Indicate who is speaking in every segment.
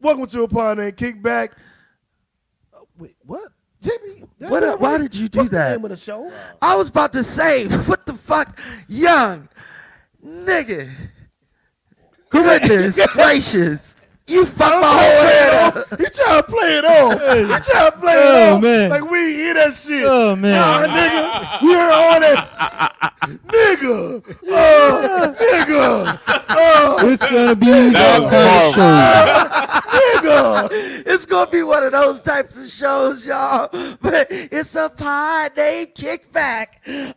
Speaker 1: Welcome to a Pond and Kickback. Oh, wait, what? Jimmy, that-
Speaker 2: What-
Speaker 1: that-
Speaker 2: why did you do
Speaker 1: what's
Speaker 2: that?
Speaker 1: The name of the show?
Speaker 2: I was about to say, what the fuck, young nigga? Goodness gracious, you fuck my whole head up.
Speaker 1: He trying to play it off. He trying to play it
Speaker 3: Oh,
Speaker 1: off.
Speaker 3: man.
Speaker 1: Like we ain't hear that shit.
Speaker 3: Oh, man.
Speaker 1: Nah, nigga, you heard all that. nigga, oh, nigga, oh,
Speaker 3: It's gonna be that
Speaker 4: was
Speaker 3: kind of show.
Speaker 1: nigga.
Speaker 2: It's gonna be one of those types of shows, y'all. But it's a pod named Kickback.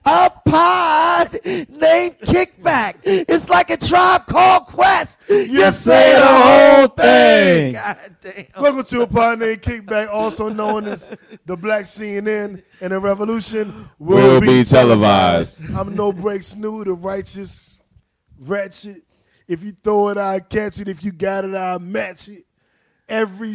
Speaker 2: A pod named Kickback. It's like a tribe called Quest. You,
Speaker 3: say the
Speaker 4: Oh,
Speaker 3: whole thing.
Speaker 2: God damn.
Speaker 1: Welcome to a Pond and Kickback, also known as the Black CNN and the Revolution
Speaker 4: Will be televised.
Speaker 1: I'm no breaks new, the righteous ratchet. If you throw it, I catch it. If you got it, I match it. Every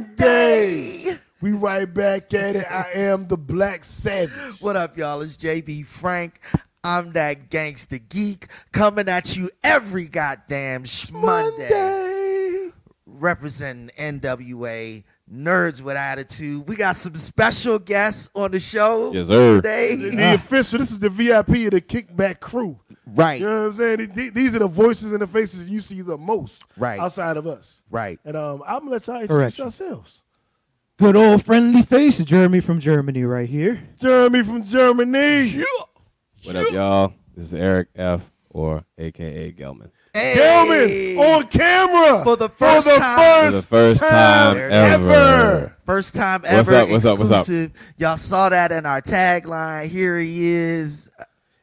Speaker 1: Monday, we right back at it. I am the Black Savage.
Speaker 2: What up, y'all? It's JB Frank. I'm that gangster geek coming at you every goddamn sh- Monday.
Speaker 1: Monday.
Speaker 2: representing NWA Nerds with Attitude. We got some special guests on the show
Speaker 4: Yes, sir.
Speaker 2: today.
Speaker 1: The official. This is the VIP of the Kickback crew.
Speaker 2: Right,
Speaker 1: You know what I'm saying? Th- th- These are the voices and the faces you see the most
Speaker 2: Right.
Speaker 1: outside of us.
Speaker 2: right.
Speaker 1: And um, I'm gonna let y'all introduce
Speaker 3: Correct.
Speaker 1: yourselves.
Speaker 3: Good old friendly face, Jeremy from Germany, right here.
Speaker 1: Jeremy from Germany.
Speaker 4: What up, y'all? This is Eric F. or AKA Gelman.
Speaker 2: Hey.
Speaker 1: Gelman on camera
Speaker 2: For the first
Speaker 1: for the
Speaker 2: time.
Speaker 4: For the first time
Speaker 1: ever.
Speaker 4: ever.
Speaker 2: First time
Speaker 4: What's
Speaker 2: ever
Speaker 4: up, what's up, what's up?
Speaker 2: exclusive. Y'all saw that in our tagline. Here he is.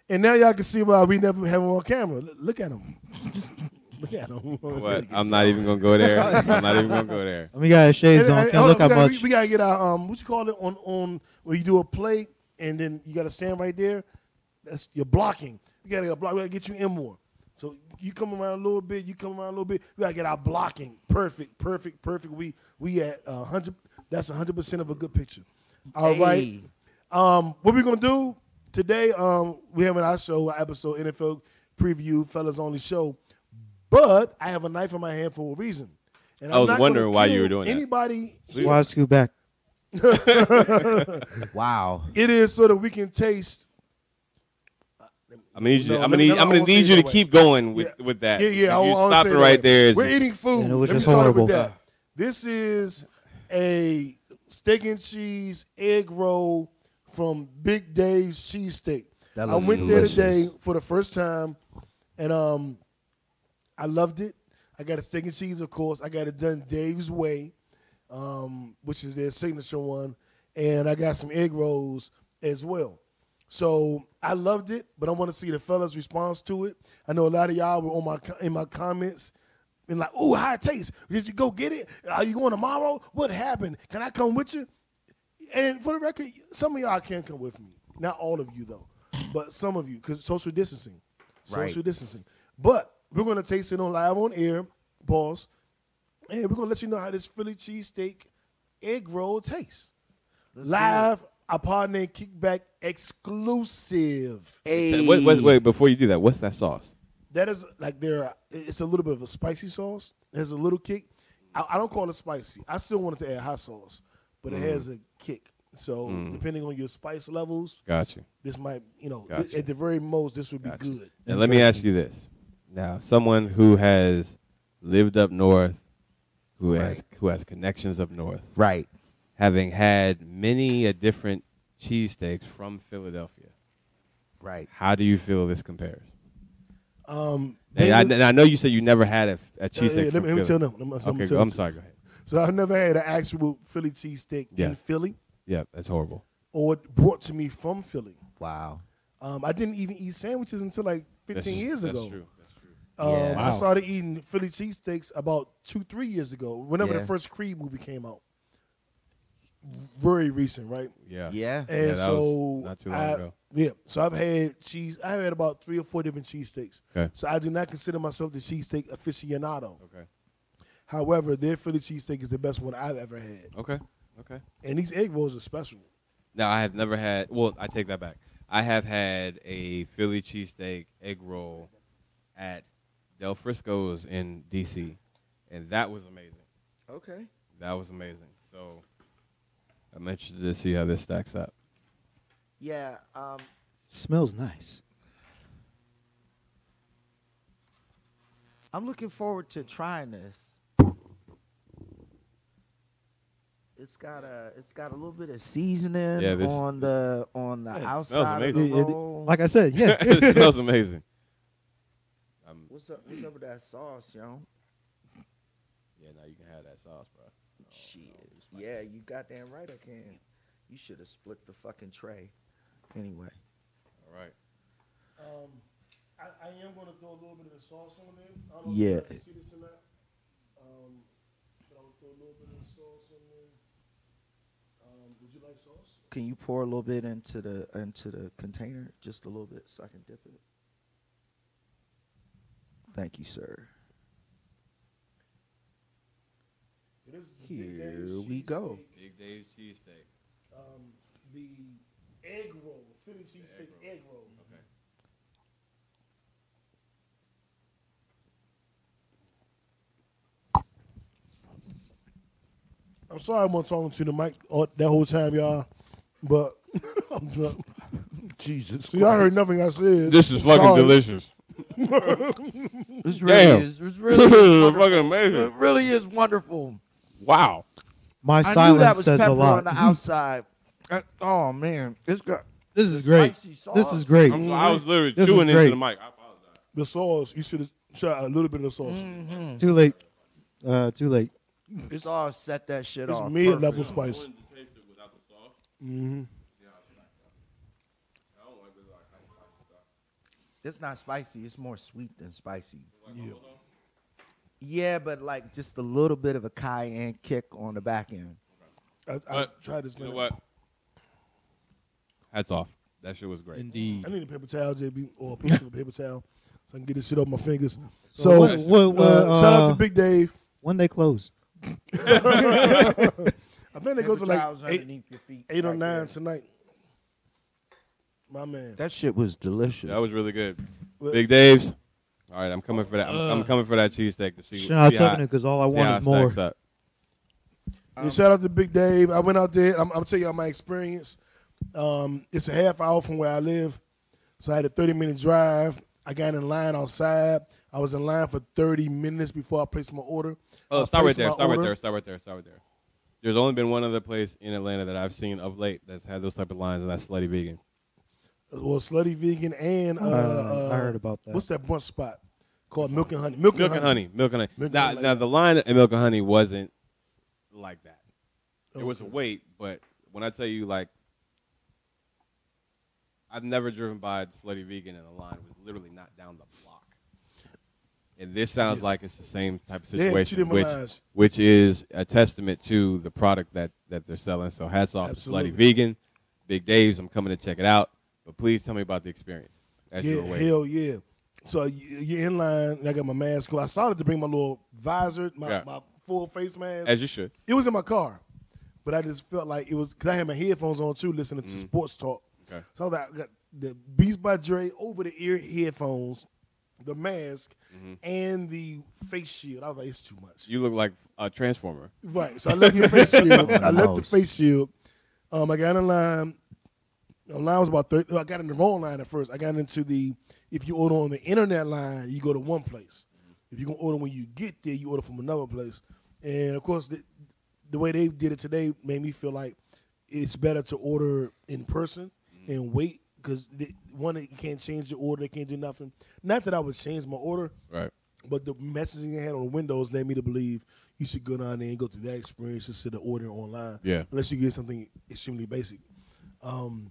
Speaker 1: And now y'all can see why we never have him on camera. L- Look at him. Look at him.
Speaker 4: What? I'm not even gonna go there. I'm not even gonna go there.
Speaker 3: And we got his shades
Speaker 1: And-
Speaker 3: on.
Speaker 1: and-
Speaker 4: oh,
Speaker 3: Can't
Speaker 1: hold
Speaker 3: look
Speaker 1: on,
Speaker 3: how
Speaker 1: we gotta-
Speaker 3: much.
Speaker 1: we, we gotta get our um what you call it on on where you do a play and then you gotta stand right there. That's you're blocking. We gotta get a block. We gotta get you in more. So you come around a little bit. You come around a little bit. We gotta get our blocking perfect, perfect, perfect. We we at a hundred. That's hundred percent of a good picture. All
Speaker 2: Hey.
Speaker 1: right. Um, what we gonna do today? Um, we having our show, our episode NFL preview, fellas only show. But I have a knife in my hand for a reason. And
Speaker 4: I was
Speaker 1: not
Speaker 4: wondering
Speaker 1: gonna
Speaker 4: why you
Speaker 1: kill
Speaker 4: were doing that.
Speaker 1: Anybody? here.
Speaker 3: Why scoot back?
Speaker 2: Wow.
Speaker 1: It is so that we can taste.
Speaker 4: I'm gonna need you.
Speaker 1: No,
Speaker 4: I'm
Speaker 1: no,
Speaker 4: gonna need.
Speaker 1: no, no,
Speaker 4: I'm
Speaker 1: I
Speaker 4: gonna
Speaker 1: won't say
Speaker 4: need
Speaker 1: it
Speaker 4: you to
Speaker 1: that way.
Speaker 4: keep going with with that.
Speaker 1: Yeah, yeah.
Speaker 4: If
Speaker 1: I
Speaker 4: you
Speaker 1: won't- I won't
Speaker 4: stop
Speaker 1: say
Speaker 4: it
Speaker 1: that way.
Speaker 4: right there.
Speaker 1: We're
Speaker 4: It's,
Speaker 1: eating food.
Speaker 3: And it was
Speaker 1: Let me
Speaker 3: just
Speaker 1: start
Speaker 3: horrible.
Speaker 1: With that. This is a steak and cheese egg roll from Big Dave's Cheesesteak.
Speaker 2: That
Speaker 1: I
Speaker 2: looks
Speaker 1: went
Speaker 2: delicious.
Speaker 1: there today for the first time, and um, I loved it. I got a steak and cheese, of course. I got it done Dave's way, um, which is their signature one, and I got some egg rolls as well. So I loved it, but I want to see the fellas' response to it. I know a lot of y'all were on my co- in my comments and like, "Ooh, how it tastes? Did you go get it? Are you going tomorrow? What happened? Can I come with you?" And for the record, some of y'all can come with me. Not all of you though, but some of you because social distancing,
Speaker 2: Right.
Speaker 1: social distancing. But we're gonna taste it on live on air. Pause. And we're gonna let you know how this Philly cheesesteak egg roll tastes. Live, our partner and kickback exclusive.
Speaker 2: Hey.
Speaker 4: wait, wait, wait, before you do that, what's that sauce?
Speaker 1: That is like there. are- It's a little bit of a spicy sauce. It has a little kick. I, I don't call it spicy. I still want it to add hot sauce, but it has a kick. So depending on your spice levels,
Speaker 4: Mm. Got you.
Speaker 1: this might you know
Speaker 4: Gotcha.
Speaker 1: th- at the very most this would be good.
Speaker 4: And let me ask you this. Now, someone who has lived up north, who has who has connections up north,
Speaker 2: Right.
Speaker 4: having had many a different cheesesteaks from Philadelphia,
Speaker 2: Right.
Speaker 4: how do you feel this compares?
Speaker 1: Um,
Speaker 4: And I,
Speaker 1: Davis-
Speaker 4: and I know you said you never had a, a
Speaker 1: Uh, Yeah, yeah,
Speaker 4: cheesesteak.
Speaker 1: let, me,
Speaker 4: from
Speaker 1: let me
Speaker 4: Philly.
Speaker 1: tell them. Let me- let me
Speaker 4: Okay,
Speaker 1: tell
Speaker 4: I'm
Speaker 1: them.
Speaker 4: sorry. Go ahead.
Speaker 1: So I never had an actual Philly cheesesteak
Speaker 4: Yeah.
Speaker 1: in Philly
Speaker 4: Yeah, that's horrible.
Speaker 1: or brought to me from Philly.
Speaker 2: Wow.
Speaker 1: Um, I didn't even eat sandwiches until like 15
Speaker 4: That's just-
Speaker 1: years
Speaker 4: that's
Speaker 1: ago.
Speaker 4: True. That's true.
Speaker 1: Um,
Speaker 2: Yeah.
Speaker 1: I
Speaker 3: Wow.
Speaker 1: started eating Philly cheesesteaks about two, three years ago, whenever
Speaker 2: Yeah.
Speaker 1: the first Creed movie came out. Very recent, right?
Speaker 4: Yeah.
Speaker 2: Yeah.
Speaker 1: And
Speaker 4: that was
Speaker 1: so
Speaker 4: not too long
Speaker 1: I-
Speaker 4: ago.
Speaker 1: Yeah. So I've had cheese. I've had about three or four different cheesesteaks.
Speaker 4: Okay.
Speaker 1: So I do not consider myself the cheesesteak aficionado.
Speaker 4: Okay.
Speaker 1: However, their Philly cheesesteak is the best one I've ever had.
Speaker 4: Okay. Okay.
Speaker 1: And these egg rolls are special.
Speaker 4: Now I have never had. Well, I take that back. I have had a Philly cheesesteak egg roll at Del Frisco's in D.C., and that was amazing.
Speaker 2: Okay.
Speaker 4: That was amazing. So I'm interested to see how this stacks up.
Speaker 2: Yeah. Um,
Speaker 3: Smells nice.
Speaker 2: I'm looking forward to trying this. It's got a it's got a little bit of seasoning
Speaker 4: Yeah, this-
Speaker 2: on the on the
Speaker 4: Yeah, it smells
Speaker 2: outside of the
Speaker 4: amazing.
Speaker 3: It- it-
Speaker 2: roll.
Speaker 3: Like I said, yeah.
Speaker 4: it smells amazing. Um,
Speaker 2: what's up? What's up with that sauce, yo?
Speaker 4: yeah, now you can have that sauce, bro.
Speaker 2: Shit. Yeah, you goddamn right I can. You should have split the fucking tray. Anyway.
Speaker 4: All right.
Speaker 1: Um, I, I am going to throw a little bit of the sauce on there. I don't
Speaker 2: Yeah.
Speaker 1: Know if you guys see this or not. Um, but I'll throw a little bit of the sauce on there. Um, would you like sauce?
Speaker 2: Can you pour a little bit into the into the container? Just a little bit so I can dip it. Thank you, sir.
Speaker 1: It is the Big
Speaker 2: Here
Speaker 1: Dave's
Speaker 2: we
Speaker 1: cheese
Speaker 2: go.
Speaker 1: steak,
Speaker 4: Big Dave's cheesesteak.
Speaker 1: Um, the egg roll, Philly cheesesteak
Speaker 4: roll.
Speaker 1: egg roll.
Speaker 4: Okay.
Speaker 1: I'm sorry I wasn't talking to the mic all- that whole time, y'all, but I'm drunk.
Speaker 2: Jesus.
Speaker 1: So y'all heard nothing I said.
Speaker 4: This is fucking
Speaker 1: Sorry.
Speaker 4: delicious.
Speaker 2: This
Speaker 4: Damn.
Speaker 2: really
Speaker 4: this
Speaker 2: is this really is
Speaker 4: is
Speaker 2: wonderful.
Speaker 4: fucking
Speaker 2: It
Speaker 4: amazing.
Speaker 2: really is wonderful.
Speaker 4: Wow.
Speaker 3: My
Speaker 2: I knew that
Speaker 3: silence
Speaker 2: was
Speaker 3: says
Speaker 2: pepper
Speaker 3: a
Speaker 2: on
Speaker 3: lot.
Speaker 2: the outside. Uh, oh man, it's got
Speaker 3: This is great.
Speaker 2: Spicy
Speaker 3: This
Speaker 2: sauce.
Speaker 3: is great.
Speaker 4: I'm, I was literally
Speaker 3: This is
Speaker 4: chewing into
Speaker 3: great.
Speaker 4: the mic. I apologize.
Speaker 1: The sauce, you should have shot a little bit of the sauce.
Speaker 4: Mm-hmm.
Speaker 3: Too late. Uh, too late.
Speaker 2: it's all set that shit
Speaker 1: It's
Speaker 2: off.
Speaker 1: mid
Speaker 2: perfect.
Speaker 1: level spice.
Speaker 4: wanted to taste it without the sauce.
Speaker 1: Mm-hmm.
Speaker 4: Yeah, I like that. I don't like this. I like spicy
Speaker 2: It's not spicy. It's more sweet than spicy.
Speaker 1: Yeah.
Speaker 2: Yeah, but like just a little bit of a cayenne kick on the back end.
Speaker 1: I, I
Speaker 4: But,
Speaker 1: tried this.
Speaker 4: You know
Speaker 1: man.
Speaker 4: what? Hats off. That shit was great.
Speaker 3: Indeed.
Speaker 1: I need a paper towel, JB, or a piece of a paper towel, so I can get this shit off my fingers.
Speaker 3: So,
Speaker 1: So,
Speaker 3: what- what- what,
Speaker 1: uh, shout out
Speaker 3: uh,
Speaker 1: to Big Dave.
Speaker 3: When they close.
Speaker 1: I think they go to like eight, eight or nine tonight. My man.
Speaker 2: That shit was delicious.
Speaker 4: That was really good.
Speaker 1: But-
Speaker 4: Big Dave's. All right, I'm coming for that. I'm, I'm coming for that cheesesteak to see.
Speaker 3: Shout out
Speaker 4: see
Speaker 3: to
Speaker 4: how-
Speaker 3: Avenue because all I
Speaker 4: see
Speaker 3: want
Speaker 4: how
Speaker 3: is
Speaker 4: it
Speaker 3: more.
Speaker 4: stacks up.
Speaker 1: Yeah, shout out to Big Dave. I went out there. I'm, I'm telling y'all my experience. Um, it's a half hour from where I live, so I had a 30 minute drive. I got in line outside. I was in line for 30 minutes before I placed my order.
Speaker 4: Oh,
Speaker 1: I
Speaker 4: stop right
Speaker 1: placed
Speaker 4: there.
Speaker 1: my
Speaker 4: Stop right
Speaker 1: order.
Speaker 4: there. Stop right there. Stop right there. There's only been one other place in Atlanta that I've seen of late that's had those type of lines, and that's Slutty Vegan.
Speaker 1: Well, Slutty Vegan and uh,
Speaker 3: Uh,
Speaker 1: uh,
Speaker 3: I heard about that.
Speaker 1: What's that brunch spot called? Milk and Honey. Milk,
Speaker 4: Milk and honey. Milk and honey.
Speaker 1: Milk and
Speaker 4: now,
Speaker 1: honey like
Speaker 4: now
Speaker 1: that.
Speaker 4: the line at Milk and Honey wasn't like that. It was a
Speaker 1: Okay.
Speaker 4: wait, but when I tell you, like, I've never driven by Slutty Vegan and the line was literally not down the block. And this sounds like it's the same type of
Speaker 1: Yeah, you
Speaker 4: situation,
Speaker 1: didn't
Speaker 4: which,
Speaker 1: realize.
Speaker 4: which is a testament to the product that, that they're selling. So hats off
Speaker 1: Absolutely.
Speaker 4: to Slutty Vegan, Big Dave's. I'm coming to check it out, but please tell me about the experience as you
Speaker 1: Yeah,
Speaker 4: were waiting.
Speaker 1: hell yeah. So y- you're in line. And I got my mask on. I started to bring my little visor, my,
Speaker 4: Yeah.
Speaker 1: my full face mask.
Speaker 4: As you should.
Speaker 1: It was in my car, but I just felt like it was because I had my headphones on too, listening to sports talk.
Speaker 4: Mm-hmm. Okay.
Speaker 1: So I was like, I got the Beats by Dre over the ear headphones, the mask,
Speaker 4: Mm-hmm.
Speaker 1: and the face shield. I was like, it's too much.
Speaker 4: You look like a transformer.
Speaker 1: Right. So I left the face shield. I left the
Speaker 2: House.
Speaker 1: face shield. Um, I got in line. The line was about 30. I got in the wrong line at first. I got into the, if you order on the internet line, you go to one place. If you're going to order when you get there, you order from another place. And of course, the, the way they did it today made me feel like it's better to order in person and wait because one, they can't change your order, they can't do nothing. Not that I would change my order,
Speaker 4: Right.
Speaker 1: but the messaging they had on the windows led me to believe you should go down there and go through that experience instead of ordering online.
Speaker 4: Yeah.
Speaker 1: Unless you get something extremely basic. Um,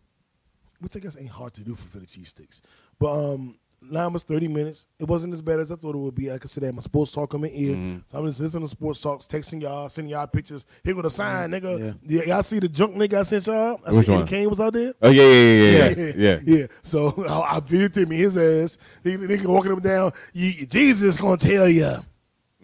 Speaker 1: which I guess ain't hard to do for Philly cheesesteaks. But um, line was 30 minutes. It wasn't as bad as I thought it would be. Like I said, I had my sports talk on my ear.
Speaker 4: Mm-hmm.
Speaker 1: So I'm just listening to sports talks, texting y'all, sending y'all pictures. Here go the sign, nigga. Yeah. y'all see the junk nigga I sent y'all? I
Speaker 4: Mm-hmm. Which
Speaker 1: see Eddie
Speaker 4: one?
Speaker 1: Kane was out there?
Speaker 4: Oh yeah, yeah, yeah, yeah, yeah. yeah.
Speaker 1: yeah. So I, I videotaped me his ass. They, they can walking him down. "Ye- Jesus gonna tell you,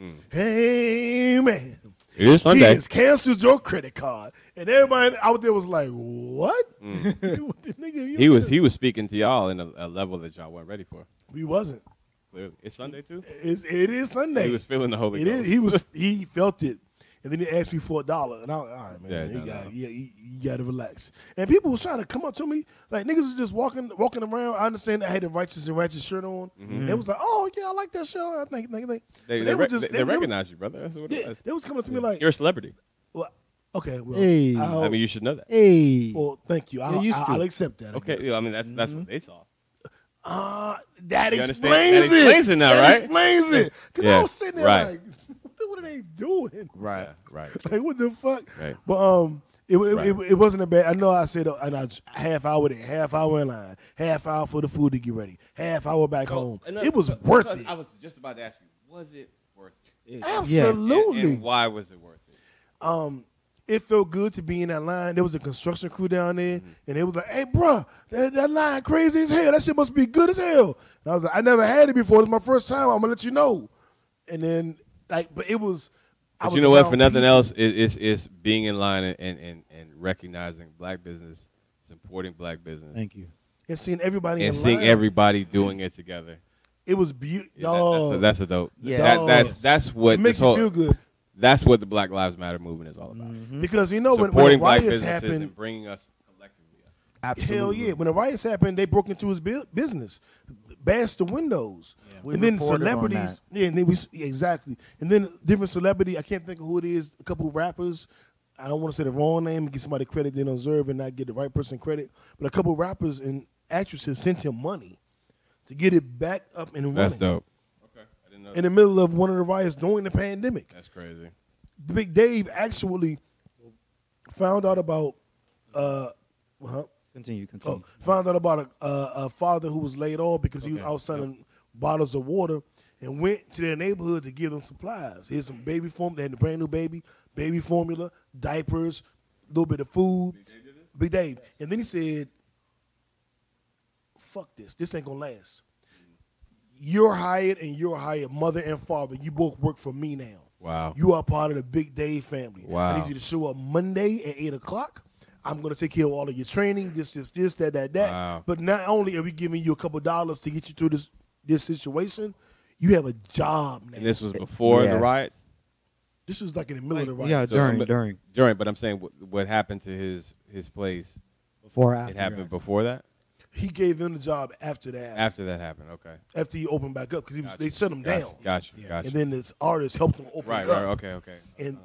Speaker 4: Mm.
Speaker 1: hey man,
Speaker 4: It is
Speaker 1: he
Speaker 4: Sunday.
Speaker 1: has canceled your credit card. And everybody out there was like, what?
Speaker 4: Mm.
Speaker 1: What the nigga, you-
Speaker 4: He was he was speaking to y'all in a, a level that y'all weren't ready for.
Speaker 1: We wasn't.
Speaker 4: Clearly, it's Sunday too.
Speaker 1: It's, it is Sunday.
Speaker 4: He was feeling the Holy
Speaker 1: It
Speaker 4: Ghost.
Speaker 1: is. He was. He felt it. and then he asked me for a dollar, and I, all right, man,
Speaker 4: Yeah,
Speaker 1: you
Speaker 4: no,
Speaker 1: got,
Speaker 4: no.
Speaker 1: yeah, you, you got to relax. And people was trying to come up to me, like niggas was just walking, walking around. I understand I had the righteous and ratchet shirt on. And it was like, oh yeah, I like that shirt. I think, think, think.
Speaker 4: Mm-hmm. They,
Speaker 1: But
Speaker 4: they,
Speaker 1: were
Speaker 4: rec-
Speaker 1: just-
Speaker 4: they, they
Speaker 1: were-
Speaker 4: recognize you, brother. That's what it
Speaker 1: Yeah,
Speaker 4: was.
Speaker 1: they was coming up to me like, Oh.
Speaker 4: You're a celebrity.
Speaker 1: well, okay, well,
Speaker 3: Hey.
Speaker 1: I'll-
Speaker 4: I mean, you should know that.
Speaker 3: Hey.
Speaker 1: well, thank you. I'll,
Speaker 3: used to
Speaker 1: I'll
Speaker 3: it.
Speaker 1: accept that. I
Speaker 4: Okay,
Speaker 1: guess.
Speaker 4: yeah, I mean that's that's
Speaker 1: Mm-hmm.
Speaker 4: what they saw.
Speaker 1: Uh, that
Speaker 4: You
Speaker 1: explains
Speaker 4: understand? That
Speaker 1: it.
Speaker 4: explains it now,
Speaker 1: that
Speaker 4: right?
Speaker 1: explains it. Because I
Speaker 4: Yeah,
Speaker 1: was sitting there
Speaker 4: right.
Speaker 1: like, what are they doing?
Speaker 2: Right.
Speaker 4: Yeah, right.
Speaker 1: Like, what the fuck?
Speaker 4: Right.
Speaker 1: But um, it, it,
Speaker 4: Right.
Speaker 1: it, it wasn't a bad. I know I said uh, and I, half hour there, half hour in line, half hour for the food to get ready, half hour back home. it was worth it.
Speaker 4: I was just about to ask you, was it worth it?
Speaker 1: Absolutely.
Speaker 4: And, why was it worth it?
Speaker 1: um, it felt good to be in that line. There was a construction crew down there,
Speaker 4: Mm-hmm.
Speaker 1: and they was like, "Hey, bruh, that, that line crazy as hell. That shit must be good as hell." And I was like, "I never had it before. It's my first time. I'm gonna let you know." And then, like, but it was. I
Speaker 4: But
Speaker 1: was
Speaker 4: you know what?
Speaker 1: around
Speaker 4: For nothing
Speaker 1: people-
Speaker 4: else, it, it's it's being in line and, and, and, and recognizing black business, supporting black business,
Speaker 3: Thank you.
Speaker 1: and seeing everybody
Speaker 4: and
Speaker 1: in
Speaker 4: seeing
Speaker 1: line,
Speaker 4: everybody doing it together.
Speaker 1: it was beautiful.
Speaker 4: Yeah, that- that's, a, that's a dope.
Speaker 2: Yeah.
Speaker 4: That, that's
Speaker 1: Dog.
Speaker 4: that's what
Speaker 1: it makes
Speaker 4: this whole,
Speaker 1: you feel good
Speaker 4: That's what the Black Lives Matter movement is all about.
Speaker 2: Mm-hmm.
Speaker 1: because you know when, when the
Speaker 4: Supporting black
Speaker 1: riots
Speaker 4: businesses
Speaker 1: happened,
Speaker 4: and bringing us collectively up.
Speaker 1: Hell
Speaker 2: Absolutely.
Speaker 1: yeah! When the riots happened, they broke into his bu- business, bashed the windows,
Speaker 2: We
Speaker 1: and then
Speaker 2: reported on
Speaker 1: celebrities. Yeah, and then we s- yeah, exactly, and then different celebrity. I can't think of who it is. A couple rappers. I don't want to say the wrong name and get somebody credit they don't deserve and not get the right person credit. But a couple rappers and actresses sent him money to get it back up and running
Speaker 4: That's dope. Okay, I didn't know.
Speaker 1: in the middle of one of the riots during the pandemic.
Speaker 4: That's crazy.
Speaker 1: Big Dave actually found out about. Uh, huh?
Speaker 3: Continue. Continue.
Speaker 1: Oh, found out about a, a, a father who was laid off because he was
Speaker 4: Okay.
Speaker 1: out selling bottles of water and went to their neighborhood to give them supplies. Here's some baby formula. They had a brand new baby, baby formula, diapers, a little bit of food. Big Dave. And then he said, fuck this. This ain't going to last. You're hired and you're hired, mother and father. You both work for me now.
Speaker 4: Wow.
Speaker 1: You are part of the Big Dave family. I
Speaker 4: Wow.
Speaker 1: need you to show up Monday at eight o'clock. I'm gonna take care of all of your training, this, this, this, that, that, that.
Speaker 4: Wow.
Speaker 1: But not only are we giving you a couple dollars to get you through this this situation, you have a job now.
Speaker 4: And this was before
Speaker 2: Yeah.
Speaker 4: the riots.
Speaker 1: This was like in the middle of the riot.
Speaker 3: yeah, during,
Speaker 4: but-
Speaker 3: during,
Speaker 4: During, but I'm saying what, what happened to his his place.
Speaker 3: before, after.
Speaker 4: It happened before that.
Speaker 1: He gave them the job after that, after,
Speaker 4: After that happened. Okay.
Speaker 1: he opened back up because he was
Speaker 4: Gotcha.
Speaker 1: they shut him
Speaker 4: Gotcha.
Speaker 1: down,
Speaker 4: Gotcha. Gotcha.
Speaker 1: and then this artist helped him open
Speaker 4: right.
Speaker 1: up.
Speaker 4: Right. Okay. Okay.
Speaker 1: And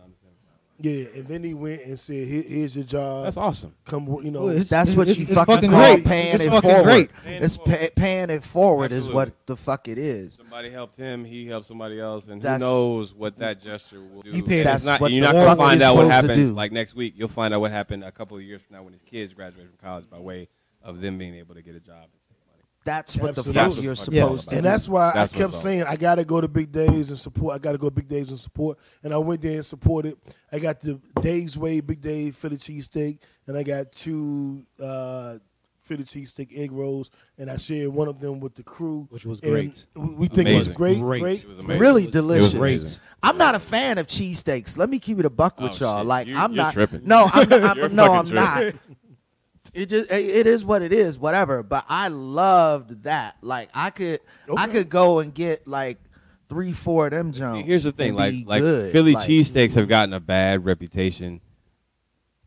Speaker 1: yeah, and then he went and said, Here, "Here's your job.
Speaker 4: That's awesome.
Speaker 1: Come, wo- you know."
Speaker 3: Well, it's-
Speaker 2: Oh, That's what
Speaker 3: It's-
Speaker 2: you
Speaker 3: it's
Speaker 2: fucking,
Speaker 3: fucking
Speaker 2: call
Speaker 3: great.
Speaker 2: paying
Speaker 3: It's
Speaker 2: it
Speaker 3: fucking
Speaker 2: forward.
Speaker 3: great.
Speaker 4: Paying it
Speaker 2: It's
Speaker 4: forward.
Speaker 2: pay, paying it forward is
Speaker 4: Absolutely.
Speaker 2: what the fuck it is.
Speaker 4: Somebody helped him. He helped somebody else, and
Speaker 2: That's-
Speaker 4: who knows what that gesture will do?
Speaker 3: He paid
Speaker 4: And
Speaker 2: us.
Speaker 4: it's not,
Speaker 2: That's
Speaker 4: you're
Speaker 2: what
Speaker 4: not
Speaker 2: the
Speaker 4: gonna
Speaker 2: fuck
Speaker 4: find
Speaker 2: you're
Speaker 4: out what
Speaker 2: supposed to
Speaker 4: happens.
Speaker 2: do.
Speaker 4: Like next week, you'll find out what happened a couple of years from now when his kids graduate from college by way of them being able to get a job. and save money.
Speaker 2: That's what the
Speaker 1: Absolutely.
Speaker 2: fuck you're
Speaker 4: Yes.
Speaker 2: supposed to
Speaker 1: And
Speaker 2: do.
Speaker 1: that's why
Speaker 4: That's
Speaker 1: I
Speaker 4: what
Speaker 1: kept
Speaker 4: it's all
Speaker 1: saying I gotta go to Big Days and support. I gotta go to Big Days and support. And I went there and supported. I got the Dave's Way Big Dave Philly cheesesteak, and I got two uh, Philly cheesesteak egg rolls, and I shared one of them with the crew,
Speaker 3: Which was
Speaker 1: And
Speaker 3: great.
Speaker 1: We, we think it was
Speaker 4: Amazing.
Speaker 1: great, great.
Speaker 3: Great.
Speaker 4: It was amazing.
Speaker 2: Really
Speaker 4: It was
Speaker 2: delicious.
Speaker 4: amazing.
Speaker 2: I'm not a fan of cheesesteaks. Let me keep it a buck with
Speaker 4: Oh,
Speaker 2: y'all.
Speaker 4: shit.
Speaker 2: Like
Speaker 4: You-
Speaker 2: I'm
Speaker 4: you're
Speaker 2: not.
Speaker 4: tripping.
Speaker 2: No, I'm, not-
Speaker 4: You're
Speaker 2: I'm, no, I'm
Speaker 4: fucking
Speaker 2: not.
Speaker 4: tripping.
Speaker 2: It just it it is what it is. Whatever. But I loved that. Like I could I
Speaker 1: Okay.
Speaker 2: could go and get like three four of them Jones.
Speaker 4: Here's the thing,
Speaker 2: and
Speaker 4: like
Speaker 2: be
Speaker 4: like
Speaker 2: good.
Speaker 4: Philly
Speaker 2: Like,
Speaker 4: cheesesteaks have gotten a bad reputation.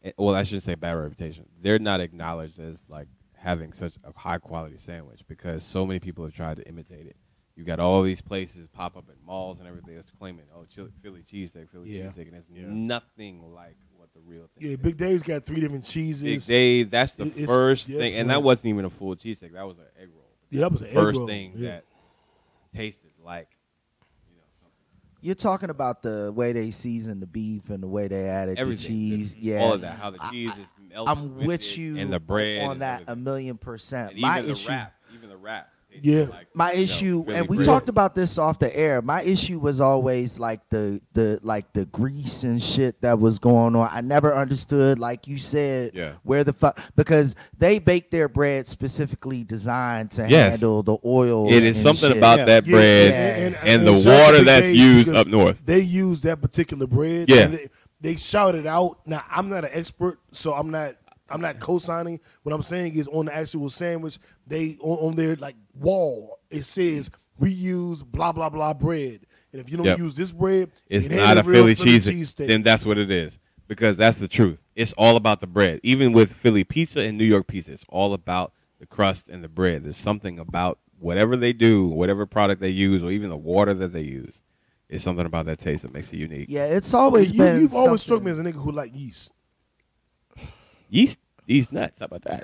Speaker 4: Eh, Well, I shouldn't say bad reputation. They're not acknowledged as like having such a high quality sandwich because so many people have tried to imitate it. You got all these places pop up in malls and everything that's claiming, oh, chili, Philly cheesesteak, Philly
Speaker 3: Yeah.
Speaker 4: cheesesteak, and it's nothing like what the real thing.
Speaker 1: Yeah,
Speaker 4: is.
Speaker 1: Big Dave's got three different cheeses.
Speaker 4: Big Dave, that's the
Speaker 1: it- it's
Speaker 4: first thing, and that
Speaker 1: different.
Speaker 4: wasn't even a full cheesesteak. That was an egg roll.
Speaker 1: Yeah, that was an egg
Speaker 4: first
Speaker 1: roll.
Speaker 4: thing
Speaker 1: Yeah.
Speaker 4: that tasted like. you know, something.
Speaker 2: You're talking about the way they season the beef and the way they added
Speaker 4: everything,
Speaker 2: the cheese.
Speaker 4: the-
Speaker 2: Yeah,
Speaker 4: all of that. How the
Speaker 2: I-
Speaker 4: cheese
Speaker 2: I-
Speaker 4: is melted.
Speaker 2: I'm with,
Speaker 4: it,
Speaker 2: you
Speaker 4: and the bread
Speaker 2: on
Speaker 4: and
Speaker 2: that a
Speaker 4: everything.
Speaker 2: million percent.
Speaker 4: And
Speaker 2: my
Speaker 4: even
Speaker 2: issue,
Speaker 4: the wrap, even the wrap. tastes
Speaker 1: Yeah.
Speaker 4: like,
Speaker 2: my
Speaker 4: you know,
Speaker 2: issue,
Speaker 4: Philly
Speaker 2: and we
Speaker 4: bread.
Speaker 2: talked about this off the air. My issue was always like the the like the grease and shit that was going on. I never understood, like you said,
Speaker 4: Yeah.
Speaker 2: where the fuck because they bake their bread specifically designed to
Speaker 4: Yes.
Speaker 2: handle the oil.
Speaker 4: It is something about
Speaker 3: Yeah.
Speaker 4: that
Speaker 1: Yeah,
Speaker 4: bread
Speaker 1: and- and-
Speaker 4: and,
Speaker 1: and shout
Speaker 4: the
Speaker 1: out to
Speaker 4: water
Speaker 1: Big
Speaker 4: that's
Speaker 1: Dave
Speaker 4: used
Speaker 1: because
Speaker 4: up north.
Speaker 1: They use that particular bread.
Speaker 4: Yeah.
Speaker 1: and they, they shout it out. Now I'm not an expert, so I'm not I'm not co-signing. What I'm saying is on the actual sandwich, they on, on their like wall it says we use blah blah blah bread. And if you don't
Speaker 4: Yep.
Speaker 1: use this bread,
Speaker 4: It's
Speaker 1: it ain't
Speaker 4: not a
Speaker 1: real
Speaker 4: Philly, cheese.
Speaker 1: cheesesteak.
Speaker 4: Then that's what it is because that's the truth. It's all about the bread. Even with Philly pizza and New York pizza, it's all about the crust and the bread. There's something about whatever they do, whatever product they use, or even the water that they use. It's something about that taste that makes it unique.
Speaker 2: Yeah, it's always
Speaker 1: you,
Speaker 2: been.
Speaker 1: have always struck
Speaker 2: something.
Speaker 1: me as a nigga who like yeast.
Speaker 4: Yeast, yeast nuts. How about that?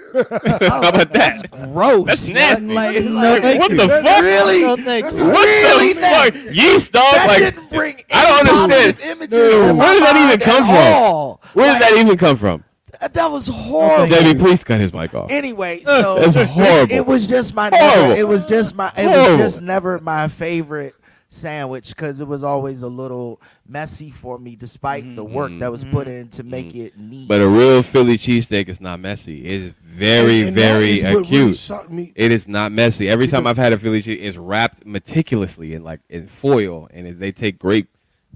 Speaker 4: How about that?
Speaker 2: gross.
Speaker 4: That's nasty.
Speaker 2: Like,
Speaker 4: It's
Speaker 2: like,
Speaker 3: thank
Speaker 4: what
Speaker 3: you.
Speaker 4: the fuck?
Speaker 2: Really?
Speaker 3: No, thank
Speaker 1: That's
Speaker 3: you.
Speaker 1: a-
Speaker 4: What
Speaker 2: Really
Speaker 4: the
Speaker 2: nasty.
Speaker 4: fuck? Yeast dog?
Speaker 2: That
Speaker 4: like
Speaker 2: didn't bring.
Speaker 4: I don't
Speaker 2: any
Speaker 4: understand.
Speaker 2: positive Images to my
Speaker 4: where did that even
Speaker 2: mind
Speaker 4: come
Speaker 2: at
Speaker 4: from?
Speaker 2: all.
Speaker 4: Where did
Speaker 2: Like,
Speaker 4: that even come from?
Speaker 2: that? That was horrible.
Speaker 4: Debbie, please cut his mic off.
Speaker 2: Anyway, so
Speaker 4: That's horrible.
Speaker 2: It was just my.
Speaker 4: Horrible.
Speaker 2: Never, it was just my. It
Speaker 4: Horrible.
Speaker 2: was just never my favorite sandwich because it was always a little messy for me, despite the work that was put in to make it neat.
Speaker 4: Mm-hmm. But a real Philly cheesesteak is not messy. It is very,
Speaker 1: And- and that
Speaker 4: very
Speaker 1: is what
Speaker 4: acute.
Speaker 1: really shocked me.
Speaker 4: it is not messy. Every time
Speaker 1: Because-
Speaker 4: I've had a Philly cheese, it's wrapped meticulously in like in foil, and it, they take great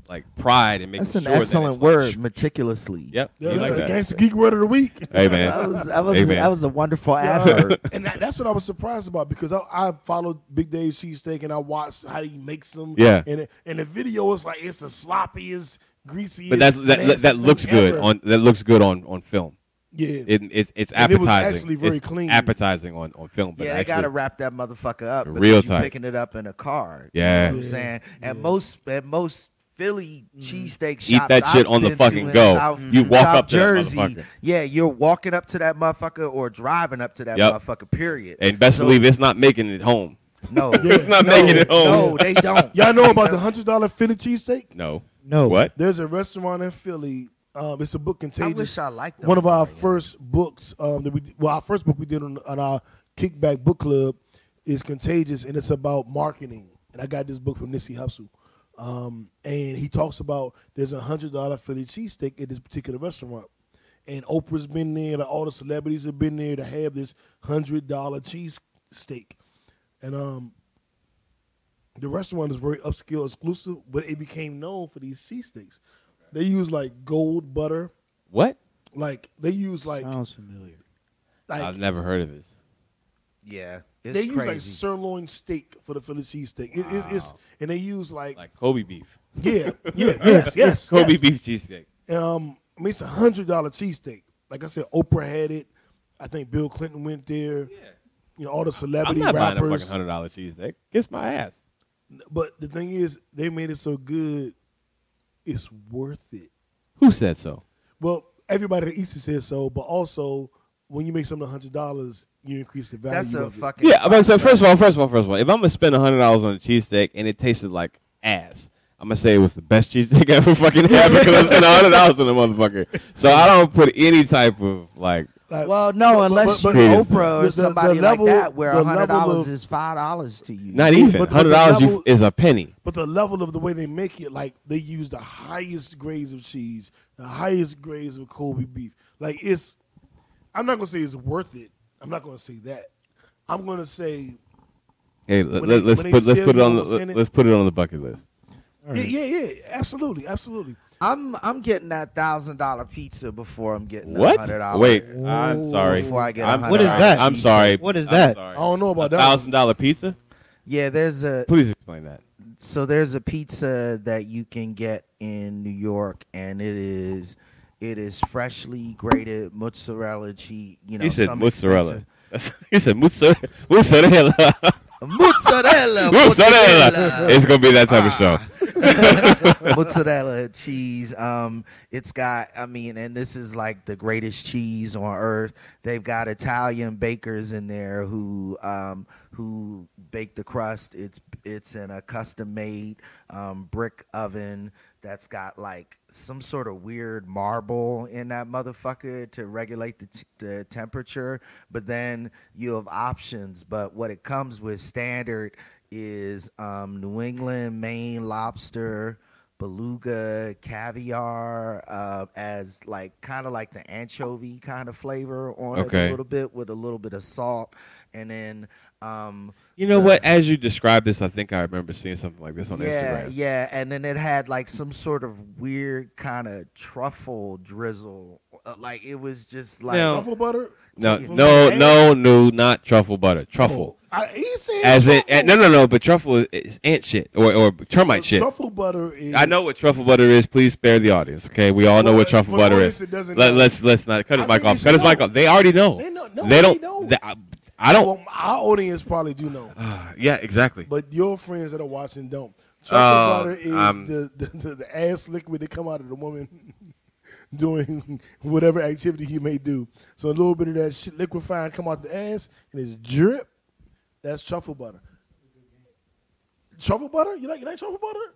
Speaker 4: like pride in making
Speaker 2: That's an
Speaker 4: sure that it's,
Speaker 2: excellent
Speaker 4: like,
Speaker 2: word,
Speaker 4: sh-
Speaker 2: meticulously.
Speaker 4: Yep,
Speaker 1: Yeah,
Speaker 4: you
Speaker 1: that's
Speaker 4: like
Speaker 1: the
Speaker 4: that.
Speaker 1: gangster geek word of the week.
Speaker 4: Hey
Speaker 2: That
Speaker 4: man,
Speaker 2: was that was
Speaker 4: Amen.
Speaker 2: that was a wonderful
Speaker 1: Yeah.
Speaker 2: advert.
Speaker 1: and that, that's what I was surprised about because I, I followed Big Dave Cheesesteak and I watched how he makes them.
Speaker 4: Yeah.
Speaker 1: And it, and the video is like it's the sloppiest, greasiest.
Speaker 4: but that's that that, that
Speaker 1: nastiest
Speaker 4: looks
Speaker 1: thing
Speaker 4: good
Speaker 1: ever.
Speaker 4: on that looks good on on film.
Speaker 1: Yeah.
Speaker 4: It, it it's
Speaker 1: And it was
Speaker 4: appetizing.
Speaker 1: actually very
Speaker 4: It's
Speaker 1: clean.
Speaker 4: Appetizing on on film, but
Speaker 2: yeah, they
Speaker 4: actually,
Speaker 2: gotta wrap that motherfucker up.
Speaker 4: Real
Speaker 2: because you
Speaker 4: tight.
Speaker 2: picking it up in a car.
Speaker 4: Yeah.
Speaker 2: you know what I'm saying. At most, at most Philly cheesesteak
Speaker 4: Eat
Speaker 2: shops,
Speaker 4: that shit
Speaker 2: I've
Speaker 4: on the
Speaker 2: been
Speaker 4: fucking
Speaker 2: to in
Speaker 4: go.
Speaker 2: South-
Speaker 4: You walk
Speaker 2: South
Speaker 4: up to that
Speaker 2: Jersey.
Speaker 4: motherfucker.
Speaker 2: Yeah, you're walking up to that motherfucker or driving up to that
Speaker 4: Yep.
Speaker 2: motherfucker. Period.
Speaker 4: and best
Speaker 2: So,
Speaker 4: believe it's not making it home.
Speaker 2: no,
Speaker 4: It's not making it home.
Speaker 2: No, they don't.
Speaker 1: Y'all know about the hundred dollar Philly cheesesteak?
Speaker 4: No.
Speaker 3: No.
Speaker 4: What?
Speaker 1: There's a restaurant in Philly. Um, it's a book
Speaker 2: I
Speaker 1: contagious.
Speaker 2: wish I liked them
Speaker 1: one of our
Speaker 2: more, yeah.
Speaker 1: first books um, that we well our first book we did on, on our kickback book club is contagious and it's about marketing and i got this book from nissy hustle um, and he talks about there's a hundred dollar philly cheesesteak at this particular restaurant and oprah's been there and all the celebrities have been there to have this hundred dollar cheesesteak and um, the restaurant is very upscale exclusive but it became known for these cheesesteaks they use like gold butter
Speaker 4: What?
Speaker 1: like they use like
Speaker 3: Sounds familiar.
Speaker 1: like
Speaker 4: I've never heard of this.
Speaker 2: Yeah, it's
Speaker 1: they use
Speaker 2: crazy.
Speaker 1: like sirloin steak for the Philly cheesesteak. It, it, it's and they use like,
Speaker 4: Like Kobe beef.
Speaker 1: yeah yeah yes yes
Speaker 4: Kobe
Speaker 1: yes.
Speaker 4: beef cheesesteak.
Speaker 1: And, um, I mean it's a hundred dollar cheesesteak. Like I said, Oprah had it. I think Bill Clinton went there. Yeah. You know all the
Speaker 4: I'm
Speaker 1: celebrity
Speaker 4: not buying a
Speaker 1: rappers.
Speaker 4: fucking hundred dollar cheesesteak. Kiss my ass.
Speaker 1: But the thing is, they made it so good, it's worth it.
Speaker 4: Who said so?
Speaker 1: Well, everybody at Easter says so, but also when you make something hundred dollars, you increase the value.
Speaker 2: That's a
Speaker 1: of it.
Speaker 2: fucking
Speaker 4: Yeah, but so first of all, first of all, first of all, if I'm gonna spend hundred dollars on a cheesesteak and it tasted like ass, I'm gonna say it was the best cheesesteak I ever fucking had because I spent hundred dollars on the motherfucker. So I don't put any type of like
Speaker 1: Like,
Speaker 2: Well, no, unless
Speaker 1: but-
Speaker 2: you're
Speaker 4: but-
Speaker 2: Oprah
Speaker 1: the-
Speaker 2: or
Speaker 1: the-
Speaker 2: somebody
Speaker 1: the level-
Speaker 2: like that, where
Speaker 1: the
Speaker 2: hundred
Speaker 1: level
Speaker 2: dollars
Speaker 1: of-
Speaker 2: is five dollars to you.
Speaker 4: not even
Speaker 1: but- but
Speaker 4: hundred dollars
Speaker 1: that will-
Speaker 4: is a penny.
Speaker 1: But the level of the way they make it, like they use the highest grades of cheese, the highest grades of Kobe beef. Like it's, I'm not gonna say it's worth it. I'm not gonna say that. I'm gonna say,
Speaker 4: Hey, let,
Speaker 1: When
Speaker 4: let,
Speaker 1: they-
Speaker 4: us
Speaker 1: when they
Speaker 4: put let's
Speaker 1: sell
Speaker 4: put it
Speaker 1: you
Speaker 4: on the
Speaker 1: what's in it-
Speaker 4: let's put it on the bucket list.
Speaker 1: yeah, yeah, yeah, absolutely, absolutely.
Speaker 2: I'm I'm getting that thousand dollar pizza before I'm getting a
Speaker 4: What?
Speaker 2: hundred dollar.
Speaker 4: Wait, I'm sorry.
Speaker 2: Before I get
Speaker 4: I'm-
Speaker 2: $100
Speaker 3: What is that?
Speaker 4: I'm sorry.
Speaker 3: What is
Speaker 4: I'm
Speaker 3: that?
Speaker 4: sorry.
Speaker 1: I don't know about
Speaker 4: a
Speaker 1: that.
Speaker 4: thousand dollar pizza.
Speaker 2: yeah, there's a
Speaker 4: Please explain that.
Speaker 2: so there's a pizza that you can get in New York, and it is it is freshly grated mozzarella cheese. You know,
Speaker 4: he said
Speaker 2: some
Speaker 4: mozzarella. he said mozzarella. Mozzarella.
Speaker 2: expensive- mozzarella,
Speaker 4: mozzarella. It's gonna be that type of show.
Speaker 2: mozzarella cheese. Um, it's got, I mean, and this is like the greatest cheese on earth. They've got Italian bakers in there who um, who bake the crust. It's it's in a custom made um, brick oven that's got like some sort of weird marble in that motherfucker to regulate the, t- the temperature. But then you have options. But what it comes with standard is um, New England, Maine lobster, beluga, caviar, uh, as like kind of like the anchovy kind of flavor on it
Speaker 4: Okay.
Speaker 2: a little bit with a little bit of salt, and then um,
Speaker 4: You know what? As you describe this, I think I remember seeing something like this on
Speaker 2: yeah,
Speaker 4: Instagram.
Speaker 2: yeah, and then it had like some sort of weird kind of truffle drizzle uh, like it was just like
Speaker 4: Now-
Speaker 1: Truffle butter?
Speaker 4: No,
Speaker 1: Truffle
Speaker 4: no,
Speaker 1: butter.
Speaker 4: no, no, not truffle butter. Truffle.
Speaker 1: I, he said
Speaker 4: As it,
Speaker 1: truffle.
Speaker 4: no, no, no, but truffle is ant shit or, or termite shit.
Speaker 1: Truffle butter is.
Speaker 4: I know what truffle butter is. Please spare the audience, okay? We all know
Speaker 1: Well,
Speaker 4: what truffle
Speaker 1: for the
Speaker 4: butter
Speaker 1: audience
Speaker 4: is.
Speaker 1: that doesn't
Speaker 4: Let,
Speaker 1: know.
Speaker 4: us let's not cut
Speaker 1: I
Speaker 4: his mic
Speaker 1: think
Speaker 4: off.
Speaker 1: you
Speaker 4: Cut his
Speaker 1: should
Speaker 4: mic
Speaker 1: know.
Speaker 4: off. They already know.
Speaker 1: They know- no,
Speaker 4: They
Speaker 1: they
Speaker 4: don't.
Speaker 1: know.
Speaker 4: they- I, I don't. uh,
Speaker 1: Well, our audience probably do know,
Speaker 4: yeah, exactly.
Speaker 1: but your friends that are watching don't.
Speaker 4: Oh,
Speaker 1: Truffle butter is
Speaker 4: um,
Speaker 1: the, the, the, the ass liquid that come out of the woman doing whatever activity he may do. So a little bit of that shit liquefying come out the ass and it's drip. That's truffle butter. Truffle butter? You like you like truffle butter?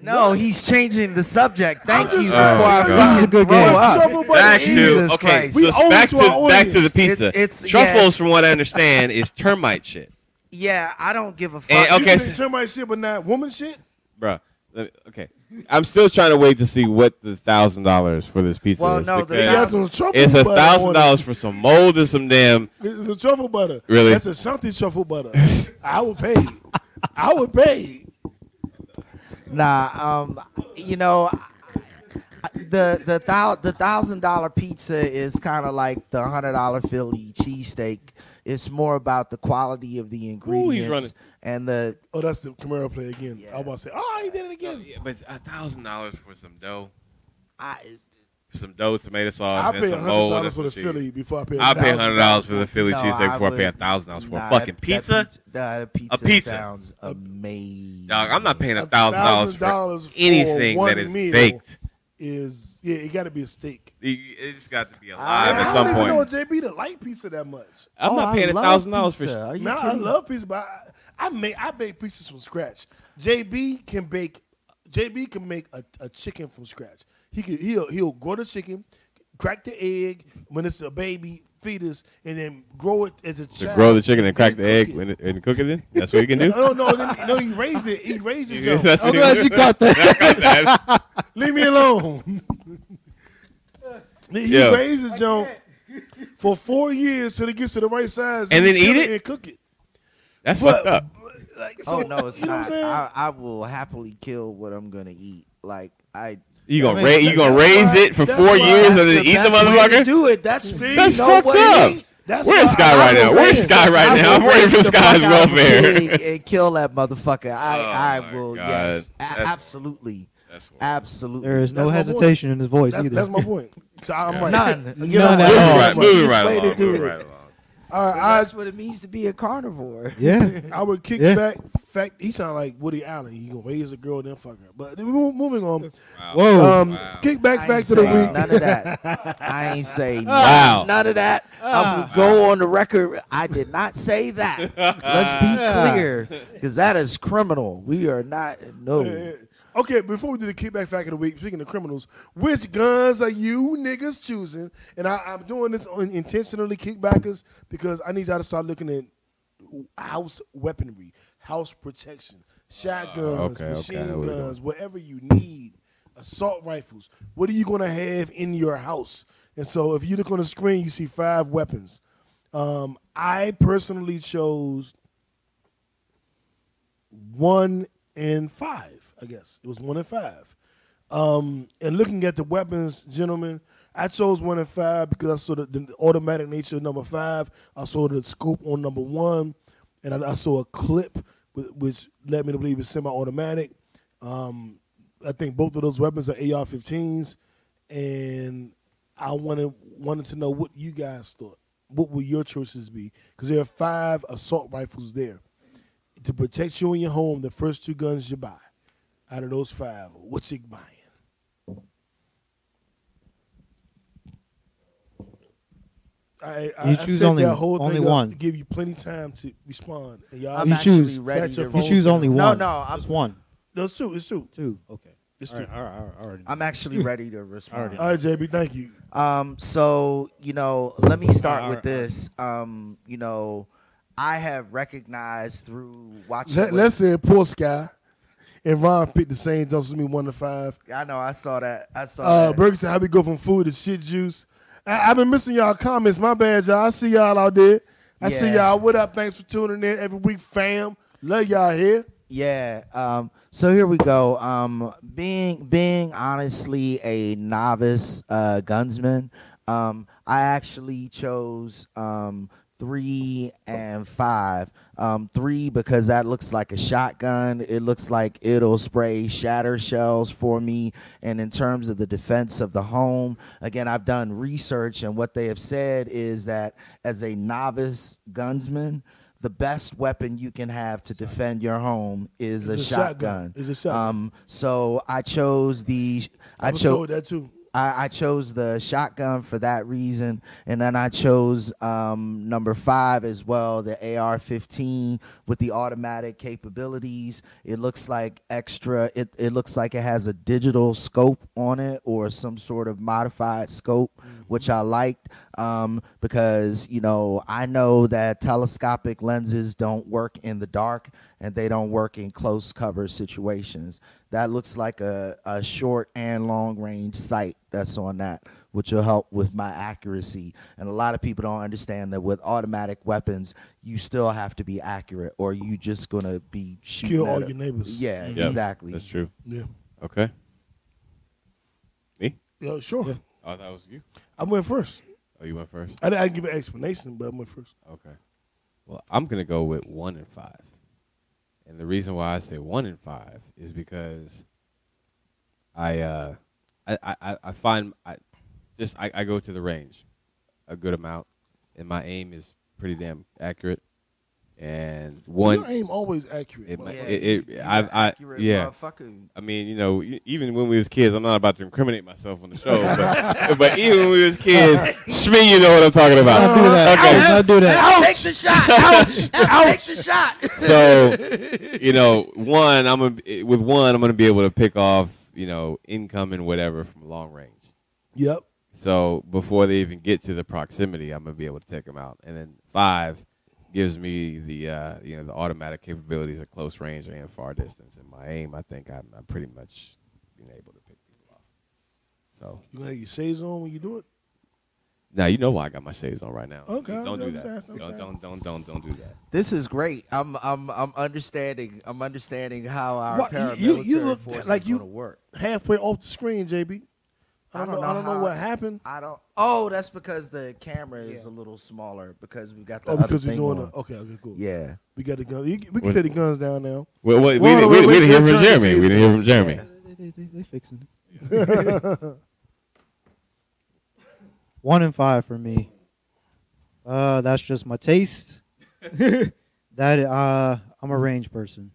Speaker 2: No, he's changing the subject. Thank
Speaker 1: I'm
Speaker 2: you
Speaker 1: just-
Speaker 2: before I
Speaker 1: Oh,
Speaker 2: fucking
Speaker 1: God.
Speaker 3: This is a good
Speaker 2: throw
Speaker 3: game.
Speaker 2: up.
Speaker 1: Trouble Butter
Speaker 4: Back
Speaker 1: is-
Speaker 4: to
Speaker 2: Jesus
Speaker 4: okay.
Speaker 2: Christ.
Speaker 1: We
Speaker 4: So
Speaker 1: owe it
Speaker 4: back
Speaker 1: to
Speaker 4: to,
Speaker 1: our
Speaker 4: back to the
Speaker 1: audience.
Speaker 4: pizza.
Speaker 2: It's- it's-
Speaker 4: Truffles,
Speaker 2: yes.
Speaker 4: from what I understand, is termite shit,
Speaker 2: Yeah, I don't give a fuck.
Speaker 4: And, okay.
Speaker 1: Uh, You think termite shit, but not woman shit.
Speaker 4: Bruh. Let me- Okay, I'm still trying to wait to see what the thousand dollars for this pizza
Speaker 2: Well,
Speaker 4: is.
Speaker 2: no, the
Speaker 4: because
Speaker 1: You
Speaker 2: Yeah.
Speaker 1: got some truffle
Speaker 4: it's a
Speaker 1: butter
Speaker 4: thousand
Speaker 1: on it.
Speaker 4: dollars for some mold and some damn.
Speaker 1: It's a truffle butter.
Speaker 4: Really?
Speaker 1: That's a something truffle butter. I would pay. I would pay.
Speaker 2: Nah, um, you know, I- the the thou, the thousand dollar pizza is kind of like the hundred dollar Philly cheesesteak. It's more about the quality of the
Speaker 4: running.
Speaker 2: ingredients and the
Speaker 1: Oh, that's the Camaro play again. I was about to say, oh, he did it again.
Speaker 4: but a thousand dollars for some dough,
Speaker 2: I,
Speaker 4: some dough, tomato sauce,
Speaker 1: I
Speaker 4: and
Speaker 1: pay
Speaker 4: some
Speaker 1: hundred
Speaker 4: mold and
Speaker 1: dollars for
Speaker 4: some
Speaker 1: the
Speaker 4: cheese.
Speaker 1: Philly before I pay.
Speaker 4: I pay hundred dollars
Speaker 1: $1,000
Speaker 4: for the Philly
Speaker 2: No,
Speaker 4: cheesesteak
Speaker 2: I
Speaker 4: before I pay a
Speaker 2: would-
Speaker 4: thousand dollars for
Speaker 2: nah,
Speaker 4: a fucking
Speaker 2: that
Speaker 4: pizza.
Speaker 2: That pizza,
Speaker 4: A pizza.
Speaker 2: sounds amazing.
Speaker 4: Dog, I'm not paying a thousand dollars
Speaker 1: $1,000
Speaker 4: for
Speaker 1: for
Speaker 4: anything
Speaker 1: one
Speaker 4: that is
Speaker 1: meal.
Speaker 4: baked.
Speaker 1: Is yeah, it got to be a steak.
Speaker 4: You- you- It just got to be
Speaker 2: I
Speaker 4: alive
Speaker 1: Man,
Speaker 4: at
Speaker 1: I
Speaker 4: some
Speaker 1: don't even know
Speaker 4: point.
Speaker 1: JB the light pizza that much.
Speaker 4: I'm
Speaker 2: Oh,
Speaker 4: not
Speaker 2: I
Speaker 4: paying a
Speaker 2: love
Speaker 4: thousand dollars for.
Speaker 2: pizza.
Speaker 4: sh-
Speaker 2: Are you
Speaker 1: Man, I
Speaker 2: kidding me?
Speaker 1: love pizza, but I, I make I bake pizza from scratch. JB can bake. JB can make a, a chicken from scratch. He could he'll he'll grow the chicken, crack the egg when it's a baby fetus, and then grow it as a
Speaker 4: To
Speaker 1: child.
Speaker 4: grow the chicken and crack
Speaker 1: then
Speaker 4: the egg
Speaker 1: cook it.
Speaker 4: when it- and cook it in. That's what you can do.
Speaker 1: No, no, no, then- no. He raised it. He raised it. yo.
Speaker 4: That's
Speaker 3: I'm
Speaker 4: what you can
Speaker 3: glad
Speaker 4: do.
Speaker 3: you caught that.
Speaker 1: Leave me alone. he
Speaker 4: Yeah.
Speaker 1: raises raised his junk for four years till it gets to the right size,
Speaker 4: And then
Speaker 1: kill
Speaker 4: eat it?
Speaker 1: and cook it.
Speaker 4: That's
Speaker 1: But-
Speaker 4: fucked up.
Speaker 1: Like,
Speaker 2: Oh
Speaker 1: so-
Speaker 2: no, it's
Speaker 1: you know what
Speaker 2: not.
Speaker 1: I'm saying?
Speaker 2: I, I will happily kill what I'm gonna eat. Like I.
Speaker 4: You gonna
Speaker 3: mean,
Speaker 4: raise you gonna raise
Speaker 1: why-
Speaker 4: it for
Speaker 1: that's
Speaker 4: four
Speaker 1: why-
Speaker 4: years
Speaker 1: that's
Speaker 4: and then eat the
Speaker 2: way to
Speaker 4: motherfucker?
Speaker 2: do it. That's
Speaker 1: See?
Speaker 4: That's
Speaker 2: you know
Speaker 4: fucked
Speaker 2: what?
Speaker 4: up.
Speaker 1: That's
Speaker 4: Where's
Speaker 1: why
Speaker 4: Sky
Speaker 1: I
Speaker 4: right
Speaker 1: was
Speaker 4: now? Where's
Speaker 1: raised-
Speaker 4: Sky right
Speaker 2: I
Speaker 4: now?
Speaker 2: will
Speaker 4: I'm worried for
Speaker 2: raise the
Speaker 4: Sky's
Speaker 2: fuck out of a
Speaker 4: welfare.
Speaker 2: pig and kill that motherfucker. I,
Speaker 4: Oh, my
Speaker 2: I will. Yes,
Speaker 4: God.
Speaker 2: A-
Speaker 4: That's-
Speaker 2: absolutely,
Speaker 4: That's wild.
Speaker 2: absolutely.
Speaker 3: There is no
Speaker 1: That's my boy.
Speaker 3: hesitation in his voice
Speaker 1: That's,
Speaker 3: either.
Speaker 1: that's my point. So I'm right.
Speaker 2: none.
Speaker 1: You
Speaker 3: None
Speaker 1: know,
Speaker 3: at
Speaker 1: I'm
Speaker 3: all.
Speaker 4: Right,
Speaker 1: right.
Speaker 2: Moving
Speaker 4: moving right
Speaker 2: way to
Speaker 4: along.
Speaker 2: do
Speaker 4: Moving
Speaker 2: it.
Speaker 4: right along.
Speaker 1: All right,
Speaker 2: That's what it means to be a carnivore.
Speaker 3: Yeah.
Speaker 1: I, I would kick
Speaker 3: Yeah.
Speaker 1: back. Fact, he sound like Woody Allen. He gonna raise a girl, then fuck her. But mo- moving on.
Speaker 3: Whoa.
Speaker 1: Um, Kick back
Speaker 2: I ain't
Speaker 1: fact of the
Speaker 2: say
Speaker 1: week.
Speaker 2: None of that. I ain't say
Speaker 3: Oh.
Speaker 4: Wow.
Speaker 2: none of that. I
Speaker 3: Ah.
Speaker 2: will go on the record. I did not say that. Let's be clear, because that is criminal. We are not. No.
Speaker 1: Okay, before we do the kickback fact of the week, speaking of criminals, which guns are you niggas choosing? And I, I'm doing this on intentionally kickbackers because I need y'all to start looking at house weaponry, house protection, shotguns,
Speaker 4: Uh, okay, okay,
Speaker 1: machine
Speaker 4: I know what you're
Speaker 1: guns, whatever you need, assault rifles. What are you gonna have in your house? And so, if you look on the screen, you see five weapons. Um, I personally chose one and five, I guess. It was one and five. Um, and looking at the weapons, gentlemen, I chose one and five because I saw the, the automatic nature of number five. I saw the scope on number one, and I, I saw a clip, wh- which led me to believe it's semi-automatic. Um, I think both of those weapons are AR-15s, and I wanted wanted to know what you guys thought. What would your choices be? Because there are five assault rifles there to protect you in your home, the first two guns you buy, out of those five, what you buying? I, I,
Speaker 3: You
Speaker 1: I
Speaker 3: choose
Speaker 1: set
Speaker 3: only-
Speaker 1: that whole
Speaker 3: only
Speaker 1: thing up
Speaker 3: one.
Speaker 1: to give you plenty time to respond. And y'all,
Speaker 2: I'm
Speaker 3: You
Speaker 2: actually
Speaker 3: choose-
Speaker 2: ready
Speaker 1: Set your
Speaker 2: to.
Speaker 1: phone-
Speaker 3: you choose only
Speaker 2: No,
Speaker 3: one.
Speaker 2: no, I'm-
Speaker 3: Just one.
Speaker 1: no, it's true. It's true.
Speaker 3: Two. Okay.
Speaker 1: It's
Speaker 3: All
Speaker 1: true.
Speaker 3: right, all right, all right, all right.
Speaker 2: I'm actually ready to respond.
Speaker 1: All right, JB, thank you.
Speaker 2: Um, so you know, let me start
Speaker 3: All
Speaker 2: with
Speaker 3: right.
Speaker 2: this. Um, you know, I have recognized through watching.
Speaker 1: Let,
Speaker 2: what-
Speaker 1: let's say poor Sky and Ron picked the same jumps as me, one to five.
Speaker 2: I know. I saw that. I saw.
Speaker 1: Uh,
Speaker 2: that.
Speaker 1: Burger said, how we go from food to shit juice. I, I've been missing y'all comments. My bad, y'all. I see y'all out there. I see
Speaker 2: Yeah.
Speaker 1: y'all. What up? Thanks for tuning in every week, fam. Love y'all here.
Speaker 2: Yeah. Um, so here we go. Um, being being honestly a novice uh, gunsman, um, I actually chose um, three and five. Um, three because that looks like a shotgun. It looks like it'll spray shatter shells for me. And in terms of the defense of the home, again, I've done research, and what they have said is that as a novice gunsman, the best weapon you can have to defend your home is a,
Speaker 1: It's a shotgun.
Speaker 2: shotgun.
Speaker 1: It's a shotgun.
Speaker 2: Um, so I chose the I,
Speaker 1: I was
Speaker 2: chose
Speaker 1: told that too.
Speaker 2: I, I chose the shotgun for that reason, and then I chose um, number five as well, the AR-15 with the automatic capabilities. It looks like extra. It it looks like it has a digital scope on it or some sort of modified scope, which I liked um, because you know I know that telescopic lenses don't work in the dark and they don't work in close cover situations. That looks like a, a short and long range sight that's on that, which will help with my accuracy. And a lot of people don't understand that with automatic weapons, you still have to be accurate, or you just gonna be shooting
Speaker 1: Kill
Speaker 2: at
Speaker 1: all
Speaker 2: a-
Speaker 1: your neighbors.
Speaker 2: Yeah,
Speaker 4: Yeah,
Speaker 2: exactly.
Speaker 4: That's true.
Speaker 1: Yeah.
Speaker 4: Okay. Me?
Speaker 1: Yeah, sure.
Speaker 4: Oh, that was you.
Speaker 1: I went first.
Speaker 4: Oh, you went first.
Speaker 1: I didn't, I didn't give an explanation, but I went first.
Speaker 4: Okay. Well, I'm gonna go with one and five, and the reason why I say one and five is because I uh, I I- I, I find I just I, I go to the range a good amount, and my aim is pretty damn accurate. And one,
Speaker 1: Your aim always accurate.
Speaker 4: It
Speaker 1: motherfucker.
Speaker 4: might- it- it- I- I- yeah. I mean, you know, e- even when we was kids, I'm not about to incriminate myself on the show, but, but even when we was kids, Shmi, you know what I'm talking
Speaker 3: Don't
Speaker 2: Uh,
Speaker 3: do
Speaker 4: about.
Speaker 3: that. Don't
Speaker 4: Okay,
Speaker 3: do that.
Speaker 2: Take the shot. Ouch. Take the shot.
Speaker 4: so you know, one, I'm gonna, with one, I'm gonna be able to pick off, you know, income and whatever from long range.
Speaker 1: Yep.
Speaker 4: So before they even get to the proximity, I'm gonna be able to take them out. And then five gives me the uh, you know the automatic capabilities at close range and far distance. And my aim, I think I'm, I'm pretty much being able to pick people off. So
Speaker 1: You gonna have your shades on when you do it?
Speaker 4: now you know why I got my shades on right now.
Speaker 1: Okay,
Speaker 4: don't do
Speaker 1: I'm
Speaker 4: that.
Speaker 1: just asking.
Speaker 4: Don't, don't don't don't don't do that.
Speaker 2: This is great. I'm I'm I'm understanding. I'm understanding how our
Speaker 1: What,
Speaker 2: paramilitary
Speaker 1: you- you- you look
Speaker 2: force
Speaker 1: like
Speaker 2: is
Speaker 1: you-
Speaker 2: going to work.
Speaker 1: Halfway off the screen, JB. I don't, know. I don't know
Speaker 2: how-
Speaker 1: what happened.
Speaker 2: I don't. Oh, that's because the camera is
Speaker 1: Yeah.
Speaker 2: a little smaller because we got the
Speaker 1: Oh,
Speaker 2: other
Speaker 1: because we're
Speaker 2: thing
Speaker 1: doing
Speaker 2: on.
Speaker 1: it. Okay, okay, cool.
Speaker 2: Yeah.
Speaker 1: We got the guns. You- We can
Speaker 4: What-
Speaker 1: take the guns down now.
Speaker 4: Well, wait,
Speaker 1: Whoa,
Speaker 4: we, didn't-
Speaker 1: wait,
Speaker 4: we,
Speaker 1: wait,
Speaker 4: didn't hear
Speaker 1: wait, Johnny
Speaker 4: from Jeremy. We didn't hear from Jeremy.
Speaker 3: They, they, they fixing it. One and five for me. Uh, that's just my taste. that uh, I'm a range person.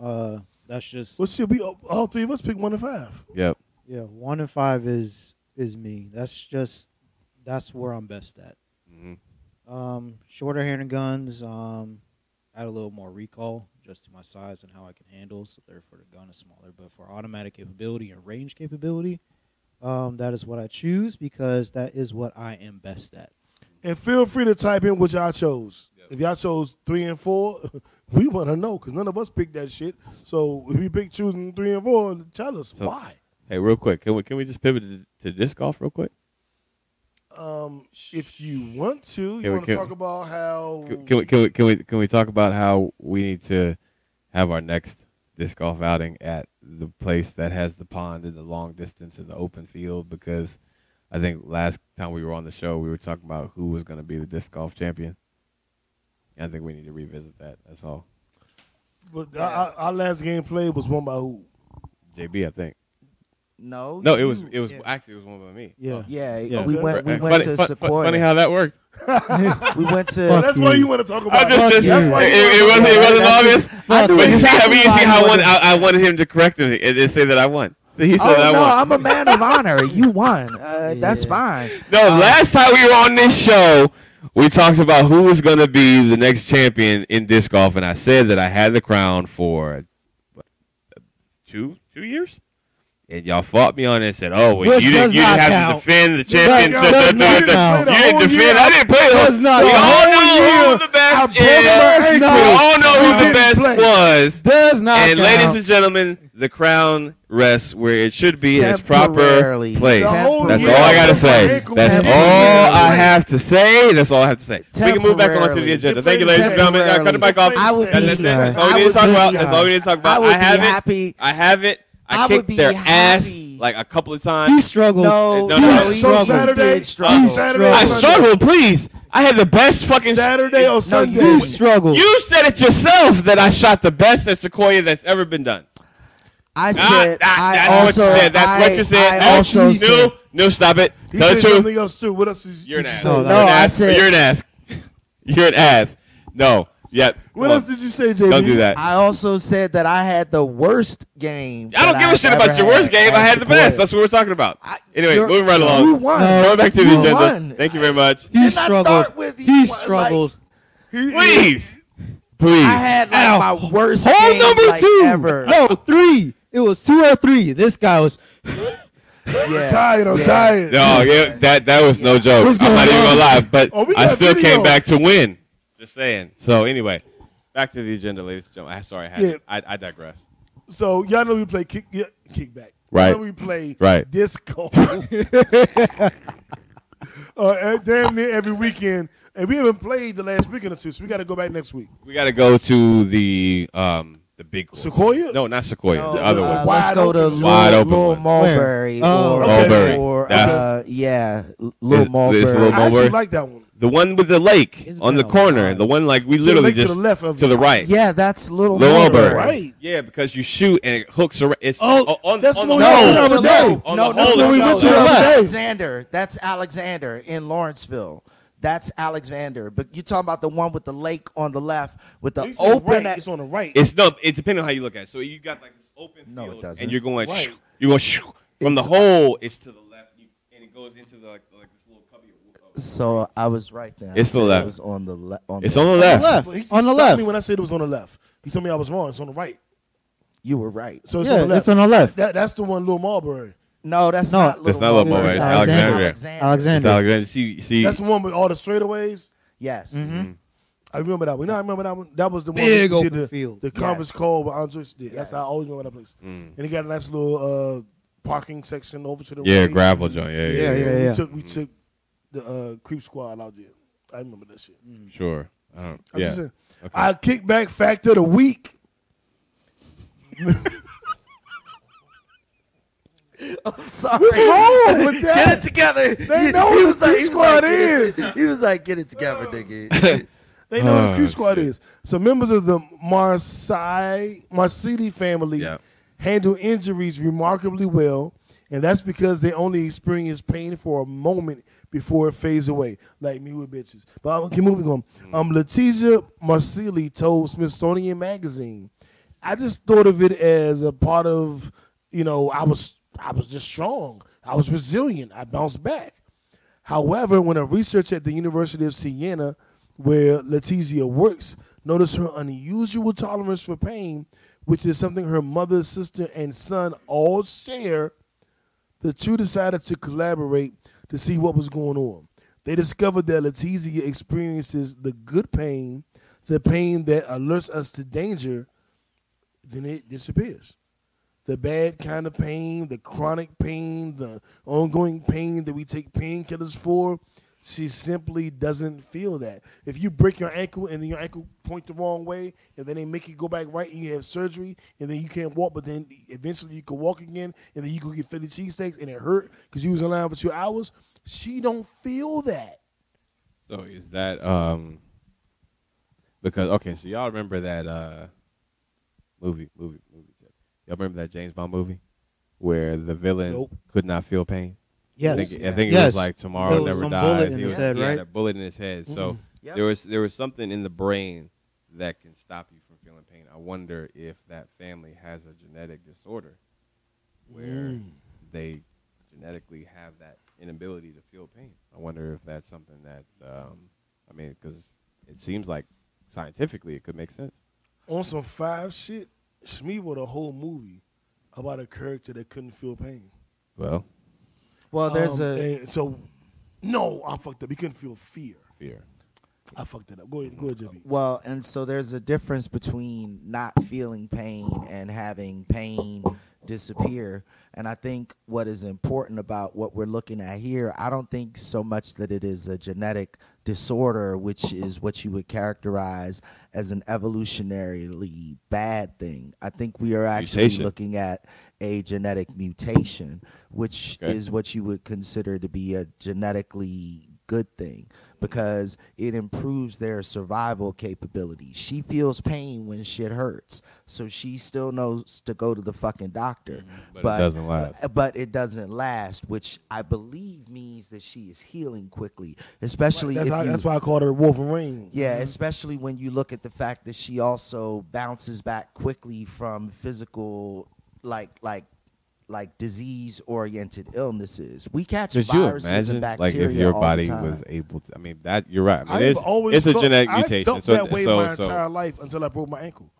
Speaker 3: Uh, that's just
Speaker 1: Well, shit, we uh, all- all three of us pick one and five.
Speaker 4: Yep.
Speaker 3: yeah. One and five is is me. That's just that's where I'm best at.
Speaker 4: hmm
Speaker 3: Um, shorter handed guns. Um, add a little more recall just to my size and how I can handle. So therefore, the gun is smaller. But for automatic capability and range capability, um, that is what I choose because that is what I am best at.
Speaker 1: And feel free to type in what y'all chose. If y'all chose three and four, we want to know because none of us picked that shit. So if you pick choosing three and four, tell us
Speaker 4: So-
Speaker 1: why.
Speaker 4: Hey, real quick, can we can we just pivot to, to disc golf real quick?
Speaker 1: Um, if you want to,
Speaker 4: Yeah,
Speaker 1: you
Speaker 4: we
Speaker 1: want to
Speaker 4: can-
Speaker 1: talk about how
Speaker 4: Can, can we can we can we can we talk about how we need to have our next disc golf outing at the place that has the pond and the long distance and the open field? Because I think last time we were on the show, we were talking about who was going to be the disc golf champion. And I think we need to revisit that. That's all.
Speaker 1: But our, our last game played was won by who?
Speaker 4: JB, I think.
Speaker 2: No.
Speaker 4: No, it was
Speaker 2: you-
Speaker 4: it was
Speaker 3: Yeah.
Speaker 4: actually it was one by me. Oh.
Speaker 3: Yeah.
Speaker 2: Yeah,
Speaker 3: Yeah.
Speaker 2: we
Speaker 1: Okay.
Speaker 2: went. We
Speaker 4: Funny-
Speaker 2: went to
Speaker 4: fun-
Speaker 2: Sequoia.
Speaker 4: funny how that worked.
Speaker 2: we went
Speaker 1: Oh,
Speaker 3: Fuck
Speaker 2: to.
Speaker 1: that's why
Speaker 3: you.
Speaker 1: you want to talk
Speaker 4: I
Speaker 1: about.
Speaker 4: just,
Speaker 3: Fuck
Speaker 4: just,
Speaker 3: you.
Speaker 4: it, it, it wasn't, it wasn't obvious.
Speaker 2: I knew
Speaker 4: But you see, how-
Speaker 2: exactly
Speaker 4: you
Speaker 2: why
Speaker 4: see
Speaker 2: you
Speaker 4: how I
Speaker 2: wanted-
Speaker 4: won. I, I wanted him to correct me and, and say that I won. He said
Speaker 2: Oh
Speaker 4: I
Speaker 2: no,
Speaker 4: won.
Speaker 2: I'm a man of honor. You won. Uh, That's fine.
Speaker 4: no,
Speaker 3: Um,
Speaker 4: last time we were on this show, we talked about who was going to be the next champion in disc golf, and I said that I had the crown for what, two two years. And y'all fought me on it and said, "Oh, well,
Speaker 3: This
Speaker 4: you
Speaker 3: does
Speaker 4: didn't, you didn't
Speaker 3: not
Speaker 4: have
Speaker 3: count.
Speaker 4: to defend the
Speaker 3: does
Speaker 4: championship.
Speaker 3: not
Speaker 4: You
Speaker 3: count.
Speaker 4: didn't defend. I didn't play the
Speaker 3: Does
Speaker 4: whole
Speaker 3: not
Speaker 4: the
Speaker 3: count.
Speaker 4: whole-
Speaker 1: Our
Speaker 4: the left
Speaker 1: brother
Speaker 4: is we
Speaker 1: Ankle
Speaker 4: all know who
Speaker 1: didn't
Speaker 4: the best
Speaker 1: play.
Speaker 4: was.
Speaker 3: Does not
Speaker 4: And
Speaker 3: count.
Speaker 4: ladies and gentlemen, the crown rests where it should be in its proper
Speaker 2: Temporarily.
Speaker 4: place.
Speaker 1: The whole
Speaker 4: That's all
Speaker 1: year
Speaker 4: I gotta
Speaker 1: was
Speaker 4: say.
Speaker 1: Ankle
Speaker 4: That's
Speaker 1: was
Speaker 4: all I
Speaker 2: Temporarily.
Speaker 4: have to say. That's all I have to say. We can move back onto the
Speaker 2: Temporarily.
Speaker 4: agenda. Thank you, ladies and gentlemen. I cut it back off.
Speaker 2: I would
Speaker 1: That's
Speaker 2: be
Speaker 1: it.
Speaker 4: That's, it. That's all
Speaker 2: I
Speaker 4: we need to
Speaker 2: would
Speaker 4: talk
Speaker 2: be
Speaker 4: about. That's all we
Speaker 2: shocked.
Speaker 4: need to talk
Speaker 2: I
Speaker 4: about.
Speaker 2: would
Speaker 4: I have
Speaker 2: be
Speaker 4: it.
Speaker 2: happy.
Speaker 4: I have it. I,
Speaker 2: I would
Speaker 4: kicked
Speaker 2: be
Speaker 4: their
Speaker 2: happy.
Speaker 4: ass like a couple of
Speaker 3: He
Speaker 4: times.
Speaker 3: struggled.
Speaker 2: No,
Speaker 4: Oh. No,
Speaker 2: no,
Speaker 4: no,
Speaker 2: he
Speaker 1: so
Speaker 2: did
Speaker 1: Saturday-
Speaker 2: struggle.
Speaker 1: on Saturday
Speaker 4: I
Speaker 1: or Sunday?
Speaker 4: struggled, please. I had the best fucking
Speaker 1: Saturday or Sunday.
Speaker 3: He struggled.
Speaker 4: You said it yourself that I shot the best at Sequoia that's ever been done.
Speaker 2: I
Speaker 4: Ah,
Speaker 2: said.
Speaker 4: ah,
Speaker 2: I
Speaker 4: that's
Speaker 2: also.
Speaker 4: what you said. That's
Speaker 2: I-
Speaker 4: what you said.
Speaker 2: I
Speaker 4: No,
Speaker 2: also
Speaker 4: no,
Speaker 2: said.
Speaker 4: no, stop it.
Speaker 1: He
Speaker 4: Tell
Speaker 1: said
Speaker 4: the truth.
Speaker 1: something else too. What else is
Speaker 4: You're an ass.
Speaker 3: No,
Speaker 4: you're an
Speaker 2: I
Speaker 4: ass.
Speaker 2: said-
Speaker 4: You're an ass. You're an ass. No. Yep.
Speaker 1: What
Speaker 4: Come
Speaker 1: else
Speaker 4: on.
Speaker 1: did you say, JB?
Speaker 4: Don't do that.
Speaker 2: I also said that I had the worst game.
Speaker 4: I don't
Speaker 2: that
Speaker 4: give a
Speaker 2: I've
Speaker 4: shit
Speaker 2: ever
Speaker 4: about your worst
Speaker 2: had
Speaker 4: game. I
Speaker 2: at
Speaker 4: had the
Speaker 2: Sequoia.
Speaker 4: best. That's what we're talking about.
Speaker 2: I-
Speaker 4: Anyway,
Speaker 2: you're-
Speaker 4: moving right
Speaker 2: you
Speaker 4: along.
Speaker 2: won.
Speaker 4: Going back to the
Speaker 2: You
Speaker 4: agenda.
Speaker 2: won.
Speaker 4: Thank you very much.
Speaker 2: Did
Speaker 3: he
Speaker 2: I
Speaker 3: struggled.
Speaker 2: start with you,
Speaker 3: he
Speaker 2: like-
Speaker 3: struggled.
Speaker 4: Please. Please.
Speaker 2: I had like
Speaker 3: Ow.
Speaker 2: my worst
Speaker 3: Hole
Speaker 2: game
Speaker 3: number
Speaker 2: like,
Speaker 3: two.
Speaker 2: ever.
Speaker 3: No, three. It was two or three. This guy was.
Speaker 1: I'm
Speaker 2: Yeah.
Speaker 1: tired. I'm
Speaker 2: Yeah.
Speaker 1: tired.
Speaker 4: No, yeah, that that was no joke.
Speaker 3: What's
Speaker 4: I'm not
Speaker 3: going
Speaker 4: even
Speaker 3: on?
Speaker 4: gonna lie, but
Speaker 1: Oh, we
Speaker 4: I
Speaker 1: got
Speaker 4: still came
Speaker 1: video.
Speaker 4: back to win. Just saying. So anyway, back to the agenda, ladies and gentlemen. I, sorry, I, had
Speaker 1: Yeah.
Speaker 4: I, I digress.
Speaker 1: So y'all know we play kick yeah, kickback.
Speaker 4: Right.
Speaker 1: Y'all know we play
Speaker 4: Right.
Speaker 1: disco. uh, and damn near every weekend, and we haven't played the last weekend or two, so we got to go back next week.
Speaker 4: We got to go to the um the big court.
Speaker 1: Sequoia?
Speaker 4: No, not Sequoia.
Speaker 2: No,
Speaker 4: the other
Speaker 2: uh,
Speaker 4: one.
Speaker 2: Let's
Speaker 1: Wide
Speaker 2: go to
Speaker 1: open.
Speaker 4: Wide
Speaker 2: Lil,
Speaker 4: open
Speaker 2: Lil
Speaker 4: one.
Speaker 2: Mulberry
Speaker 4: Uh,
Speaker 3: Oh,
Speaker 2: or,
Speaker 1: Mulberry.
Speaker 2: or
Speaker 4: That's-
Speaker 2: uh, yeah, Lil
Speaker 4: It's-
Speaker 2: Mulberry.
Speaker 4: it's Lil
Speaker 1: I actually
Speaker 4: Mulberry.
Speaker 1: like that one.
Speaker 4: The one with the lake
Speaker 3: It's
Speaker 4: on the
Speaker 3: been a
Speaker 4: corner.
Speaker 3: while.
Speaker 4: The one like we
Speaker 1: To the
Speaker 4: literally
Speaker 1: lake, to
Speaker 4: just
Speaker 1: the left of-
Speaker 4: to the right.
Speaker 2: Yeah, that's Lil,
Speaker 4: Lil Mulberry.
Speaker 1: Right.
Speaker 4: Yeah, because you shoot and it hooks around. It's
Speaker 3: Oh,
Speaker 4: on- on,
Speaker 1: that's
Speaker 4: on
Speaker 1: what
Speaker 4: the
Speaker 1: we
Speaker 4: hole.
Speaker 1: did the other day.
Speaker 4: Oh, On
Speaker 2: no,
Speaker 4: the
Speaker 2: no,
Speaker 4: hole.
Speaker 2: no,
Speaker 1: we
Speaker 2: no,
Speaker 1: went to
Speaker 2: no,
Speaker 1: the
Speaker 2: that's
Speaker 1: other day.
Speaker 2: Alexander. That's Alexander in Lawrenceville. That's Alexander. But you're talking about the one with the lake on the left with the
Speaker 1: He said
Speaker 2: open.
Speaker 1: right. It's on the right.
Speaker 4: It's no. It depends on how you look at it. So you got like this open
Speaker 2: No, it
Speaker 4: field,
Speaker 2: doesn't.
Speaker 4: and you're going
Speaker 1: Right.
Speaker 4: shoo, you're going shoo. from the
Speaker 2: It's-
Speaker 4: hole. It's to the left, you, and it goes into the like, like this little cubby. of-
Speaker 2: so I was right there.
Speaker 4: It's the
Speaker 2: It
Speaker 4: left.
Speaker 2: was on the left.
Speaker 4: It's on the left.
Speaker 3: left.
Speaker 1: Well, he- he
Speaker 3: On the
Speaker 1: stopped
Speaker 3: left.
Speaker 1: Me when I said it was on the left, he told me I was wrong. It's on the right.
Speaker 2: You were right.
Speaker 1: So it's on the
Speaker 3: Yeah,
Speaker 1: left.
Speaker 3: it's on the left.
Speaker 1: that, that's the one, Little Marlboro.
Speaker 2: No, that's
Speaker 3: No.
Speaker 2: not.
Speaker 4: That's not
Speaker 2: Lil
Speaker 4: Lil
Speaker 2: Mulberry.
Speaker 3: Mulberry.
Speaker 2: It's
Speaker 3: It's Alexander.
Speaker 2: Alexander.
Speaker 4: It's
Speaker 3: Alexander.
Speaker 4: Alexander. See, see,
Speaker 1: That's the one with all the straightaways. Mm-hmm.
Speaker 2: Yes.
Speaker 4: Mm-hmm.
Speaker 1: I remember that one. No, I remember that one. That was the
Speaker 3: Big
Speaker 1: one we
Speaker 3: open
Speaker 1: did the,
Speaker 3: field.
Speaker 1: the
Speaker 2: Yes.
Speaker 1: conference call with Andre did. That's
Speaker 2: Yes.
Speaker 1: how I always remember that place.
Speaker 4: Mm.
Speaker 1: And it got a nice little uh, parking section over to the
Speaker 4: yeah, Mm-hmm.
Speaker 1: right.
Speaker 4: gravel joint. Yeah, yeah,
Speaker 3: Yeah,
Speaker 4: yeah,
Speaker 3: yeah.
Speaker 1: We took we took the uh, creep squad out there. I remember that shit.
Speaker 4: sure. I don't.
Speaker 1: I'm
Speaker 4: yeah.
Speaker 1: just saying. Our kickback factor of the week.
Speaker 2: I'm sorry.
Speaker 1: wrong with
Speaker 2: Get it together.
Speaker 1: They know who the Creep Squad
Speaker 2: get it to-
Speaker 1: is.
Speaker 2: He was like, get it together, nigga.
Speaker 1: They know who the
Speaker 4: Oh,
Speaker 1: crew squad is. So members of the Marseille Marcidi family
Speaker 4: Yeah.
Speaker 1: handle injuries remarkably well, and that's because they only experience pain for a moment before it fades away, like me with bitches. But I'm, keep moving on.
Speaker 4: Mm.
Speaker 1: Um, Letitia Marsili told Smithsonian Magazine, "I just thought of it as a part of, you know, I was I was just strong. I was resilient. I bounced back." However, when a researcher at the University of Siena, where Letizia works, noticed her unusual tolerance for pain, which is something her mother, sister, and son all share, the two decided to collaborate to see what was going on. They discovered that Letizia experiences the good pain, the pain that alerts us to danger, then it disappears the bad kind of pain, the chronic pain, the ongoing pain that we take painkillers for, she simply doesn't feel that. If you break your ankle and then your ankle point the wrong way, and then they make you go back right, and you have surgery, and then you can't walk, but then eventually you can walk again, and then you go get Philly cheesesteaks, and it hurt because you was in line for two hours. She don't feel that.
Speaker 4: So is that um because okay, so y'all remember that uh movie movie movie tip. Y'all remember that James Bond movie where the villain
Speaker 1: Nope.
Speaker 4: could not feel pain? I
Speaker 3: Yes.
Speaker 4: think, I think it was
Speaker 3: Yes.
Speaker 4: like tomorrow
Speaker 3: There was
Speaker 4: never
Speaker 3: some
Speaker 4: dies.
Speaker 3: bullet in
Speaker 4: He
Speaker 3: his
Speaker 4: was-
Speaker 3: head,
Speaker 4: he had
Speaker 3: right?
Speaker 4: a bullet in his head. So
Speaker 2: Yep.
Speaker 4: there was there was something in the brain that can stop you from feeling pain. I wonder if that family has a genetic disorder where
Speaker 3: Mm.
Speaker 4: they genetically have that inability to feel pain. I wonder if that's something that um, I mean, because it seems like scientifically it could make sense.
Speaker 1: On some five shit, Shmi wrote a whole movie about a character that couldn't feel pain.
Speaker 4: Well,
Speaker 2: well, Oh, there's
Speaker 1: Um,
Speaker 2: a.
Speaker 1: and so no, I fucked up. He couldn't feel fear.
Speaker 4: fear.
Speaker 1: I fucked it up. Go ahead, go ahead, JB.
Speaker 2: Well, and so there's a difference between not feeling pain and having pain disappear. And I think what is important about what we're looking at here, I don't think so much that it is a genetic disorder, which is what you would characterize as an evolutionarily bad thing. I think we are actually
Speaker 4: Mutation.
Speaker 2: looking at a genetic mutation, which
Speaker 4: Okay.
Speaker 2: is what you would consider to be a genetically good thing because it improves their survival capabilities. She feels pain when shit hurts, so she still knows to go to the fucking doctor.
Speaker 4: Mm-hmm. But it doesn't last.
Speaker 2: But it doesn't last, which I believe means that she is healing quickly, especially
Speaker 1: That's,
Speaker 2: if
Speaker 1: how,
Speaker 2: you,
Speaker 1: that's why I called her Wolverine.
Speaker 2: yeah,
Speaker 4: Mm-hmm.
Speaker 2: especially when you look at the fact that she also bounces back quickly from physical, like like like disease-oriented illnesses. We catch
Speaker 4: Could you
Speaker 2: viruses
Speaker 4: imagine,
Speaker 2: and
Speaker 4: like,
Speaker 2: bacteria
Speaker 4: if your
Speaker 2: all
Speaker 4: body
Speaker 2: the time.
Speaker 4: was able to? I mean, that you're right. I mean,
Speaker 1: I've
Speaker 4: it's, it's a
Speaker 1: felt-
Speaker 4: genetic
Speaker 1: I
Speaker 4: mutation.
Speaker 1: felt
Speaker 4: So,
Speaker 1: that way
Speaker 4: so,
Speaker 1: my
Speaker 4: so
Speaker 1: entire life until I broke my ankle.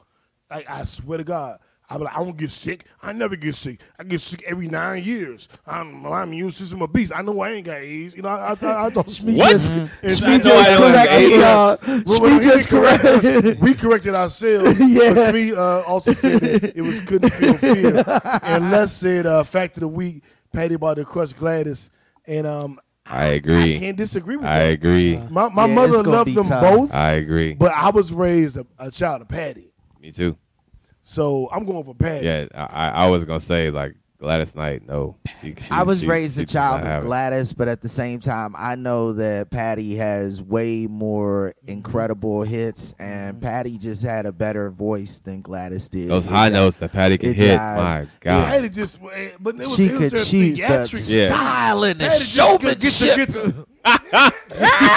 Speaker 1: Like I swear to God, I'm like, I don't get sick. I never get sick. I get sick every nine years. I'm, my immune system a beast. I know I ain't got AIDS. You know, I, I, I thought Smee
Speaker 4: What?
Speaker 1: just, Mm-hmm. it's- I
Speaker 2: She
Speaker 1: know
Speaker 2: just
Speaker 1: I don't have
Speaker 2: corrected,
Speaker 1: AIDS.
Speaker 2: y'all.
Speaker 1: Well, well,
Speaker 2: She
Speaker 1: he
Speaker 2: just
Speaker 1: didn't correct
Speaker 2: corrected.
Speaker 1: us. We corrected ourselves.
Speaker 2: Yeah.
Speaker 1: But Smee uh, also said that it was couldn't feel fear. And Les said uh, fact of the week, Patty about to crush Gladys. And um,
Speaker 4: I agree.
Speaker 1: I can't disagree with
Speaker 4: I
Speaker 1: that. Mm-hmm.
Speaker 4: agree.
Speaker 1: My, my
Speaker 2: Yeah,
Speaker 1: mother
Speaker 2: it's gonna
Speaker 1: loved
Speaker 2: be
Speaker 1: them
Speaker 2: tough.
Speaker 1: both,
Speaker 4: I agree.
Speaker 1: but I was raised a, a child of Patty.
Speaker 4: Me too.
Speaker 1: So I'm going for Patty.
Speaker 4: Yeah, I, I I was gonna say like Gladys Knight. No, she, she,
Speaker 2: I was
Speaker 4: she-
Speaker 2: raised
Speaker 4: she
Speaker 2: a
Speaker 4: did
Speaker 2: child
Speaker 4: not
Speaker 2: of
Speaker 4: have it.
Speaker 2: Gladys, but at the same time, I know that Patty has way more incredible hits,
Speaker 1: Mm-hmm.
Speaker 2: and Patty just had a better voice than Gladys did.
Speaker 4: Those high
Speaker 2: It-
Speaker 4: notes that Patty can
Speaker 2: it
Speaker 4: hit.
Speaker 2: jived.
Speaker 4: My God.
Speaker 1: Patty just, eh, but it was,
Speaker 2: She
Speaker 1: it was
Speaker 2: could
Speaker 1: their
Speaker 2: choose the
Speaker 1: theatrics.
Speaker 4: Yeah.
Speaker 2: style and the
Speaker 1: Patty just could get to
Speaker 2: showmanship.
Speaker 1: get the.
Speaker 3: Ah.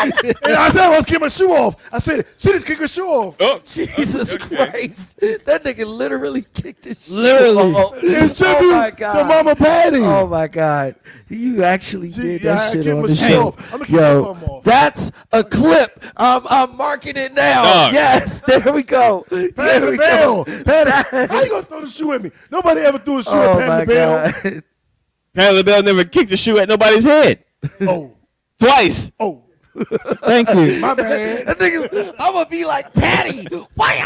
Speaker 1: and I said, I was getting my shoe off. I said, she just kicked her shoe off.
Speaker 4: Oh,
Speaker 2: Jesus Christ, that nigga literally kicked his shit
Speaker 3: Literally.
Speaker 2: off.
Speaker 1: It's
Speaker 2: oh
Speaker 1: tribute
Speaker 2: my
Speaker 1: to
Speaker 2: god.
Speaker 1: Mama Patty.
Speaker 2: Oh my God! You actually
Speaker 1: See,
Speaker 2: did
Speaker 1: yeah,
Speaker 2: that
Speaker 1: I
Speaker 2: shit
Speaker 1: keep
Speaker 2: on
Speaker 1: my
Speaker 2: the
Speaker 1: shit
Speaker 2: show.
Speaker 1: off. I'ma keep my
Speaker 2: Yo,
Speaker 1: thumb off.
Speaker 2: that's a clip. Um, I'm marking it now.
Speaker 4: Dog.
Speaker 2: Yes, there we go.
Speaker 1: Patty
Speaker 2: There
Speaker 1: the
Speaker 2: we
Speaker 1: Bell.
Speaker 2: go.
Speaker 1: Patty, how you going to throw the shoe at me? Nobody ever threw a shoe
Speaker 2: Oh
Speaker 1: at Patty
Speaker 2: my
Speaker 1: the Bell.
Speaker 2: God!
Speaker 4: Patty LaBelle never kicked a shoe at nobody's head.
Speaker 1: Oh,
Speaker 4: Twice.
Speaker 1: oh,
Speaker 3: Thank you.
Speaker 1: my bad.
Speaker 2: That nigga, I'm gonna be like Patty. Why?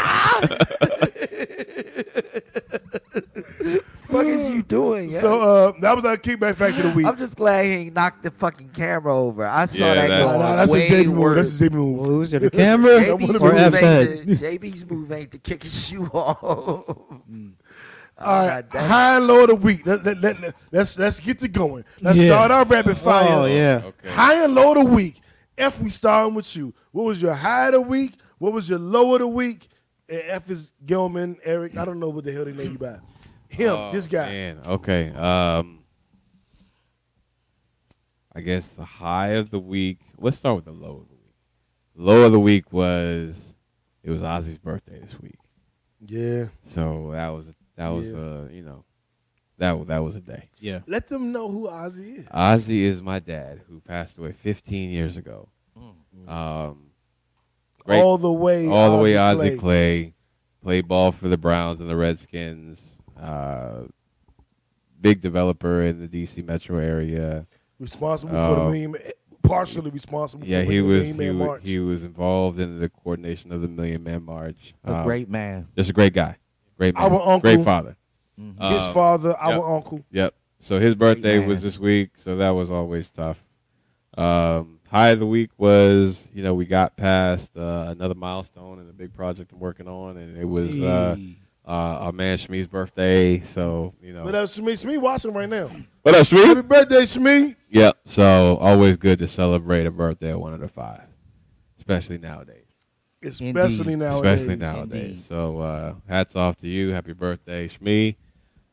Speaker 2: What is you doing? eh?
Speaker 1: So uh, that was our kickback fact of the week.
Speaker 2: I'm just glad he ain't knocked the fucking camera over. I saw
Speaker 4: Yeah,
Speaker 2: that,
Speaker 4: that-
Speaker 1: Nah,
Speaker 2: going
Speaker 1: nah, that's
Speaker 2: way
Speaker 1: a JB move.
Speaker 2: worse.
Speaker 1: That's a JB move.
Speaker 3: Who's it? The camera
Speaker 1: That would've
Speaker 2: JB's
Speaker 3: or
Speaker 1: been-
Speaker 2: move,
Speaker 3: F's head?
Speaker 2: ain't to, JB's move ain't to kick his shoe off.
Speaker 1: All right,
Speaker 2: Oh, God damn.
Speaker 1: high and low of the week. Let, let, let, let, let's let's get to going. Let's
Speaker 3: Yeah.
Speaker 1: start our rapid fire.
Speaker 3: Oh yeah.
Speaker 4: Okay.
Speaker 1: High and low of the week. F, we starting with you. What was your high of the week? What was your low of the week? And F is Gilman, Eric. I don't know what the hell they name you by. Him,
Speaker 4: Oh,
Speaker 1: this guy.
Speaker 4: Man, okay. Um, I guess the high of the week. Let's start with the low of the week. Low of the week was it was Ozzy's birthday this week,
Speaker 1: Yeah.
Speaker 4: so that was that was
Speaker 1: Yeah.
Speaker 4: uh you know that wa- that was a day.
Speaker 3: Yeah.
Speaker 1: Let them know who Ozzy is.
Speaker 4: Ozzy is my dad who passed away 15 years ago. Um, great-
Speaker 1: Mm, All the way.
Speaker 4: all the way
Speaker 1: Ozzy
Speaker 4: Ozzy
Speaker 1: Clay.
Speaker 4: Clay. Played ball for the Browns and the Redskins. Uh, big developer in the D.C. metro area.
Speaker 1: Responsible
Speaker 4: Oh.
Speaker 1: for the meme. Partially responsible
Speaker 4: Yeah,
Speaker 1: for
Speaker 4: he
Speaker 1: the
Speaker 4: was
Speaker 1: Million
Speaker 4: he,
Speaker 1: Man
Speaker 4: wa-
Speaker 1: March.
Speaker 4: he was involved in the coordination of the Million Man March.
Speaker 2: A
Speaker 4: Um,
Speaker 2: great man.
Speaker 4: just a great guy, great man,
Speaker 1: Our uncle.
Speaker 4: great father.
Speaker 1: His
Speaker 4: Um,
Speaker 1: father, our
Speaker 4: yep.
Speaker 1: uncle.
Speaker 4: Yep. So his birthday
Speaker 2: man.
Speaker 4: was this week, so that was always tough. Um, high of the week was, you know, we got past uh, another milestone in the big project I'm working on, and it was uh, uh, our man Shmi's birthday. So you know,
Speaker 1: But that's Shmi. Shmi watching right now.
Speaker 4: what up,
Speaker 1: Happy
Speaker 4: Shmi?
Speaker 1: birthday, Shmi.
Speaker 4: Yep. So always good to celebrate a birthday of one of the five, especially nowadays.
Speaker 1: Especially
Speaker 2: Indeed.
Speaker 1: nowadays.
Speaker 4: Especially nowadays.
Speaker 2: Indeed.
Speaker 4: So uh, hats off to you. Happy birthday, Shmi.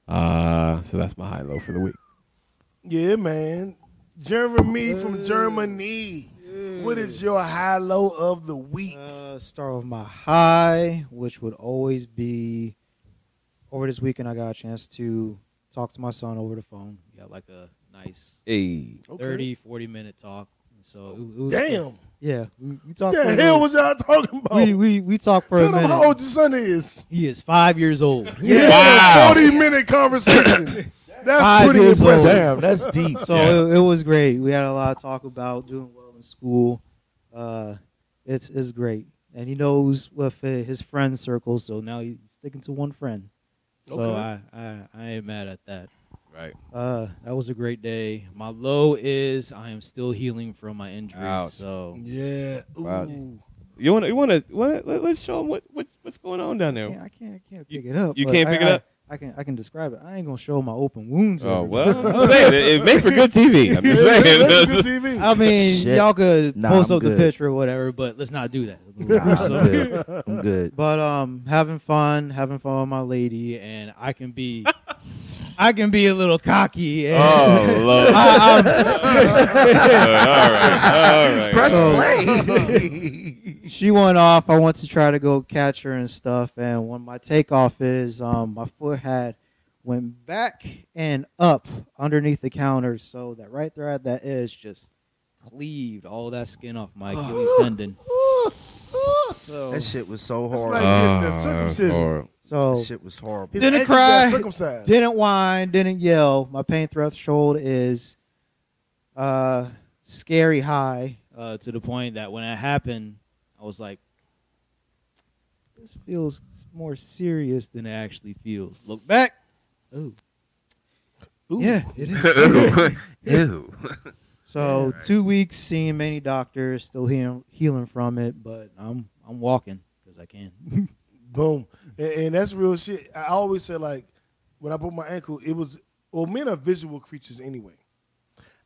Speaker 4: Uh, so that's my high low for the week.
Speaker 1: Yeah, man. Jeremy from Germany. What is your high low of the week?
Speaker 3: Uh, start with my high, which would always be over this weekend. I got a chance to talk to my son over the phone. We got like a nice
Speaker 4: Hey.
Speaker 1: Okay.
Speaker 3: thirty, forty 30, 40 minute talk. So it, it was good.
Speaker 1: Damn.
Speaker 3: Yeah, we, we talked.
Speaker 1: The
Speaker 3: for a
Speaker 1: hell
Speaker 3: minute.
Speaker 1: was y'all talking about?
Speaker 3: we, we we talked for
Speaker 1: Tell
Speaker 3: a
Speaker 1: them
Speaker 3: minute.
Speaker 1: how old your son is.
Speaker 3: He is five years old.
Speaker 1: Yeah.
Speaker 4: Wow.
Speaker 1: 40 minute conversation. That's
Speaker 3: Five
Speaker 1: pretty
Speaker 3: years old.
Speaker 1: impressive.
Speaker 3: Damn,
Speaker 1: that's deep.
Speaker 3: So
Speaker 4: Yeah.
Speaker 3: it, it was great. We had a lot of talk about doing well in school, uh, It's it's great, and he knows with uh, his friend circle, so now he's sticking to one friend. So
Speaker 1: Okay.
Speaker 3: I, I I ain't mad at that.
Speaker 4: Right.
Speaker 3: Uh, that was a great day. My low is I am still healing from my injuries,
Speaker 4: Ouch.
Speaker 3: so
Speaker 1: Yeah.
Speaker 4: Wow.
Speaker 1: Ooh.
Speaker 4: You want to? You want to? Let's show them what, what what's going on down there.
Speaker 3: Yeah, I can't, I can't
Speaker 4: You-
Speaker 3: pick it up.
Speaker 4: you
Speaker 3: but
Speaker 4: can't
Speaker 3: I-
Speaker 4: pick it
Speaker 3: I-
Speaker 4: up?
Speaker 3: I can, I can describe it. I ain't gonna show my open wounds.
Speaker 4: Oh
Speaker 3: everybody.
Speaker 4: well, I'm saying it, it made for good TV. I'm just
Speaker 1: That's good
Speaker 4: saying.
Speaker 1: TV.
Speaker 3: I mean,
Speaker 2: Shit.
Speaker 3: y'all could
Speaker 2: Nah,
Speaker 3: post
Speaker 2: I'm
Speaker 3: up the
Speaker 2: good.
Speaker 3: picture or whatever, but let's not do that.
Speaker 2: Nah, I'm
Speaker 3: So-
Speaker 2: good. I'm good.
Speaker 3: but um, having fun, having fun with my lady, and I can be, I can be a little cocky. And
Speaker 4: oh lord.
Speaker 3: I, I'm-
Speaker 4: all right. All right.
Speaker 2: Press
Speaker 3: So-
Speaker 2: play.
Speaker 3: she went off. I went to try to go catch her and stuff. And when my takeoff is, um, my foot had went back and up underneath the counter, so that right there at that edge just cleaved all that skin off my Achilles tendon. So,
Speaker 2: that shit was so
Speaker 1: That's
Speaker 2: horrible.
Speaker 1: like- getting
Speaker 4: Ah,
Speaker 1: the circumcision.
Speaker 3: so
Speaker 2: That shit was horrible.
Speaker 1: His
Speaker 3: Didn't
Speaker 1: ankles
Speaker 3: cry.
Speaker 1: Got circumcised.
Speaker 3: didn't whine, didn't yell. My pain threshold is uh, scary high uh, to the point that when it happened, I was like, this feels more serious than it actually feels. Look back. Ooh. Yeah, it is.
Speaker 4: Ew.
Speaker 3: so two weeks seeing many doctors, still healing, healing from it, but I'm I'm walking because I can.
Speaker 1: Boom. And, and that's real shit. I always say like when I broke my ankle, it was well, men are visual creatures anyway.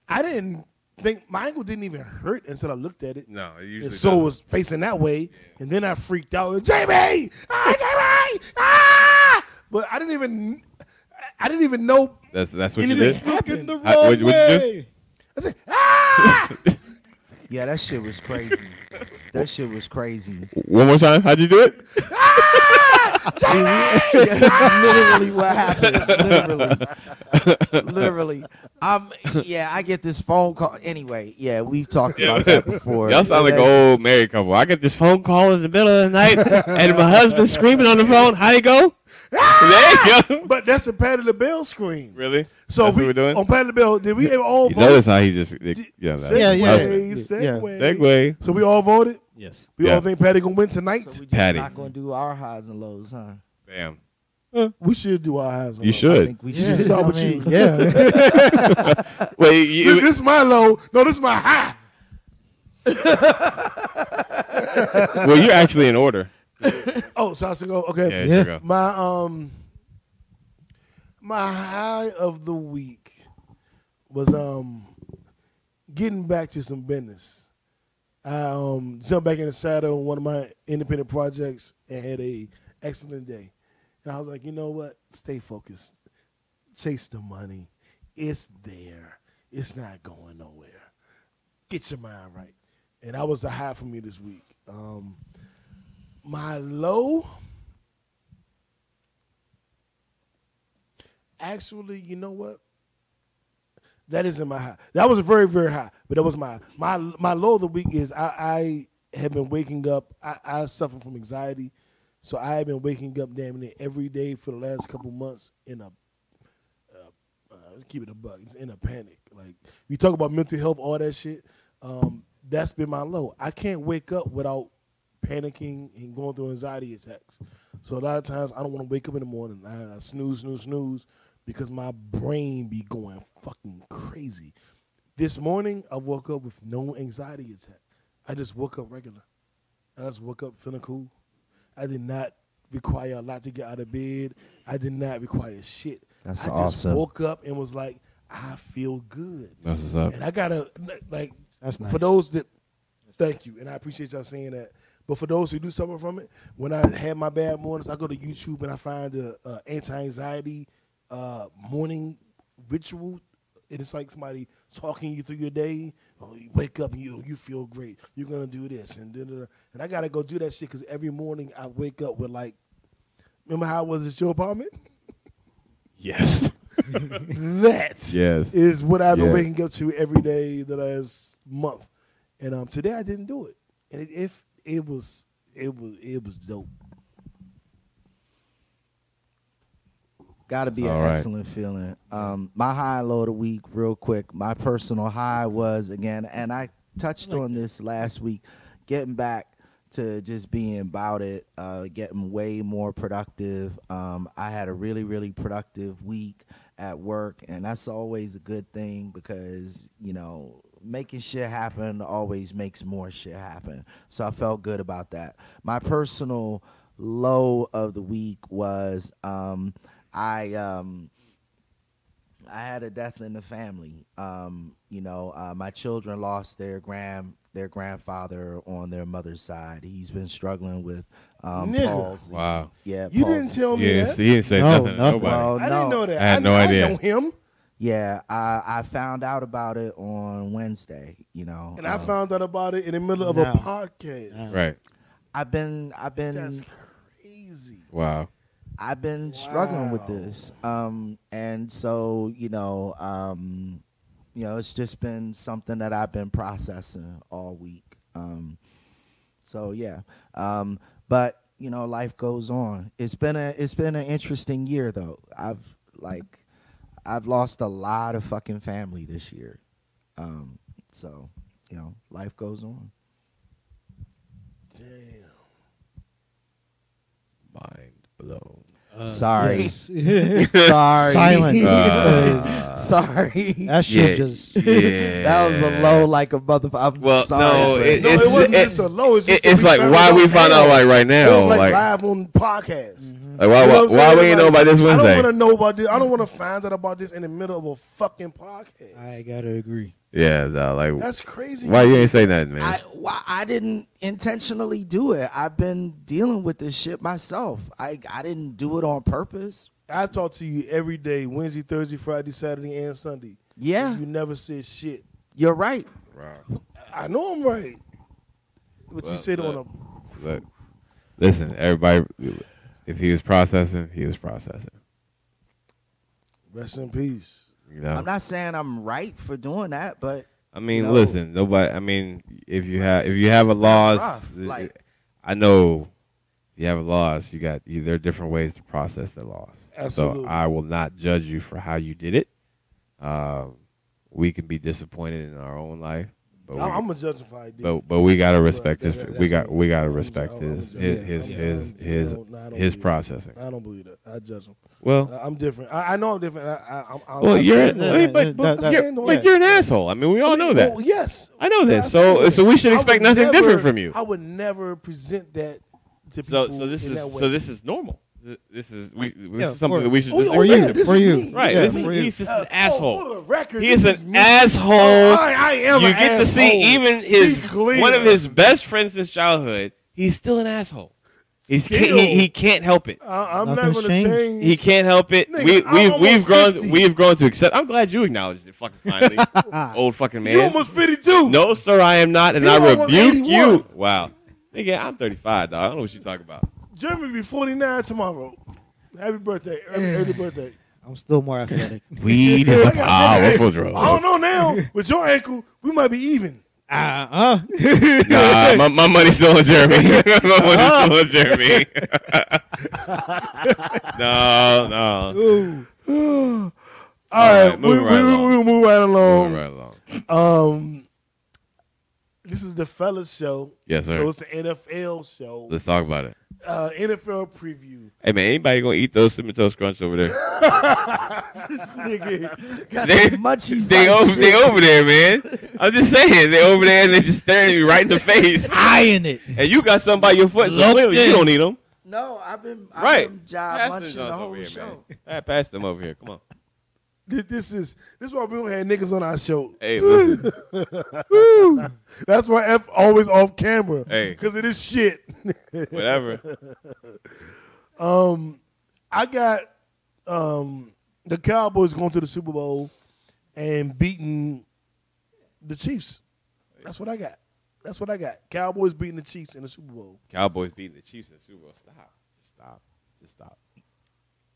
Speaker 1: I didn't think my ankle didn't even hurt until I looked at it.
Speaker 4: No, it usually
Speaker 1: And so it
Speaker 4: doesn't.
Speaker 1: was facing that way, and then I freaked out. Jamie, ah, Jamie, ah! But I didn't even, I- I didn't even know
Speaker 4: That's that's what you
Speaker 1: anything
Speaker 4: did.
Speaker 1: happened.
Speaker 4: I- what'd- what'd you do?
Speaker 1: I said, ah!
Speaker 2: Yeah, that shit was crazy. that shit was crazy.
Speaker 4: One more time. How'd you do it?
Speaker 2: Yeah, that's literally what happened. Literally. Literally. Um yeah, I get this phone call. Anyway, yeah, we've talked about that before.
Speaker 4: Y'all sound like an
Speaker 2: That's-
Speaker 4: old married couple. I get this phone call in the middle of the night, and my husband screaming on the phone. How'd it go? there you go.
Speaker 1: But that's a Patty LaBelle scream.
Speaker 4: Really?
Speaker 1: Ah! So
Speaker 4: That's
Speaker 1: we,
Speaker 4: what we're doing?
Speaker 1: on Patty LaBelle. Did we all
Speaker 4: You
Speaker 1: vote?
Speaker 4: notice how he just it, yeah that-
Speaker 1: Segway,
Speaker 3: Yeah, yeah.
Speaker 4: husband.
Speaker 3: Yeah.
Speaker 1: Segway.
Speaker 4: Segway.
Speaker 1: So we all voted.
Speaker 3: Yes.
Speaker 1: We
Speaker 4: Yeah.
Speaker 1: all think Patty gonna win tonight.
Speaker 2: So we just
Speaker 4: Patty.
Speaker 2: not gonna do our highs and lows, huh?
Speaker 4: Bam.
Speaker 1: we should do our eyes. on
Speaker 4: You
Speaker 1: that.
Speaker 2: I
Speaker 4: should.
Speaker 2: think we
Speaker 1: Yeah.
Speaker 2: should.
Speaker 1: Start with you.
Speaker 3: Yeah.
Speaker 4: Wait,
Speaker 1: Look,
Speaker 4: you,
Speaker 1: this is my low. No, this is my high.
Speaker 4: well, you're actually in order.
Speaker 1: Oh, so I should go. Okay.
Speaker 4: Yeah,
Speaker 3: Yeah.
Speaker 4: yeah. Go.
Speaker 1: My um my high of the week was um getting back to some business. I um jumped back in the saddle on one of my independent projects and had a excellent day. And I was like, you know what? Stay focused. Chase the money. It's there. It's not going nowhere. Get your mind right. And that was a high for me this week. Um, my low. actually, you know what? That isn't my high. That was very, very high, but that was my my my low of the week is I, I have been waking up. I, I suffer from anxiety, so I have been waking up damn near every day for the last couple months in a. uh, uh, let's Keep it a buck. It's in a panic. Like we talk about mental health, all that shit. Um, that's been my low. I can't wake up without panicking and going through anxiety attacks. So a lot of times I don't want to wake up in the morning. I, I snooze, snooze, snooze because my brain be going fucking crazy. This morning I woke up with no anxiety attack. I just woke up regular. I just woke up feeling cool. I did not require a lot to get out of bed. I did not require shit.
Speaker 2: That's
Speaker 1: I
Speaker 2: awesome.
Speaker 1: just woke up and was like, I feel good.
Speaker 4: That's what's up.
Speaker 1: And I gotta like
Speaker 3: That's nice.
Speaker 1: for those that thank you, and I appreciate y'all saying that. But for those who do suffer from it, when I had my bad mornings, I go to YouTube and I find the uh, anti-anxiety uh, morning ritual. And it's like somebody talking you through your day. Oh, you wake up and you you feel great. You're gonna do this and da, da, da. and I gotta go do that shit because every morning I wake up with like, remember how I was at your apartment?
Speaker 4: Yes.
Speaker 1: that
Speaker 4: Yes.
Speaker 1: is what I've been
Speaker 4: Yeah.
Speaker 1: waking up to every day the last month, and um, today I didn't do it, and it, if it was it was it was dope.
Speaker 2: Gotta be
Speaker 4: All
Speaker 2: an
Speaker 4: right.
Speaker 2: excellent feeling. Um, my high and low of the week, real quick. My personal high was again, and I touched on this last week. getting back to just being about it, uh, getting way more productive. Um, I had a really, really productive week at work, and that's always a good thing because, you know, making shit happen always makes more shit happen. So I felt good about that. My personal low of the week was um, I. Um, I had a death in the family. Um, you know, uh, my children lost their grand their grandfather on their mother's side. He's been struggling with um,
Speaker 1: Nigga.
Speaker 2: palsy.
Speaker 4: Wow.
Speaker 2: Yeah,
Speaker 1: You
Speaker 2: palsy.
Speaker 1: didn't tell
Speaker 4: Yeah,
Speaker 1: me
Speaker 4: he
Speaker 1: that.
Speaker 4: didn't say
Speaker 3: No,
Speaker 4: nothing to
Speaker 3: nothing.
Speaker 4: nobody.
Speaker 2: Well,
Speaker 1: I
Speaker 2: no.
Speaker 1: didn't know that.
Speaker 4: I had no
Speaker 1: I
Speaker 4: idea.
Speaker 1: know him,
Speaker 2: Yeah, I, I found out about it on Wednesday. You know,
Speaker 1: and I
Speaker 4: Uh-huh.
Speaker 2: um,
Speaker 1: found out about it in the middle of
Speaker 3: No.
Speaker 1: a podcast.
Speaker 3: No. Mm.
Speaker 4: Right.
Speaker 2: I've been I've been
Speaker 1: That's crazy.
Speaker 4: Wow.
Speaker 2: I've been struggling with
Speaker 1: Wow.
Speaker 2: this. Um, and so, you know, um, you know, it's just been something that I've been processing all week. Um, so yeah. Um, but you know, life goes on. It's been a it's been an interesting year though. I've like I've lost a lot of fucking family this year. Um, so, you know, life goes on.
Speaker 1: Damn.
Speaker 4: Mind blown.
Speaker 3: Uh,
Speaker 2: Sorry.
Speaker 3: yes.
Speaker 2: Sorry.
Speaker 3: Silence.
Speaker 4: Uh,
Speaker 3: because
Speaker 2: Sorry.
Speaker 3: that shit just.
Speaker 4: yeah.
Speaker 2: That was a low like a motherfucker. I'm
Speaker 4: Well,
Speaker 2: sorry.
Speaker 4: no,
Speaker 2: but-
Speaker 4: it-
Speaker 1: No,
Speaker 4: It's-
Speaker 1: it wasn't
Speaker 4: it-
Speaker 1: just a low. It's,
Speaker 4: It,
Speaker 1: just that
Speaker 4: it's
Speaker 1: we
Speaker 4: like
Speaker 1: found
Speaker 4: why we found out like right
Speaker 1: it
Speaker 4: now,
Speaker 1: was like,
Speaker 4: like like
Speaker 1: live on podcast.
Speaker 3: Mm-hmm.
Speaker 4: why
Speaker 1: You know
Speaker 4: why,
Speaker 1: what I'm
Speaker 4: why
Speaker 1: saying?
Speaker 4: we ain't know
Speaker 1: Like,
Speaker 4: about this
Speaker 1: I
Speaker 4: Wednesday?
Speaker 1: don't want to know about this. I don't want to find out about this in the middle of a fucking podcast.
Speaker 3: I gotta agree.
Speaker 4: Yeah, nah, like
Speaker 1: That's crazy.
Speaker 4: why you ain't say nothing, man?
Speaker 2: I why I didn't intentionally do it. I've been dealing with this shit myself. I I didn't do it on purpose.
Speaker 1: I talk to you every day, Wednesday, Thursday, Friday, Saturday, and Sunday.
Speaker 2: Yeah,
Speaker 1: You never said shit.
Speaker 2: you're right.
Speaker 4: Wow.
Speaker 1: I know I'm right. But
Speaker 4: Well,
Speaker 1: you said on
Speaker 4: look.
Speaker 1: a
Speaker 4: Look, listen, everybody. If he was processing, he was processing.
Speaker 1: rest in peace.
Speaker 4: You know,
Speaker 2: I'm not saying I'm right for doing that, but
Speaker 4: I mean,
Speaker 2: No.
Speaker 4: listen, nobody. I mean, if you have if you
Speaker 2: it's-
Speaker 4: have a
Speaker 2: it's not
Speaker 4: loss,
Speaker 2: rough, like-
Speaker 4: I know you have a loss. You got you, there are different ways to process the loss.
Speaker 1: Absolutely.
Speaker 4: So I will not judge you for how you did it. Um, we can be disappointed in our own life, but we,
Speaker 1: I, I'm a judge if I did.
Speaker 4: but but we gotta respect
Speaker 1: that-
Speaker 4: his.
Speaker 1: that-
Speaker 4: We
Speaker 1: that's
Speaker 4: got
Speaker 1: me.
Speaker 4: we gotta
Speaker 1: I'm a
Speaker 4: respect
Speaker 1: judge.
Speaker 4: his
Speaker 1: I'm a judge.
Speaker 4: his his
Speaker 1: Yeah,
Speaker 4: his
Speaker 1: I'm-
Speaker 4: his,
Speaker 1: no, no, I don't
Speaker 4: his
Speaker 1: believe
Speaker 4: processing.
Speaker 1: I don't believe that. I judge him.
Speaker 4: Well,
Speaker 1: I- I'm different. I, I know I'm different. I, I, I'm, I'm,
Speaker 4: well,
Speaker 1: I'm
Speaker 4: you're
Speaker 1: saying that.
Speaker 4: I mean, but,
Speaker 3: that-
Speaker 4: but,
Speaker 1: that-
Speaker 4: you're,
Speaker 1: that-
Speaker 4: but
Speaker 1: yeah.
Speaker 4: you're an asshole. I mean, we all know that.
Speaker 1: Well, yes.
Speaker 4: I know that.
Speaker 1: I
Speaker 4: So-
Speaker 1: said
Speaker 4: so we should
Speaker 1: I
Speaker 4: expect
Speaker 1: would
Speaker 4: nothing
Speaker 1: never-
Speaker 4: different from you.
Speaker 1: I would never present that to people.
Speaker 4: So, so this
Speaker 1: in
Speaker 4: is
Speaker 1: that way.
Speaker 4: so this is normal. Th- This is we. This
Speaker 3: Yeah,
Speaker 4: is something
Speaker 3: or-
Speaker 4: that we should
Speaker 1: Oh,
Speaker 4: just
Speaker 1: yeah,
Speaker 3: For
Speaker 1: oh,
Speaker 4: accept.
Speaker 1: yeah,
Speaker 3: you.
Speaker 1: this
Speaker 3: For
Speaker 1: is
Speaker 3: you.
Speaker 1: me.
Speaker 4: Right.
Speaker 3: Yeah,
Speaker 4: this
Speaker 1: me.
Speaker 4: is-
Speaker 3: for you.
Speaker 4: he's just
Speaker 1: Uh,
Speaker 4: an
Speaker 1: oh, for
Speaker 4: asshole.
Speaker 1: the record,
Speaker 4: He is
Speaker 1: this
Speaker 4: an
Speaker 1: me.
Speaker 4: asshole.
Speaker 1: Oh, I, I am.
Speaker 4: you
Speaker 1: an
Speaker 4: get to see
Speaker 1: asshole.
Speaker 4: even his
Speaker 1: Be clear.
Speaker 4: one of his best friends since childhood. He's still an asshole. He's
Speaker 1: Still.
Speaker 4: can't, he, he can't help it.
Speaker 1: I, I'm not
Speaker 3: Nothing's
Speaker 1: going to
Speaker 3: changed.
Speaker 1: change.
Speaker 4: He can't help it.
Speaker 1: Nigga,
Speaker 4: we
Speaker 1: I'm
Speaker 4: we
Speaker 1: almost
Speaker 4: we've grown
Speaker 1: 50.
Speaker 4: we've grown to accept. I'm glad you acknowledged it. Fucking finally,
Speaker 3: Ah,
Speaker 2: Oh.
Speaker 4: old fucking man.
Speaker 1: You almost 52.
Speaker 4: No, sir, I am not, and
Speaker 1: You
Speaker 4: I
Speaker 1: almost
Speaker 4: rebuke
Speaker 1: 81.
Speaker 4: you. Wow, nigga, I'm 35, dog. I don't know what you're talking about.
Speaker 1: Jeremy be 49 tomorrow. Happy birthday. Early, early birthday.
Speaker 3: I'm still more athletic.
Speaker 4: Weed is
Speaker 1: I
Speaker 4: a
Speaker 1: got- hey,
Speaker 4: powerful
Speaker 1: I don't
Speaker 4: drug.
Speaker 1: know now. With your ankle, we might be even.
Speaker 3: Uh
Speaker 4: Nah, Uh, my, my money's still on Jeremy. my money's still on Jeremy. no, no.
Speaker 3: uh.
Speaker 1: All right, we,
Speaker 4: moving right
Speaker 1: we,
Speaker 4: along.
Speaker 1: we'll move right along.
Speaker 4: Moving right along.
Speaker 1: Um, this is the fellas show.
Speaker 4: Yes, sir.
Speaker 1: So it's the NFL show.
Speaker 4: Let's talk about it.
Speaker 1: Uh, NFL preview.
Speaker 4: Hey man, anybody gonna eat those cinnamon toast crunch over there?
Speaker 2: nigga got
Speaker 4: They-
Speaker 2: the munchies.
Speaker 4: They
Speaker 2: like
Speaker 4: over,
Speaker 2: shit.
Speaker 4: they over there, man. I'm just saying, they over there and they just staring at me right in the face.
Speaker 3: Eyeing it.
Speaker 4: And you got something by your foot, so
Speaker 3: Locked
Speaker 4: clearly you
Speaker 3: in.
Speaker 4: don't need them,
Speaker 2: No, I've been I've
Speaker 4: right?
Speaker 2: been job
Speaker 4: Pass them
Speaker 2: munching the
Speaker 4: joints
Speaker 2: whole
Speaker 4: over here,
Speaker 2: show.
Speaker 4: man. All right, pass them over here. Come on.
Speaker 1: Th- This is this is why we don't have niggas on our show.
Speaker 4: Hey, listen.
Speaker 1: That's why F always off camera.
Speaker 4: Hey.
Speaker 1: because it is shit.
Speaker 4: Whatever.
Speaker 1: I got um, the Cowboys going to the Super Bowl and beating the Chiefs. That's what I got. That's what I got. Cowboys beating the Chiefs in the Super Bowl.
Speaker 4: Cowboys beating the Chiefs in the Super Bowl. Stop. Just stop. Just stop.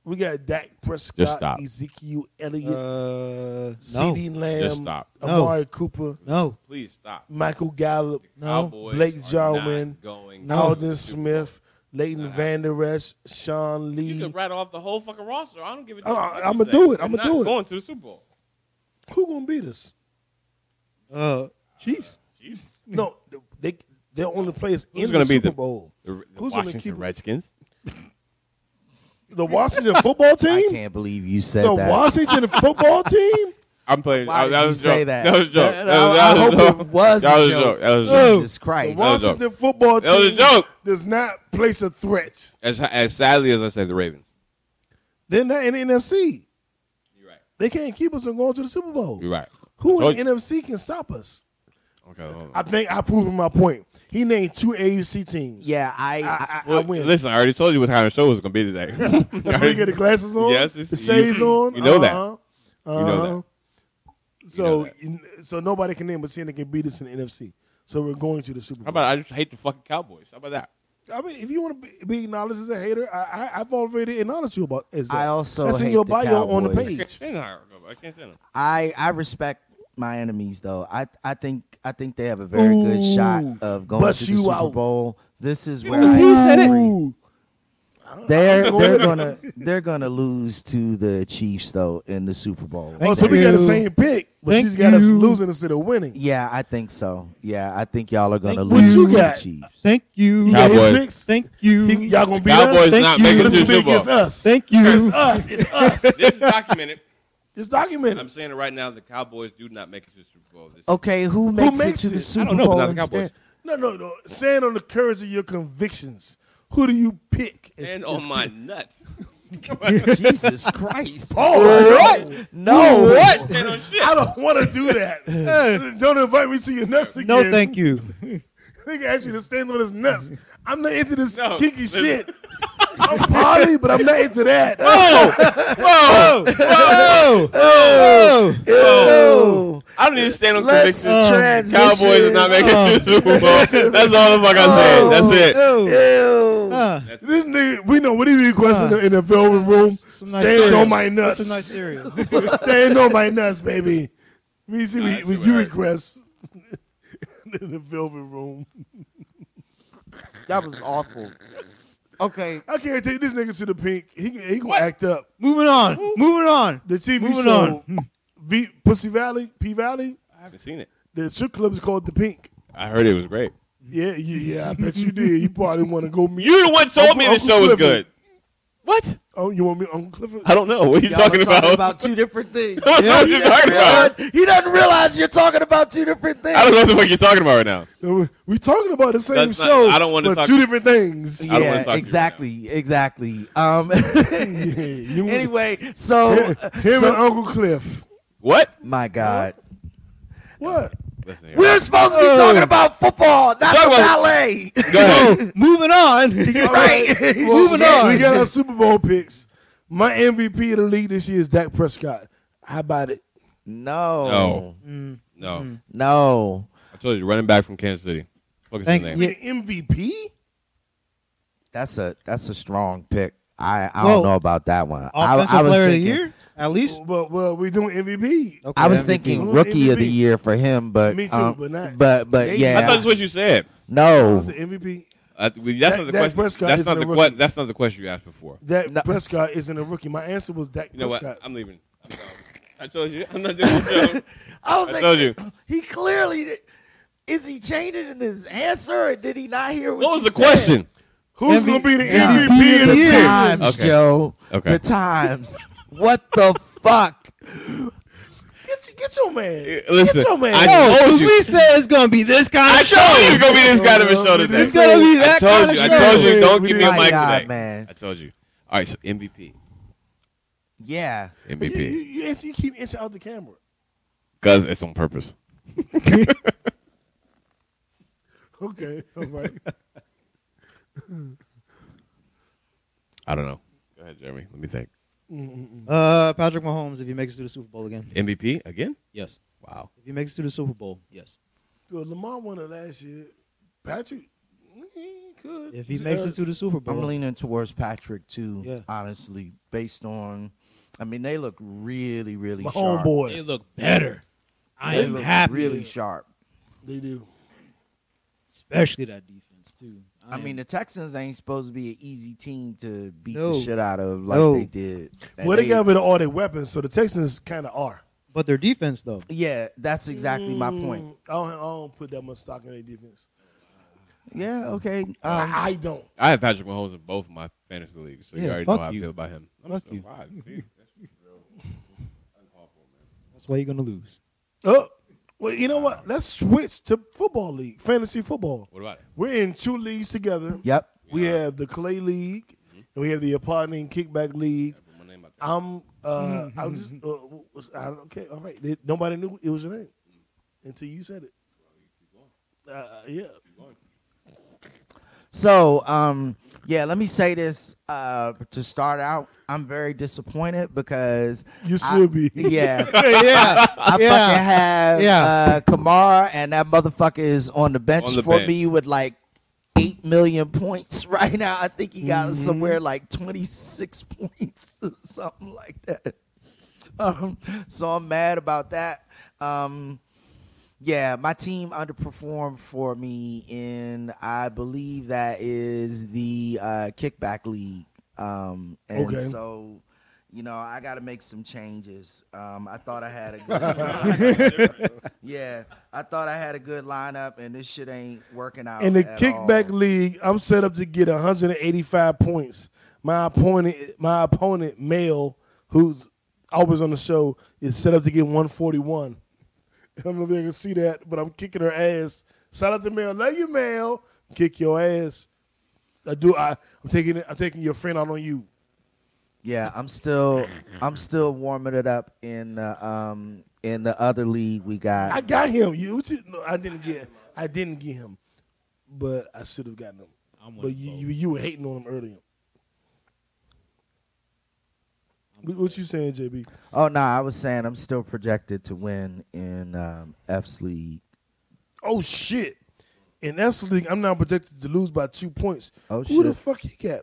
Speaker 1: We got Dak Prescott,
Speaker 4: Just stop.
Speaker 1: Ezekiel Elliott,
Speaker 3: Uh,
Speaker 1: CeeDee
Speaker 3: no,
Speaker 1: Lamb,
Speaker 4: Just stop.
Speaker 3: No.
Speaker 1: Amari Cooper,
Speaker 3: no.
Speaker 4: Please stop.
Speaker 1: Michael Gallup,
Speaker 3: No.
Speaker 4: Cowboys
Speaker 1: Blake
Speaker 4: are not
Speaker 1: Jarwin,
Speaker 4: going.
Speaker 3: No.
Speaker 4: to
Speaker 1: Alden
Speaker 4: the Super Bowl.
Speaker 1: Smith, Leighton Van Der Esch, Sean
Speaker 4: You
Speaker 1: Lee.
Speaker 4: can rattle off the whole fucking roster. I don't give a
Speaker 1: I-
Speaker 4: damn. what you
Speaker 1: I'ma
Speaker 4: say.
Speaker 1: do it.
Speaker 4: They're
Speaker 1: I'ma
Speaker 4: not
Speaker 1: do it.
Speaker 4: Going to the Super Bowl.
Speaker 1: Who gonna beat us?
Speaker 3: Uh, Chiefs.
Speaker 4: Chiefs.
Speaker 1: No, they Their only players
Speaker 4: Who's
Speaker 1: in
Speaker 4: gonna
Speaker 1: the
Speaker 4: be
Speaker 1: Super
Speaker 4: the-
Speaker 1: Bowl.
Speaker 4: The, the
Speaker 1: Who's gonna keep
Speaker 4: Washington
Speaker 1: it?
Speaker 4: Redskins.
Speaker 1: The Washington football
Speaker 2: I
Speaker 1: team.
Speaker 2: can't believe you said
Speaker 1: The
Speaker 2: that.
Speaker 1: Washington football team.
Speaker 4: I'm playing.
Speaker 2: Why
Speaker 4: I,
Speaker 2: did
Speaker 4: that
Speaker 2: you
Speaker 4: was a
Speaker 2: say
Speaker 4: joke.
Speaker 2: that?
Speaker 4: That was a joke. That
Speaker 2: That-
Speaker 4: was,
Speaker 2: I- I
Speaker 4: that was
Speaker 2: hope
Speaker 4: a joke.
Speaker 2: it was
Speaker 4: That
Speaker 2: a
Speaker 4: was a
Speaker 2: joke.
Speaker 4: joke. That was a joke.
Speaker 2: Jesus
Speaker 1: The
Speaker 2: Christ.
Speaker 4: Wa- was a
Speaker 1: Washington football
Speaker 4: That was a
Speaker 1: team
Speaker 4: joke.
Speaker 1: does not place a threat.
Speaker 4: As, as sadly as I said, the Ravens.
Speaker 1: They're not in the NFC.
Speaker 4: You're right.
Speaker 1: They can't keep us from going to the Super Bowl.
Speaker 4: You're right.
Speaker 1: Who
Speaker 4: Told
Speaker 1: in the NFC can stop us?
Speaker 4: Okay. Hold on.
Speaker 1: I think I proved my point. He named two AUC teams.
Speaker 2: yeah, I, I
Speaker 1: I, I, I
Speaker 4: Well,
Speaker 1: win.
Speaker 4: Listen, I already told you what kind of show it was going to be today.
Speaker 1: That's when you get the glasses on.
Speaker 4: Yes,
Speaker 1: the
Speaker 4: it's-
Speaker 1: shades
Speaker 4: you-
Speaker 1: on.
Speaker 4: you know that.
Speaker 1: uh-huh,
Speaker 4: You know that.
Speaker 1: uh-huh. So,
Speaker 4: that.
Speaker 1: n- so nobody can name a team that can beat us in the NFC. So we're going to the Super
Speaker 4: How
Speaker 1: Bowl.
Speaker 4: about I just hate the fucking Cowboys? How about that?
Speaker 1: I mean, if you want to be, be acknowledged as a hater, I, I, I've already acknowledged you about. As that.
Speaker 2: I also
Speaker 1: that's in
Speaker 2: hate
Speaker 1: your
Speaker 2: the
Speaker 1: bio on the
Speaker 2: Cowboys.
Speaker 1: page.
Speaker 4: I can't stand them.
Speaker 2: I I respect my enemies though. I I think I think they have a very good shot
Speaker 1: Ooh,
Speaker 2: of going
Speaker 1: bust
Speaker 2: to the
Speaker 1: you
Speaker 2: Super
Speaker 1: out.
Speaker 2: Bowl. This is where
Speaker 1: Oh,
Speaker 4: was
Speaker 2: I
Speaker 4: he said it.
Speaker 2: agree.
Speaker 1: Ooh.
Speaker 2: They're
Speaker 1: I'm
Speaker 2: they're
Speaker 1: going-
Speaker 2: gonna they're gonna lose to the Chiefs though in the Super Bowl.
Speaker 3: Thank
Speaker 1: oh, so we got the
Speaker 3: you.
Speaker 1: same pick, but
Speaker 3: Thank
Speaker 1: she's got us
Speaker 3: you.
Speaker 1: losing instead of winning.
Speaker 2: Yeah, I think so. Yeah, I think y'all are gonna
Speaker 3: Thank
Speaker 1: you.
Speaker 2: lose to
Speaker 1: What you
Speaker 2: the
Speaker 1: got?
Speaker 2: Chiefs.
Speaker 3: Thank you.
Speaker 1: You got his
Speaker 4: Cowboys.
Speaker 1: picks?
Speaker 3: Thank you.
Speaker 1: He- y'all gonna beat
Speaker 4: Cowboys
Speaker 1: us.
Speaker 3: Thank
Speaker 4: not
Speaker 3: you.
Speaker 4: making
Speaker 1: But
Speaker 4: the
Speaker 1: it's
Speaker 4: Super
Speaker 1: big
Speaker 4: Bowl.
Speaker 1: against us.
Speaker 3: Thank
Speaker 1: It's
Speaker 3: you.
Speaker 1: us. It's us.
Speaker 4: This is documented.
Speaker 1: it's
Speaker 4: I'm
Speaker 1: documented.
Speaker 4: saying it right now. The Cowboys do not make it to the Super Bowl.
Speaker 1: Oh,
Speaker 4: This
Speaker 2: Okay, who makes,
Speaker 1: makes
Speaker 2: it
Speaker 1: it? I
Speaker 2: to the Super
Speaker 4: don't know, but
Speaker 2: Bowl
Speaker 4: not the Cowboys.
Speaker 2: instead?
Speaker 1: No, no, no. Stand on the courage of your convictions. Who do you pick?
Speaker 4: year.
Speaker 1: It's-
Speaker 4: and
Speaker 1: it's-
Speaker 4: on my nuts.
Speaker 3: uh,
Speaker 2: Jesus Christ!
Speaker 1: Oh, what?
Speaker 2: No,
Speaker 4: what? Stand on shit.
Speaker 1: I don't want to do that. don't invite me to your nuts again.
Speaker 3: No, thank you.
Speaker 1: Nigga asked me to stand on his nuts. I'm not into this
Speaker 4: No,
Speaker 1: kinky
Speaker 4: listen.
Speaker 1: shit. I'm party, but I'm not into that.
Speaker 3: Whoa! Whoa! Whoa!
Speaker 2: Ew.
Speaker 4: I don't even stand on
Speaker 2: Let's
Speaker 4: conviction.
Speaker 2: transition.
Speaker 4: Cowboys are not making
Speaker 3: Oh.
Speaker 4: it to the Super Bowl. That's all the fuck I
Speaker 1: Oh.
Speaker 4: said. That's it.
Speaker 3: Ew.
Speaker 2: Ew.
Speaker 3: Uh,
Speaker 4: That's
Speaker 1: This nigga, we know what he requested
Speaker 3: Huh.
Speaker 1: in the velvet room.
Speaker 3: some nice
Speaker 1: Stand
Speaker 3: cereal.
Speaker 1: on my nuts.
Speaker 3: That's a nice cereal.
Speaker 1: stand on my nuts, baby. We see
Speaker 4: Nah,
Speaker 1: what
Speaker 4: that's
Speaker 1: what
Speaker 4: too
Speaker 1: you
Speaker 4: hard.
Speaker 1: request in the velvet room.
Speaker 2: That was awful. Okay,
Speaker 1: I can't take this nigga to the pink. He he gonna
Speaker 4: What?
Speaker 1: act up.
Speaker 3: Moving on. Moving on.
Speaker 1: The TV
Speaker 3: Moving
Speaker 1: show
Speaker 3: on.
Speaker 1: V Pussy Valley, P Valley.
Speaker 4: I haven't seen it.
Speaker 1: The strip club is called the Pink.
Speaker 4: I heard it was great.
Speaker 1: Yeah, yeah, yeah. I bet you did. You probably want to go meet.
Speaker 4: You the one told
Speaker 1: Uncle-
Speaker 4: me the
Speaker 1: Uncle
Speaker 4: show was
Speaker 1: Clifford.
Speaker 4: good. What?
Speaker 1: Oh, you want me, Uncle Clifford?
Speaker 4: I don't know. What are you
Speaker 2: y'all
Speaker 4: talking
Speaker 2: are
Speaker 4: about?
Speaker 2: talking about two different things.
Speaker 4: I don't know what you're talking about.
Speaker 2: He doesn't realize you're talking about two different things.
Speaker 4: I don't know what the fuck you're talking about right now.
Speaker 1: We- We talking about the same
Speaker 4: That's not-
Speaker 1: show.
Speaker 4: I don't wanna
Speaker 1: but
Speaker 4: talk-
Speaker 1: two different things.
Speaker 4: I don't wanna
Speaker 2: yeah,
Speaker 4: talk to you
Speaker 2: exactly, exactly. Um,
Speaker 1: Yeah, you-
Speaker 2: anyway, so,
Speaker 1: him, him and
Speaker 2: uh, so
Speaker 1: Uncle Cliff.
Speaker 4: What?
Speaker 2: my God,
Speaker 1: What?
Speaker 4: Listen here.
Speaker 2: we're supposed to be talking about football, not
Speaker 4: Talk
Speaker 2: the
Speaker 4: about-
Speaker 2: ballet.
Speaker 4: Go ahead.
Speaker 3: Moving on.
Speaker 2: right?
Speaker 3: Moving
Speaker 1: Yeah,
Speaker 3: on.
Speaker 1: We got our Super Bowl picks. My MVP of the league this year is Dak Prescott. How about it?
Speaker 2: No,
Speaker 3: Mm.
Speaker 4: No.
Speaker 2: no.
Speaker 4: I told you, running back from Kansas City. What is his
Speaker 3: Thank
Speaker 4: name?
Speaker 3: you.
Speaker 1: The MVP?
Speaker 2: That's a that's a strong pick. I, I
Speaker 3: Well,
Speaker 2: don't know about that one. I,
Speaker 3: Offensive
Speaker 2: I was
Speaker 3: player
Speaker 2: thinking,
Speaker 3: of the year, at least.
Speaker 1: Well, well, we doing MVP.
Speaker 3: Okay,
Speaker 2: I was
Speaker 3: MVP.
Speaker 2: thinking
Speaker 1: MVP.
Speaker 2: rookie of the year for him, but
Speaker 1: Me too,
Speaker 2: um,
Speaker 1: but not-
Speaker 2: but but
Speaker 1: Yeah.
Speaker 4: I thought
Speaker 2: yeah,
Speaker 4: that's what you
Speaker 1: That
Speaker 4: said.
Speaker 2: no,
Speaker 1: was the MVP.
Speaker 4: I, we- that's
Speaker 1: Dak-
Speaker 4: not the
Speaker 1: Dak
Speaker 4: question.
Speaker 1: Prescott
Speaker 4: That's
Speaker 1: isn't
Speaker 4: not
Speaker 1: a
Speaker 4: the que-
Speaker 1: rookie.
Speaker 4: that's not the question you asked before.
Speaker 1: Dak
Speaker 2: No.
Speaker 1: Prescott isn't a rookie. My answer was Dak
Speaker 4: You know what?
Speaker 1: Prescott.
Speaker 4: I'm leaving. I'm gone. I told you. I'm not doing the show.
Speaker 2: I was
Speaker 4: I
Speaker 2: like,
Speaker 4: told you.
Speaker 2: he clearly did- is he changing in his answer, or did he not hear what,
Speaker 4: What was
Speaker 2: you
Speaker 4: the
Speaker 2: said?
Speaker 4: question?
Speaker 1: Who's
Speaker 3: MVP
Speaker 1: going to be the
Speaker 3: Yeah.
Speaker 1: MVP of the
Speaker 2: The
Speaker 1: year?
Speaker 2: times,
Speaker 4: Okay.
Speaker 2: Joe.
Speaker 4: Okay.
Speaker 2: The times. what the fuck?
Speaker 1: Get, your- get your man.
Speaker 4: Eh, Listen,
Speaker 1: Get your man.
Speaker 4: I
Speaker 3: No,
Speaker 4: told
Speaker 3: 'cause
Speaker 4: you.
Speaker 3: we said it's gonna be this kind
Speaker 4: I
Speaker 3: of
Speaker 4: told you it's
Speaker 3: show.
Speaker 4: gonna be this kind of a show today.
Speaker 3: It's gonna be that
Speaker 4: I told
Speaker 3: kind
Speaker 4: you.
Speaker 3: of
Speaker 4: I
Speaker 3: show.
Speaker 4: told you. Don't give me a
Speaker 2: My
Speaker 4: mic
Speaker 2: God,
Speaker 4: today,
Speaker 2: man.
Speaker 4: I told you. All right, so MVP,
Speaker 2: Yeah.
Speaker 1: You, you,
Speaker 4: MVP,
Speaker 1: you, you keep inching out the camera.
Speaker 4: because it's on purpose.
Speaker 1: Okay. All right.
Speaker 4: I don't know. Go ahead, Jeremy. Let me think.
Speaker 3: Uh, Patrick Mahomes, if he makes it to the Super Bowl again,
Speaker 4: MVP again?
Speaker 3: yes.
Speaker 4: Wow.
Speaker 3: If he makes it to the Super Bowl, yes.
Speaker 1: Well, Lamar won it last year. Patrick, he could.
Speaker 3: If he makes
Speaker 1: Uh,
Speaker 3: it to the Super Bowl,
Speaker 2: I'm leaning towards Patrick too,
Speaker 3: Yeah.
Speaker 2: honestly, based on I mean, they look really, really
Speaker 1: my
Speaker 2: sharp.
Speaker 1: homeboy.
Speaker 3: they look better. I
Speaker 2: They
Speaker 3: am
Speaker 2: look
Speaker 3: happy,
Speaker 2: really sharp.
Speaker 1: They do.
Speaker 3: especially that defense too.
Speaker 2: I
Speaker 3: am-
Speaker 2: mean, the Texans ain't supposed to be an easy team to beat
Speaker 3: No.
Speaker 2: the shit out of like
Speaker 3: No.
Speaker 2: they did. And
Speaker 1: Well, they got rid of all their weapons, so the Texans kind of are.
Speaker 3: but their defense though.
Speaker 2: Yeah, that's exactly my point.
Speaker 1: Mm, I don't, I don't put that much stock in their defense.
Speaker 2: Yeah, okay. Um,
Speaker 1: I, I don't.
Speaker 4: I have Patrick Mahomes in both of my fantasy leagues, so you
Speaker 3: Yeah,
Speaker 4: already know
Speaker 3: fuck
Speaker 4: how I
Speaker 3: you.
Speaker 4: feel about him. I'm
Speaker 3: Fuck
Speaker 4: so
Speaker 3: you.
Speaker 4: wild. See, that's real uncalled for, man.
Speaker 3: That's why you're gonna lose.
Speaker 1: Oh, well, you know what? Let's switch to football league, fantasy football.
Speaker 4: What about it?
Speaker 1: We're in two leagues together.
Speaker 2: yep.
Speaker 1: We
Speaker 4: Yeah.
Speaker 1: have the Clay League and we have the Apartment Kickback League.
Speaker 4: I put my name out there.
Speaker 1: I'm, uh, I was just, uh, was, I don't, okay, all right. They- nobody knew it was your name until you said it. Uh, yeah.
Speaker 2: So, um, yeah, let me say this uh, to start out. I'm very disappointed because,
Speaker 1: You should be.
Speaker 2: yeah,
Speaker 3: yeah,
Speaker 2: I
Speaker 3: Yeah.
Speaker 2: fucking have
Speaker 3: Yeah.
Speaker 2: uh, Kamara, and that motherfucker is on the bench
Speaker 4: On the
Speaker 2: for
Speaker 4: bench.
Speaker 2: me with like eight million points right now. I think he got somewhere like twenty six points or something like that. Um, so I'm mad about that. Um, yeah, my team underperformed for me in I believe that is the uh, kickback league. Um, and
Speaker 1: Okay.
Speaker 2: so you know, I got to make some changes. Um, I thought I had a good, yeah, I thought I had a good lineup, and this shit ain't working out.
Speaker 1: In the
Speaker 2: at
Speaker 1: kickback
Speaker 2: all.
Speaker 1: league, I'm set up to get 185 points. My opponent, my opponent, Mel, who's always on the show, is set up to get 141. I don't know if you can see that, but I'm kicking her ass. Shout out to Mel. Love you, Mel. Kick your ass. I do. I, I'm taking. it- I'm taking your friend out on you.
Speaker 2: yeah, I'm still, I'm still warming it up in the, um, in the other league we got.
Speaker 1: I got him. You. what you- no, I didn't get. I didn't get him, but I should have gotten him.
Speaker 3: I'm
Speaker 1: But you, you, you were hating on him earlier. What what you saying, JB?
Speaker 2: oh no, I was saying I'm still projected to win in um, F's league.
Speaker 1: Oh shit! In S League, I'm now projected to lose by two points.
Speaker 2: Oh,
Speaker 1: Who the
Speaker 2: shit.
Speaker 1: fuck he got?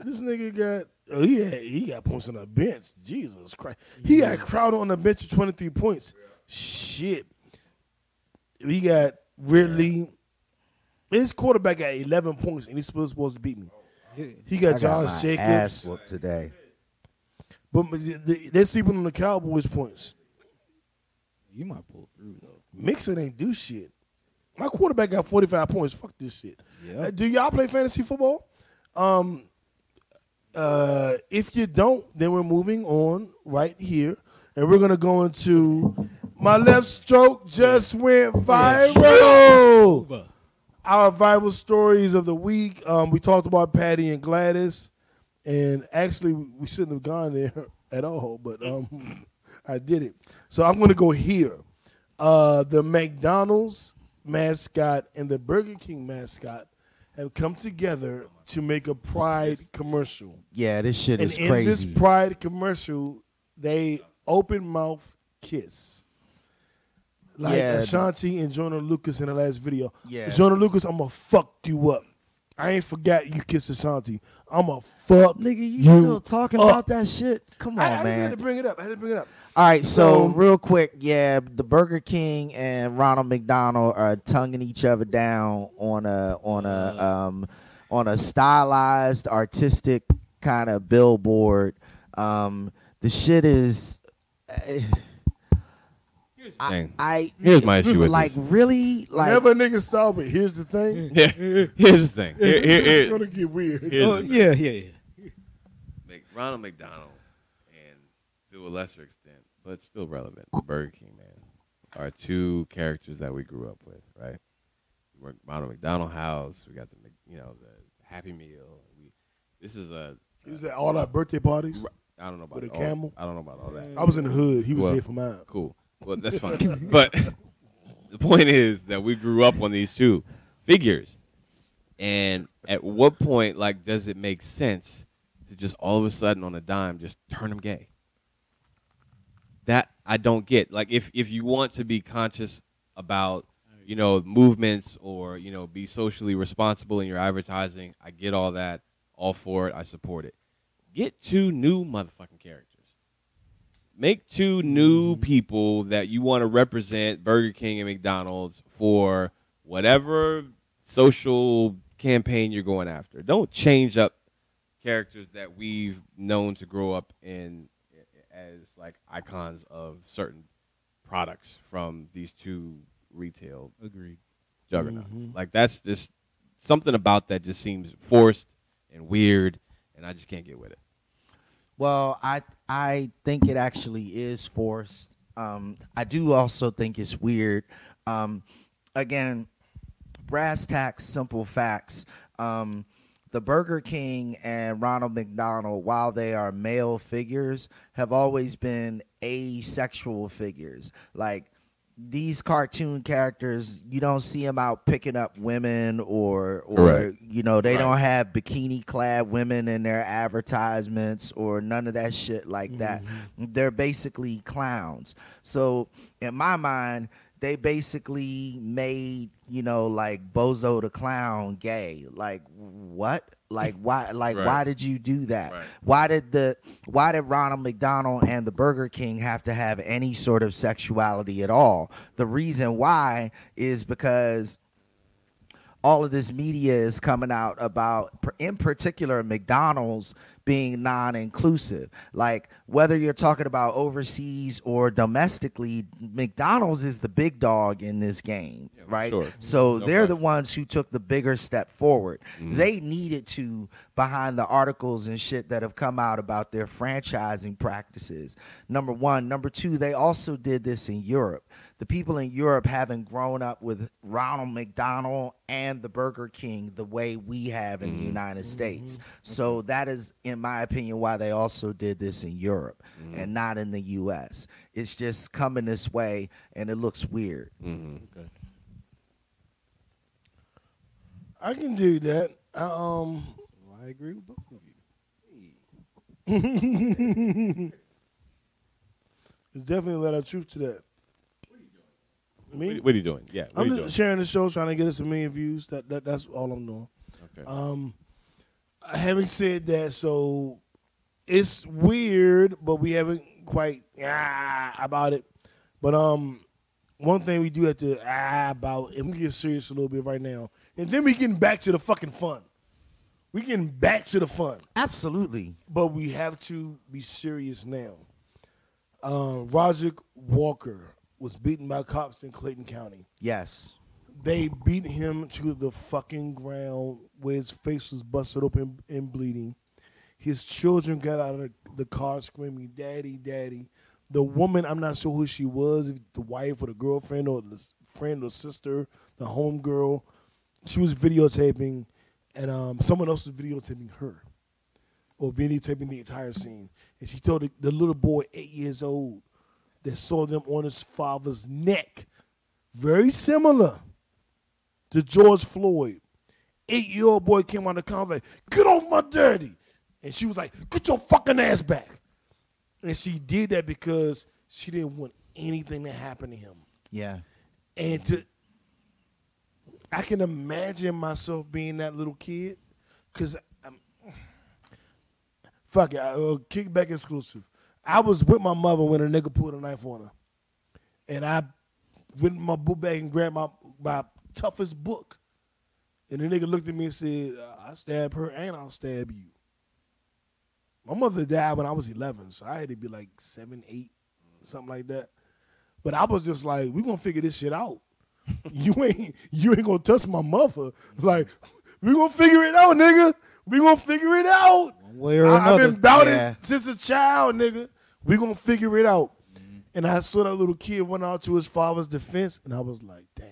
Speaker 1: this nigga got. Oh, he had, he got points on the bench. Jesus Christ, he got Crowder on the bench with 23 points. Shit, we got Ridley. His quarterback got 11 points, and he's supposed, supposed to beat me. He
Speaker 2: I
Speaker 1: got
Speaker 2: got
Speaker 1: Josh
Speaker 2: my ass
Speaker 1: Jacobs,
Speaker 2: whooped today.
Speaker 1: but they- they're sleeping on the Cowboys points.
Speaker 3: You might pull through though.
Speaker 1: Mixon ain't do shit. My quarterback got 45 points. Fuck this shit.
Speaker 3: Yeah.
Speaker 1: Uh, Do y'all play fantasy football? Um, uh, if you don't, then we're moving on right here, and we're gonna go into my left stroke just went viral. Our viral stories of the week. Um, we talked about Patty and Gladys, and actually we shouldn't have gone there at all, but um, I did it. So I'm gonna go here. Uh, the McDonald's mascot and the Burger King mascot have come together to make a pride commercial.
Speaker 2: Yeah, this shit
Speaker 1: And
Speaker 2: is
Speaker 1: in
Speaker 2: crazy.
Speaker 1: this Pride commercial, they open mouth kiss. Like
Speaker 2: Yeah.
Speaker 1: Ashanti and Jonah Lucas in the last video.
Speaker 2: Yeah.
Speaker 1: Jonah Lucas, I'ma fuck you up. I ain't forgot you kissed Ashanti. I'ma fuck
Speaker 2: Nigga, you,
Speaker 1: you
Speaker 2: still talking
Speaker 1: up.
Speaker 2: about that shit? Come on,
Speaker 1: I, I just
Speaker 2: man.
Speaker 1: had to bring it up. I had to bring it up.
Speaker 2: All right, so
Speaker 1: So-
Speaker 2: real quick, yeah, the Burger King and Ronald McDonald are tonguing each other down on a on a
Speaker 1: Uh.
Speaker 2: um, on a stylized, artistic kind of billboard. Um, the shit is,
Speaker 4: Here's the
Speaker 2: I,
Speaker 4: thing.
Speaker 2: I
Speaker 4: Here's my issue with
Speaker 2: like
Speaker 4: this.
Speaker 2: really like
Speaker 1: Never a nigga stop it. Here's the thing.
Speaker 4: Yeah, here's the thing. Here, here,
Speaker 1: It's
Speaker 4: here.
Speaker 1: gonna get weird.
Speaker 4: Here's
Speaker 3: Oh
Speaker 4: the thing.
Speaker 3: yeah, yeah, yeah.
Speaker 4: Mc- Ronald McDonald and to a lesser extent, but still relevant, the Burger King man are two characters that we grew up with, right? We were at Ronald McDonald House. We got the Mc- you know the Happy Meal. We, this is a
Speaker 1: He was at all our birthday parties.
Speaker 4: I don't know about
Speaker 1: With a
Speaker 4: all-
Speaker 1: camel?
Speaker 4: I don't know about all that.
Speaker 1: I was in the hood. He was
Speaker 4: Well,
Speaker 1: there for mine.
Speaker 4: Cool. Well, that's fine. but the point is that we grew up on these two figures. And at what point, like, does it make sense to just all of a sudden on a dime just turn them gay? That I don't get. Like, if if you want to be conscious about you know movements or you know be socially responsible in your advertising, I get all that. All for it. I support it. Get two new motherfucking characters make two new people that you want to represent Burger King and McDonald's for whatever social campaign you're going after. Don't change up characters that we've known to grow up in as like icons of certain products from these two retail
Speaker 3: Agreed.
Speaker 4: juggernauts.
Speaker 2: Mm-hmm.
Speaker 4: Like that's just something about that just seems forced and weird, and I just can't get with it.
Speaker 2: Well, I I think it actually is forced. Um, I do also think it's weird. Um, again, brass tacks, simple facts. Um, the Burger King and Ronald McDonald, while they are male figures, have always been asexual figures. Like these cartoon characters, you don't see them out picking up women or or
Speaker 4: Correct.
Speaker 2: you know they
Speaker 4: Right.
Speaker 2: don't have bikini clad women in their advertisements or none of that shit like that
Speaker 4: Mm-hmm.
Speaker 2: they're basically clowns so in my mind they basically made you know like bozo the clown gay like what like why like
Speaker 4: Right.
Speaker 2: why did you do that
Speaker 4: Right.
Speaker 2: why did the why did ronald mcdonald and the burger king have to have any sort of sexuality at all the reason why is because all of this media is coming out about, per- in particular, McDonald's being non inclusive. Like, whether you're talking about overseas or domestically, McDonald's is the big dog in this game, right?
Speaker 4: sure.
Speaker 2: So
Speaker 4: No
Speaker 2: they're the
Speaker 4: question.
Speaker 2: ones who took the bigger step forward. They needed to behind the articles and shit that have come out about their franchising practices. Number one. Number two, they also did this in Europe. The people in Europe haven't grown up with Ronald McDonald and the Burger King the way we have in the United States. So that is, in my opinion, why they also did this in Europe and not in the US. It's just coming this way and it looks weird.
Speaker 1: I can do that. I, um,
Speaker 3: Well, I agree with both of you.
Speaker 1: there's definitely a lot of truth to that. Me?
Speaker 4: What, what are you doing? Yeah, what are
Speaker 1: I'm
Speaker 4: you
Speaker 1: just
Speaker 4: doing?
Speaker 1: sharing the show, trying to get us a million views. That, that that's all I'm doing.
Speaker 2: uh,
Speaker 4: Okay.
Speaker 1: Um, having said that, so it's weird, but we haven't quite ah, about it. But um, one thing we do have to ah about, and we get serious a little bit right now, and then we getting back to the fucking fun. We getting back to the fun
Speaker 2: Absolutely.
Speaker 1: but we have to be serious now. Uh, Roger Walker was beaten by cops in Clayton County.
Speaker 2: Yes.
Speaker 1: They beat him to the fucking ground where his face was busted open and bleeding. His children got out of the car screaming, Daddy, Daddy. The woman, I'm not sure who she was, if the wife or the girlfriend or the s- friend or sister, the homegirl, she was videotaping, and um, someone else was videotaping her or videotaping the entire scene. And she told the, the little boy, eight years old, that saw them on his father's neck, very similar to George Floyd. Eight year old boy came on the car like, get off my daddy. And she was like, get your fucking ass back. And she did that because she didn't want anything to happen to him.
Speaker 2: Yeah.
Speaker 1: And to, I can imagine myself being that little kid, cause I'm, fuck it, I, uh, kickback exclusive. I was with my mother when a nigga pulled a knife on her, and I went in my book bag and grabbed my my toughest book, and the nigga looked at me and said, "I stab her and I'll stab you." My mother died when I was eleven, so I had to be like seven, eight, something like that. But I was just like, we gonna figure this shit out. you ain't you ain't gonna touch my mother. Like, we gonna figure it out, nigga. We gonna figure it out.
Speaker 3: One way or
Speaker 1: I, have
Speaker 3: another.
Speaker 1: been doubting
Speaker 2: Yeah.
Speaker 1: since a child, nigga. We gonna figure it out. And I saw that little kid run out to his father's defense, and I was like, damn,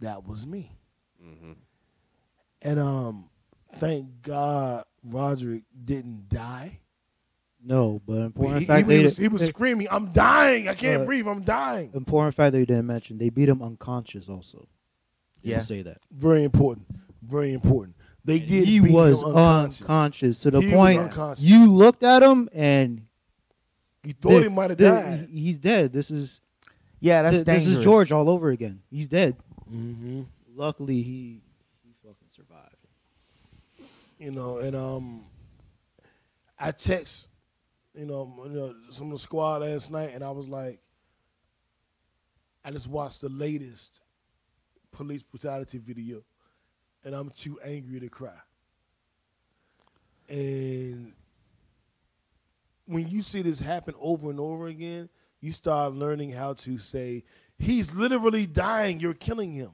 Speaker 1: that was me. And um, thank God Roderick didn't die.
Speaker 3: No, but
Speaker 1: He,
Speaker 3: important
Speaker 1: he
Speaker 3: fact they
Speaker 1: was,
Speaker 3: di-
Speaker 1: he was
Speaker 3: they-
Speaker 1: screaming, "I'm dying! I can't
Speaker 3: Uh,
Speaker 1: breathe! I'm dying!"
Speaker 3: important fact that you didn't mention they beat him unconscious. Also, Didn't
Speaker 2: Yeah.
Speaker 3: say that
Speaker 1: Very important. Very important. They did.
Speaker 3: he
Speaker 1: beat
Speaker 3: was
Speaker 1: him unconscious.
Speaker 3: unconscious. to the
Speaker 1: He was
Speaker 3: point
Speaker 1: unconscious.
Speaker 3: you looked at him and
Speaker 1: You thought he
Speaker 3: th-
Speaker 1: might have
Speaker 3: th-
Speaker 1: died.
Speaker 3: he- He's dead. This is
Speaker 2: Yeah, that's
Speaker 3: th- this is
Speaker 2: dangerous.
Speaker 3: George all over again. He's dead.
Speaker 1: Mm-hmm.
Speaker 3: Luckily, he he fucking survived.
Speaker 1: You know, and um, I text, you know, you know, some of the squad last night, and I was like, I just watched the latest police brutality video, and I'm too angry to cry. And when you see this happen over and over again, you start learning how to say, he's literally dying, you're killing him.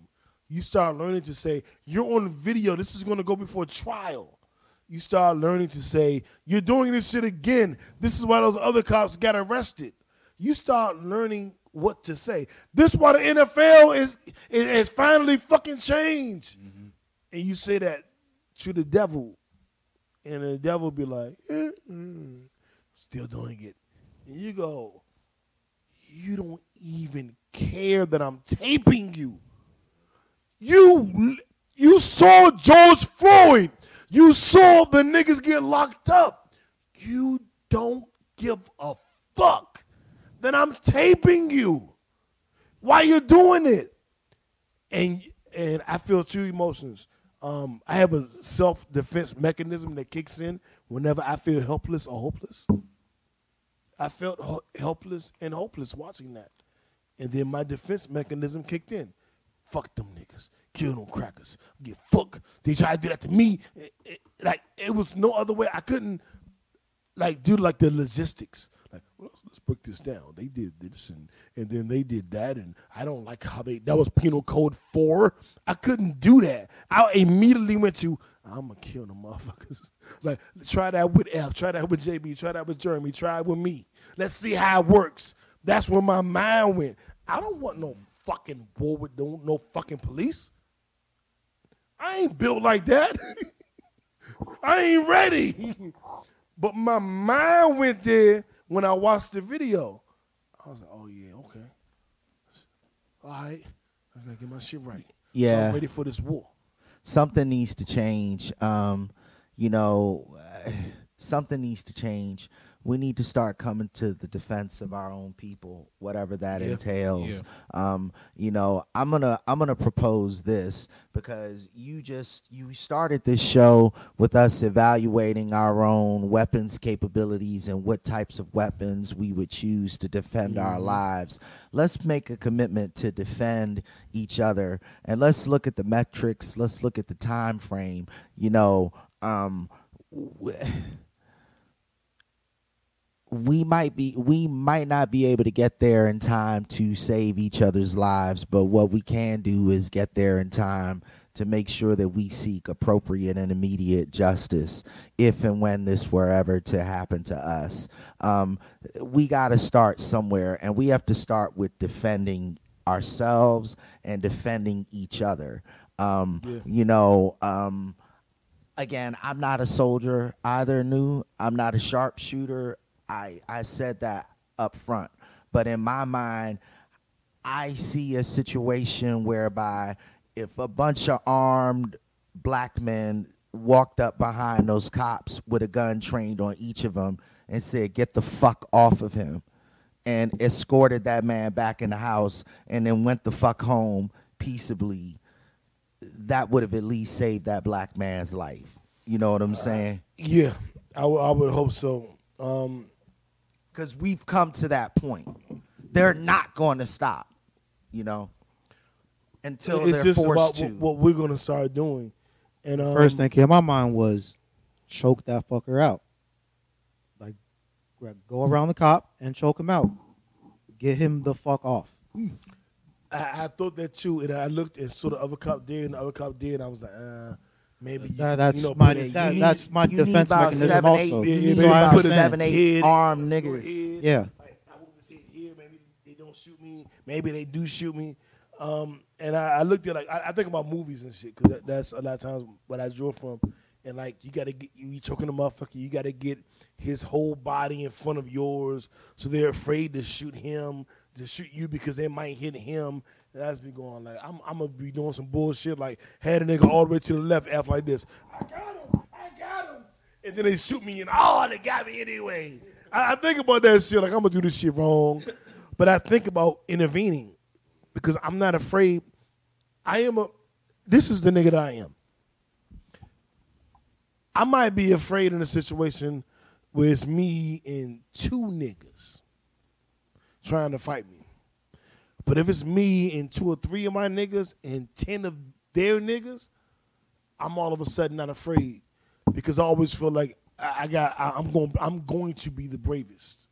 Speaker 1: You start learning to say, you're on video, this is going to go before trial. You start learning to say, you're doing this shit again, this is why those other cops got arrested. You start learning what to say. This why the NFL is, is, is finally fucking changed. And you say that to the devil, and the devil be like, "Eh, mm, still doing it. And you go, you don't even care that I'm taping you. You you saw George Floyd. You saw the niggas get locked up. You don't give a fuck that I'm taping you. Why you doing it? And and I feel two emotions. Um, I have a self defense mechanism that kicks in whenever I feel helpless or hopeless. I felt ho- helpless and hopeless watching that. And then my defense mechanism kicked in. Fuck them niggas. Kill them crackers. Get fucked. They tried to do that to me. It- it- like, it was no other way. I couldn't, like, do, like, the logistics. Like, well, let's, let's break this down. They did this and, and then they did that. And I don't like how they, that was penal code four. I couldn't do that. I immediately went to, I'm going to kill them motherfuckers. like, try that with F. Try that with JB. Try that with Jeremy. Try it with me. Let's see how it works. That's where my mind went. I don't want no fucking war with no, no fucking police. I ain't built like that. I ain't ready. but my mind went there when I watched the video. I was like, oh yeah, okay. All right. I gotta get my shit right. So
Speaker 2: Yeah.
Speaker 1: I'm ready for this war.
Speaker 2: something needs to change. Um, you know, something needs to change. We need to start coming to the defense of our own people, whatever that
Speaker 1: Yeah.
Speaker 2: entails. Um, you know, I'm gonna I'm gonna propose this because you just you started this show with us evaluating our own weapons capabilities and what types of weapons we would choose to defend our lives. Let's make a commitment to defend each other and let's look at the metrics, let's look at the time frame, you know, um w- we might be we might not be able to get there in time to save each other's lives, but what we can do is get there in time to make sure that we seek appropriate and immediate justice if and when this were ever to happen to us. Um, we got to start somewhere, and we have to start with defending ourselves and defending each other. Um,
Speaker 1: Yeah.
Speaker 2: You know, um, again, I'm not a soldier either, new. I'm not a sharpshooter. I, I said that up front. But in my mind, I see a situation whereby if a bunch of armed black men walked up behind those cops with a gun trained on each of them and said, Get the fuck off of him, and escorted that man back in the house and then went the fuck home peaceably, that would have at least saved that black man's life. You know what I'm saying?
Speaker 1: Yeah, I would- I would hope so. Um,
Speaker 2: Because we've come to that point. They're not going to stop, you know, until
Speaker 1: it's
Speaker 2: they're
Speaker 1: just
Speaker 2: forced
Speaker 1: about
Speaker 2: to.
Speaker 1: what, what we're gonna start doing. And um,
Speaker 3: First thing came in my mind was choke that fucker out. Like, gra- go around the cop and choke him out. Get him the fuck off.
Speaker 1: I, I thought that too, and I looked and saw the other cop did, and the other cop did, and I was like, uh, maybe you,
Speaker 3: That- that's
Speaker 1: you know,
Speaker 3: my
Speaker 1: put a-
Speaker 3: that-
Speaker 1: you need-
Speaker 3: that's my
Speaker 2: you need
Speaker 3: defense
Speaker 2: about
Speaker 3: mechanism
Speaker 2: seven,
Speaker 3: also.
Speaker 2: Eight, you
Speaker 1: Yeah,
Speaker 2: need
Speaker 1: so I
Speaker 2: about
Speaker 1: put it in
Speaker 2: seven, eight
Speaker 1: kid,
Speaker 2: armed
Speaker 1: your
Speaker 2: niggas.
Speaker 1: head.
Speaker 3: Yeah.
Speaker 1: Like, I want to sit here. Maybe they don't shoot me. Maybe they do shoot me. Um, and I, I looked at like I, I think about movies and shit because that, that's a lot of times what I draw from. And like you gotta get you choking the motherfucker. You gotta get his whole body in front of yours, so they're afraid to shoot him, to shoot you because they might hit him. And that's be going like I'm, I'm gonna be doing some bullshit like had a nigga all the way to the left, F like this. I got him. I got him and then they shoot me and oh they got me anyway. I, I think about that shit like I'm gonna do this shit wrong, but I think about intervening because I'm not afraid. I am a. This is the nigga that I am. I might be afraid in a situation where it's me and two niggas trying to fight me. But if it's me and two or three of my niggas and ten of their niggas, I'm all of a sudden not afraid because I always feel like I, I got I, I'm going I'm going to be the bravest.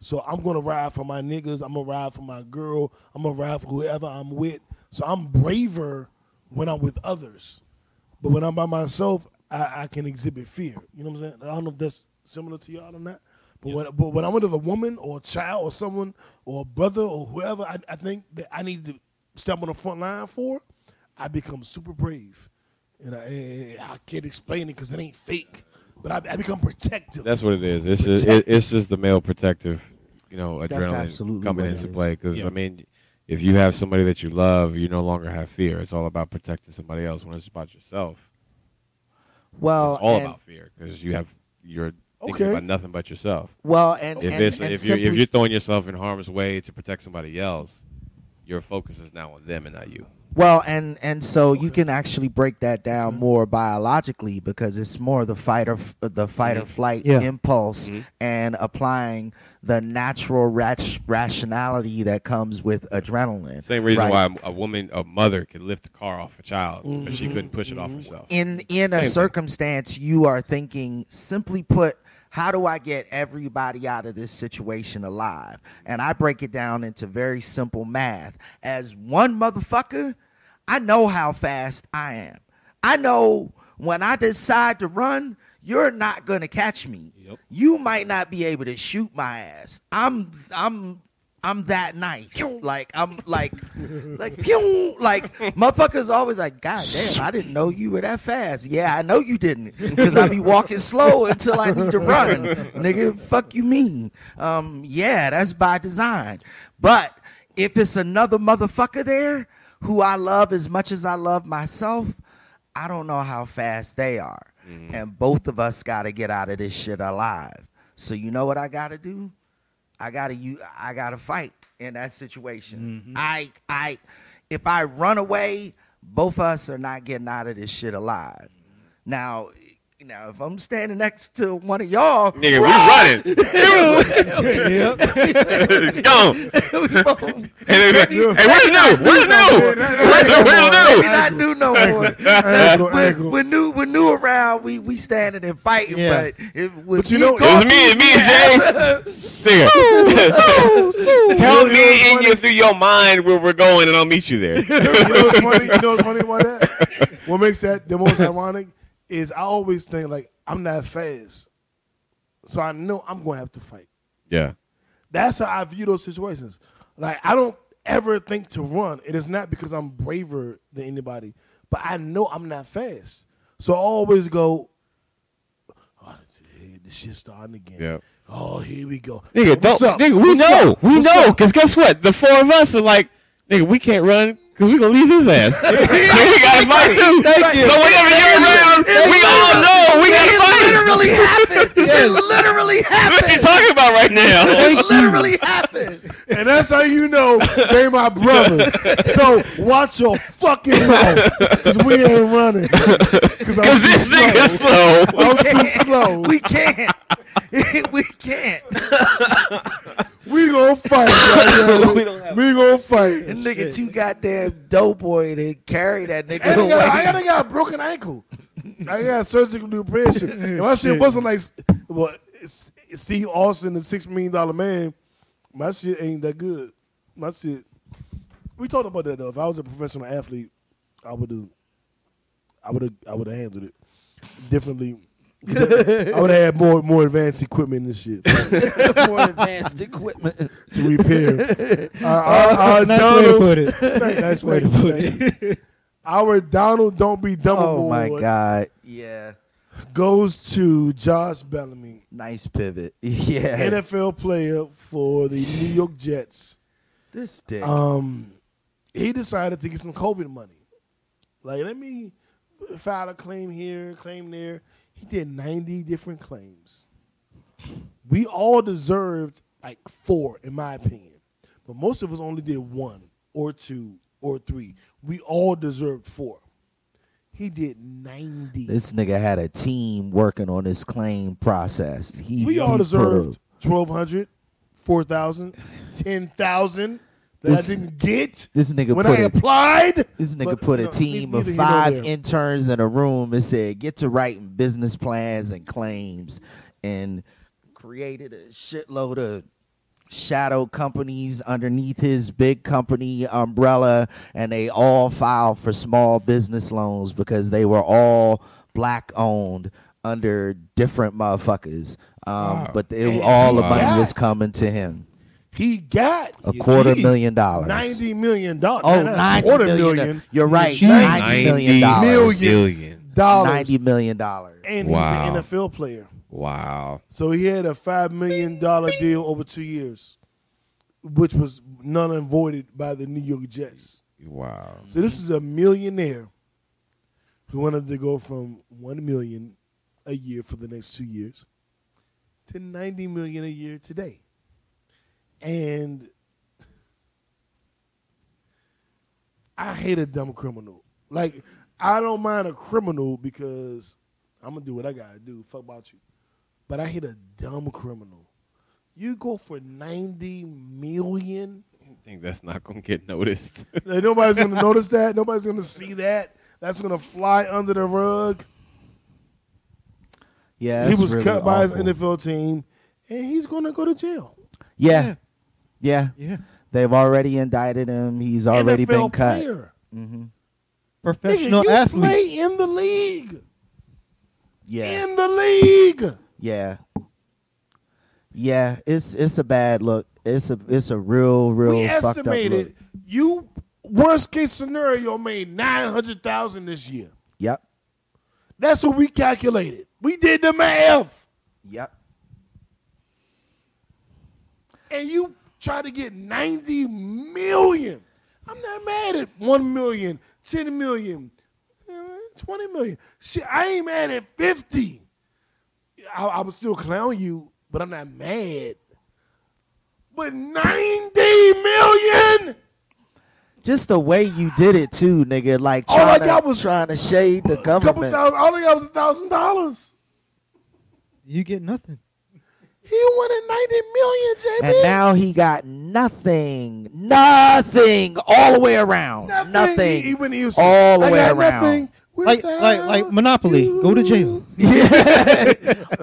Speaker 1: So I'm gonna ride for my niggas. I'm gonna ride for my girl. I'm gonna ride for whoever I'm with. So I'm braver when I'm with others, but when I'm by myself, I, I can exhibit fear. You know what I'm saying? I don't know if that's similar to y'all or not. But when but when I'm with a woman or a child or someone or a brother or whoever, I, I think that I need to step on the front line for. I become super brave, and I, and I can't explain it because it ain't fake. But I, I become protective.
Speaker 4: That's what it is. It's just, it, it's just the male protective, you know,
Speaker 2: That's
Speaker 4: adrenaline
Speaker 2: absolutely
Speaker 4: coming
Speaker 2: what it
Speaker 4: into
Speaker 2: is.
Speaker 4: play. Because
Speaker 3: Yeah.
Speaker 4: I mean, if you have somebody that you love, you no longer have fear. It's all about protecting somebody else. When it's about yourself,
Speaker 2: Well,
Speaker 4: it's all
Speaker 2: Oh, and,
Speaker 4: about fear because you have you're thinking
Speaker 1: Okay.
Speaker 4: about nothing but yourself.
Speaker 2: well, and
Speaker 4: If
Speaker 2: Oh, and,
Speaker 4: it's
Speaker 2: and
Speaker 4: if you're
Speaker 2: simply,
Speaker 4: if you're throwing yourself in harm's way to protect somebody else, your focus is now on them and not you.
Speaker 2: well, and and so you can actually break that down
Speaker 1: Mm-hmm.
Speaker 2: more biologically because it's more the fight or f- the fight
Speaker 1: Mm-hmm.
Speaker 2: or flight
Speaker 3: Yeah.
Speaker 2: impulse
Speaker 4: Mhm.
Speaker 2: and applying the natural rat- rationality that comes with adrenaline.
Speaker 4: Same reason
Speaker 2: right?
Speaker 4: why a woman, a mother, could lift the car off a child, but
Speaker 2: Mm-hmm.
Speaker 4: she couldn't push it off herself.
Speaker 2: in in
Speaker 4: Same
Speaker 2: a
Speaker 4: thing.
Speaker 2: circumstance you are thinking simply put how do i get everybody out of this situation alive and i break it down into very simple math as one motherfucker i know how fast i am i know when i decide to run you're not going to catch me
Speaker 4: Yep.
Speaker 2: you might not be able to shoot my ass i'm i'm I'm that nice. Like I'm like like pew, like motherfuckers always like, God damn, I didn't know you were that fast. Yeah, I know you didn't. Because I be walking slow until I need to run. Nigga, fuck you mean. Um, yeah, that's by design. But if it's another motherfucker there who I love as much as I love myself, I don't know how fast they are. And both of us gotta get out of this shit alive. So you know what I gotta do? I gotta you I gotta fight in that situation. I I if I run away, both of us are not getting out of this shit alive. Now now if I'm standing next to one of y'all,
Speaker 4: Nigga, we running. Gone.
Speaker 2: we both
Speaker 4: Hey, hey, hey, hey, what's new? What's new? What's new? What's
Speaker 2: maybe
Speaker 4: new?
Speaker 2: not new no more.
Speaker 1: Angle,
Speaker 2: We're,
Speaker 1: angle.
Speaker 2: we're new we're new around, we we standing and fighting,
Speaker 3: Yeah.
Speaker 2: but if with
Speaker 1: But you
Speaker 2: me
Speaker 1: know- It was
Speaker 4: It was
Speaker 2: caught-
Speaker 4: me, it's me and Jay. Singer. Tell me in your, through your mind where we're going, and I'll meet you there.
Speaker 1: you know what's funny? You know what's funny about that? What makes that the most ironic is I always think like I'm not fast, so I know I'm gonna have to fight.
Speaker 4: Yeah,
Speaker 1: That's how I view those situations. Like I don't ever think to run. It is not because I'm braver than anybody, but I know I'm not fast, so I always go. Oh, the shit starting again.
Speaker 4: Yeah.
Speaker 1: Oh, here we go.
Speaker 4: nigga,
Speaker 1: What's
Speaker 4: don't,
Speaker 1: up?
Speaker 4: nigga, we
Speaker 1: What's
Speaker 4: know,
Speaker 1: up?
Speaker 4: we
Speaker 1: What's
Speaker 4: know,
Speaker 1: up?
Speaker 4: cause guess what? The four of us are like, nigga, we can't run, cause we gonna leave his ass. so we gotta fight too.
Speaker 3: Thank you.
Speaker 4: So whenever you're around, we all know we gotta
Speaker 2: It
Speaker 4: fight.
Speaker 2: literally happened. It literally
Speaker 4: What you
Speaker 2: happened.
Speaker 4: talking about right now?
Speaker 2: It literally happened.
Speaker 1: And that's how you know they my brothers. So watch your fucking mouth, cause we ain't running. Cause, I'm
Speaker 4: Cause
Speaker 1: too
Speaker 4: this
Speaker 1: slow.
Speaker 4: nigga's slow.
Speaker 1: I'm too slow.
Speaker 2: We can't. we can't.
Speaker 1: We gonna fight. Right we, we gonna fight.
Speaker 2: That nigga too goddamn doughboy to carry that nigga
Speaker 1: And I
Speaker 2: away.
Speaker 1: got, I got, I got a broken ankle. I got surgical depression. If I shit wasn't like, well, S- Steve Austin, the six million dollar man, my shit ain't that good. My shit. We talked about that though. If I was a professional athlete, I would have, I would have, I would have handled it differently. I would have had more more advanced equipment and shit
Speaker 2: more advanced equipment.
Speaker 1: to repair. Our, our, our
Speaker 3: nice way to
Speaker 1: Donald-
Speaker 3: put it. nice way to
Speaker 1: Thank you,
Speaker 3: put it.
Speaker 1: thank you. Our Donald Don't Be Dumb
Speaker 2: Oh my
Speaker 1: Award
Speaker 2: god. Yeah.
Speaker 1: goes to Josh Bellamy,
Speaker 2: Nice pivot. Yeah.
Speaker 1: NFL player for the New York Jets.
Speaker 2: this dick.
Speaker 1: Um, he decided to get some COVID money. Like, let me file a claim here, claim there. He did 90 different claims. We all deserved like four, in my opinion. But most of us only did one or two or three. We all deserved four. He did 90.
Speaker 2: this nigga had a team working on this claim process. He
Speaker 1: We all
Speaker 2: he
Speaker 1: deserved
Speaker 2: proved-
Speaker 1: 1,200, 4,000, 10,000 that
Speaker 2: This-
Speaker 1: I didn't get
Speaker 2: This nigga
Speaker 1: when I
Speaker 2: put it.
Speaker 1: applied.
Speaker 2: This nigga
Speaker 1: But,
Speaker 2: put
Speaker 1: you
Speaker 2: a
Speaker 1: know,
Speaker 2: team
Speaker 1: ne-
Speaker 2: of
Speaker 1: neither here nor
Speaker 2: five
Speaker 1: there.
Speaker 2: interns in a room and said, "Get to writing business plans and claims," and created a shitload of shadow companies underneath his big company umbrella, and they all filed for small business loans because they were all black owned under different motherfuckers. Um,
Speaker 1: Wow.
Speaker 2: But they, all the
Speaker 4: Wow.
Speaker 2: money was
Speaker 1: Yes.
Speaker 2: coming to him.
Speaker 1: He got
Speaker 2: A quarter
Speaker 3: Gee.
Speaker 2: million dollars.
Speaker 1: ninety million dollars.
Speaker 2: Oh,
Speaker 1: Man, that's a
Speaker 2: 90
Speaker 1: quarter
Speaker 2: million.
Speaker 1: million
Speaker 2: You're right.
Speaker 3: Gee.
Speaker 2: $90 million. dollars.
Speaker 1: Million. dollars.
Speaker 2: $90 million. dollars.
Speaker 1: and
Speaker 4: Wow.
Speaker 1: he's an NFL player.
Speaker 4: Wow.
Speaker 1: So he had a five million dollar deal over two years, which was none and voided by the New York Jets.
Speaker 4: Wow.
Speaker 1: So this is a millionaire who wanted to go from one million a year for the next two years to ninety million a year today, and I hate a dumb criminal. Like I don't mind a criminal because I'm gonna do what I gotta do. Fuck about you, but I hate a dumb criminal. You go for ninety million.
Speaker 4: I think that's not gonna get noticed.
Speaker 1: Like, nobody's gonna notice that. Nobody's gonna see that. That's gonna fly under the rug.
Speaker 2: Yeah,
Speaker 1: he
Speaker 2: that's
Speaker 1: was
Speaker 2: really
Speaker 1: cut by his
Speaker 2: awful.
Speaker 1: NFL team, and he's gonna go to jail.
Speaker 2: Yeah. Yeah.
Speaker 3: Yeah.
Speaker 2: They've already indicted him. He's already
Speaker 1: NFL
Speaker 2: been cut.
Speaker 1: Player.
Speaker 3: Professional
Speaker 1: Nigga, you
Speaker 3: athlete.
Speaker 1: play in the league.
Speaker 2: Yeah.
Speaker 1: In the league.
Speaker 2: Yeah. Yeah, it's it's a bad look. It's a it's a real real
Speaker 1: we
Speaker 2: fucked up look.
Speaker 1: estimated you worst case scenario made nine hundred thousand this year.
Speaker 2: Yep.
Speaker 1: That's what we calculated. We did the math,
Speaker 2: Yep.
Speaker 1: and you try to get ninety million. I'm not mad at one million, ten million, eh, twenty million. Shit, I ain't mad at fifty. I, I would still clown you, but I'm not mad. But ninety million.
Speaker 2: Just the way you did it too, nigga. Like
Speaker 1: All I
Speaker 2: trying,
Speaker 1: got
Speaker 2: to,
Speaker 1: was
Speaker 2: trying to shade the
Speaker 1: couple
Speaker 2: government.
Speaker 1: thousand. All I got was a thousand dollars.
Speaker 3: You get nothing.
Speaker 1: He wanted ninety million, JB.
Speaker 2: And now he got nothing. Nothing all the way around. Nothing.
Speaker 1: He, he went to Houston.
Speaker 2: All the
Speaker 1: I
Speaker 2: way
Speaker 1: got
Speaker 2: around.
Speaker 1: Nothing
Speaker 3: Like like like
Speaker 1: without
Speaker 3: Monopoly. Go to
Speaker 1: you.
Speaker 3: jail.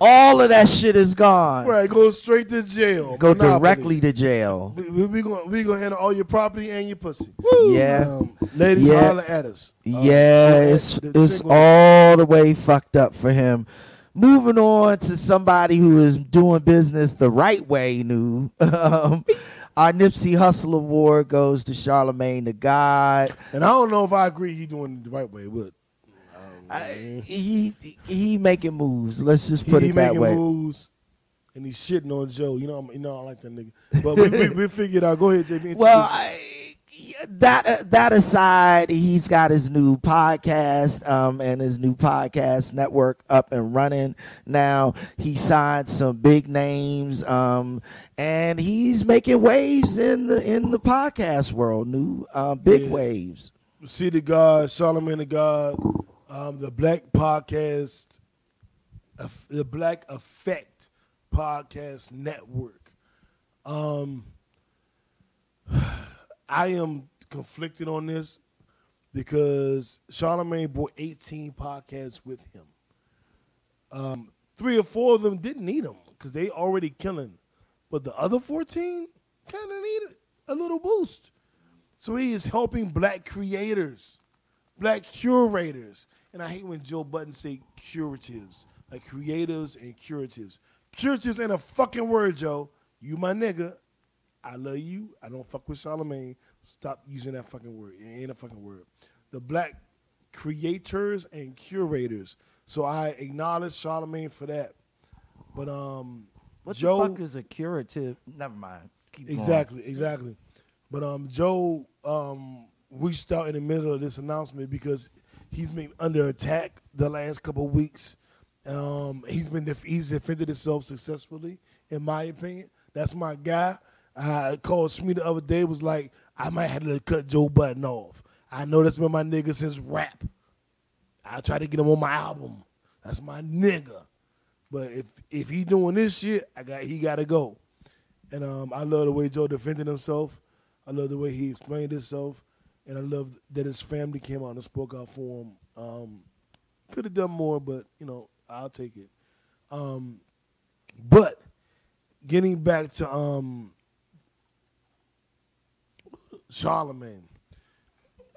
Speaker 2: all of that shit is gone.
Speaker 1: Right, go straight to jail.
Speaker 2: Go
Speaker 1: Monopoly.
Speaker 2: directly to jail.
Speaker 1: We, we, we gonna we gonna handle all your property and your pussy.
Speaker 2: Yeah.
Speaker 1: um, ladies
Speaker 2: Yeah.
Speaker 1: holler at us. Uh,
Speaker 2: yeah,
Speaker 1: okay,
Speaker 2: it's,
Speaker 1: the
Speaker 2: it's
Speaker 1: single-
Speaker 2: all the way fucked up for him. Moving on to somebody who is doing business the right way, new. Um, our Nipsey Hustle Award goes to Charlemagne the God.
Speaker 1: And I don't know if I agree he doing it the right way, but
Speaker 2: I, he he making moves. Let's just
Speaker 1: he,
Speaker 2: put
Speaker 1: he
Speaker 2: it that
Speaker 1: making
Speaker 2: way.
Speaker 1: moves and he's shitting on Joe. You know, I'm, you know, I like that nigga. But we, we, we figured out. Go ahead, JB.
Speaker 2: Well,
Speaker 1: introduce-
Speaker 2: I, that uh, that aside, he's got his new podcast um, and his new podcast network up and running now. He signed some big names, um, and he's making waves in the in the podcast world. New um, big
Speaker 1: Yeah.
Speaker 2: waves.
Speaker 1: See the God, Charlemagne the God, um, the Black Podcast, Eff- the Black Effect Podcast Network. Um, I am conflicted on this because Charlemagne bought 18 podcasts with him. Um, three or four of them didn't need him because they already killing, but the other 14 kind of needed a little boost. So he is helping black creators, black curators. And I hate when Joe Button say curatives, like creatives and curatives. Curatives ain't a fucking word, Joe. You my nigga. I love you. I don't fuck with Charlemagne. Stop using that fucking word. It ain't a fucking word. The black creators and curators. So I acknowledge Charlemagne for that. But um Joe
Speaker 2: is a curative? Never mind. Keep
Speaker 1: Exactly, exactly. But um, Joe um, reached out in the middle of this announcement because he's been under attack the last couple of weeks. Um, he's been def- he's defended himself successfully, in my opinion. That's my guy. I called Smee the other day. Was like, I might have to cut Joe Button off. I know that's been my nigga since rap. I try to get him on my album. That's my nigga. But if if he doing this shit, I got he gotta go. And um, I love the way Joe defended himself. I love the way he explained himself, and I love that his family came out and spoke out for him. Um, Could have done more, but you know I'll take it. Um, but getting back to um, Charlemagne.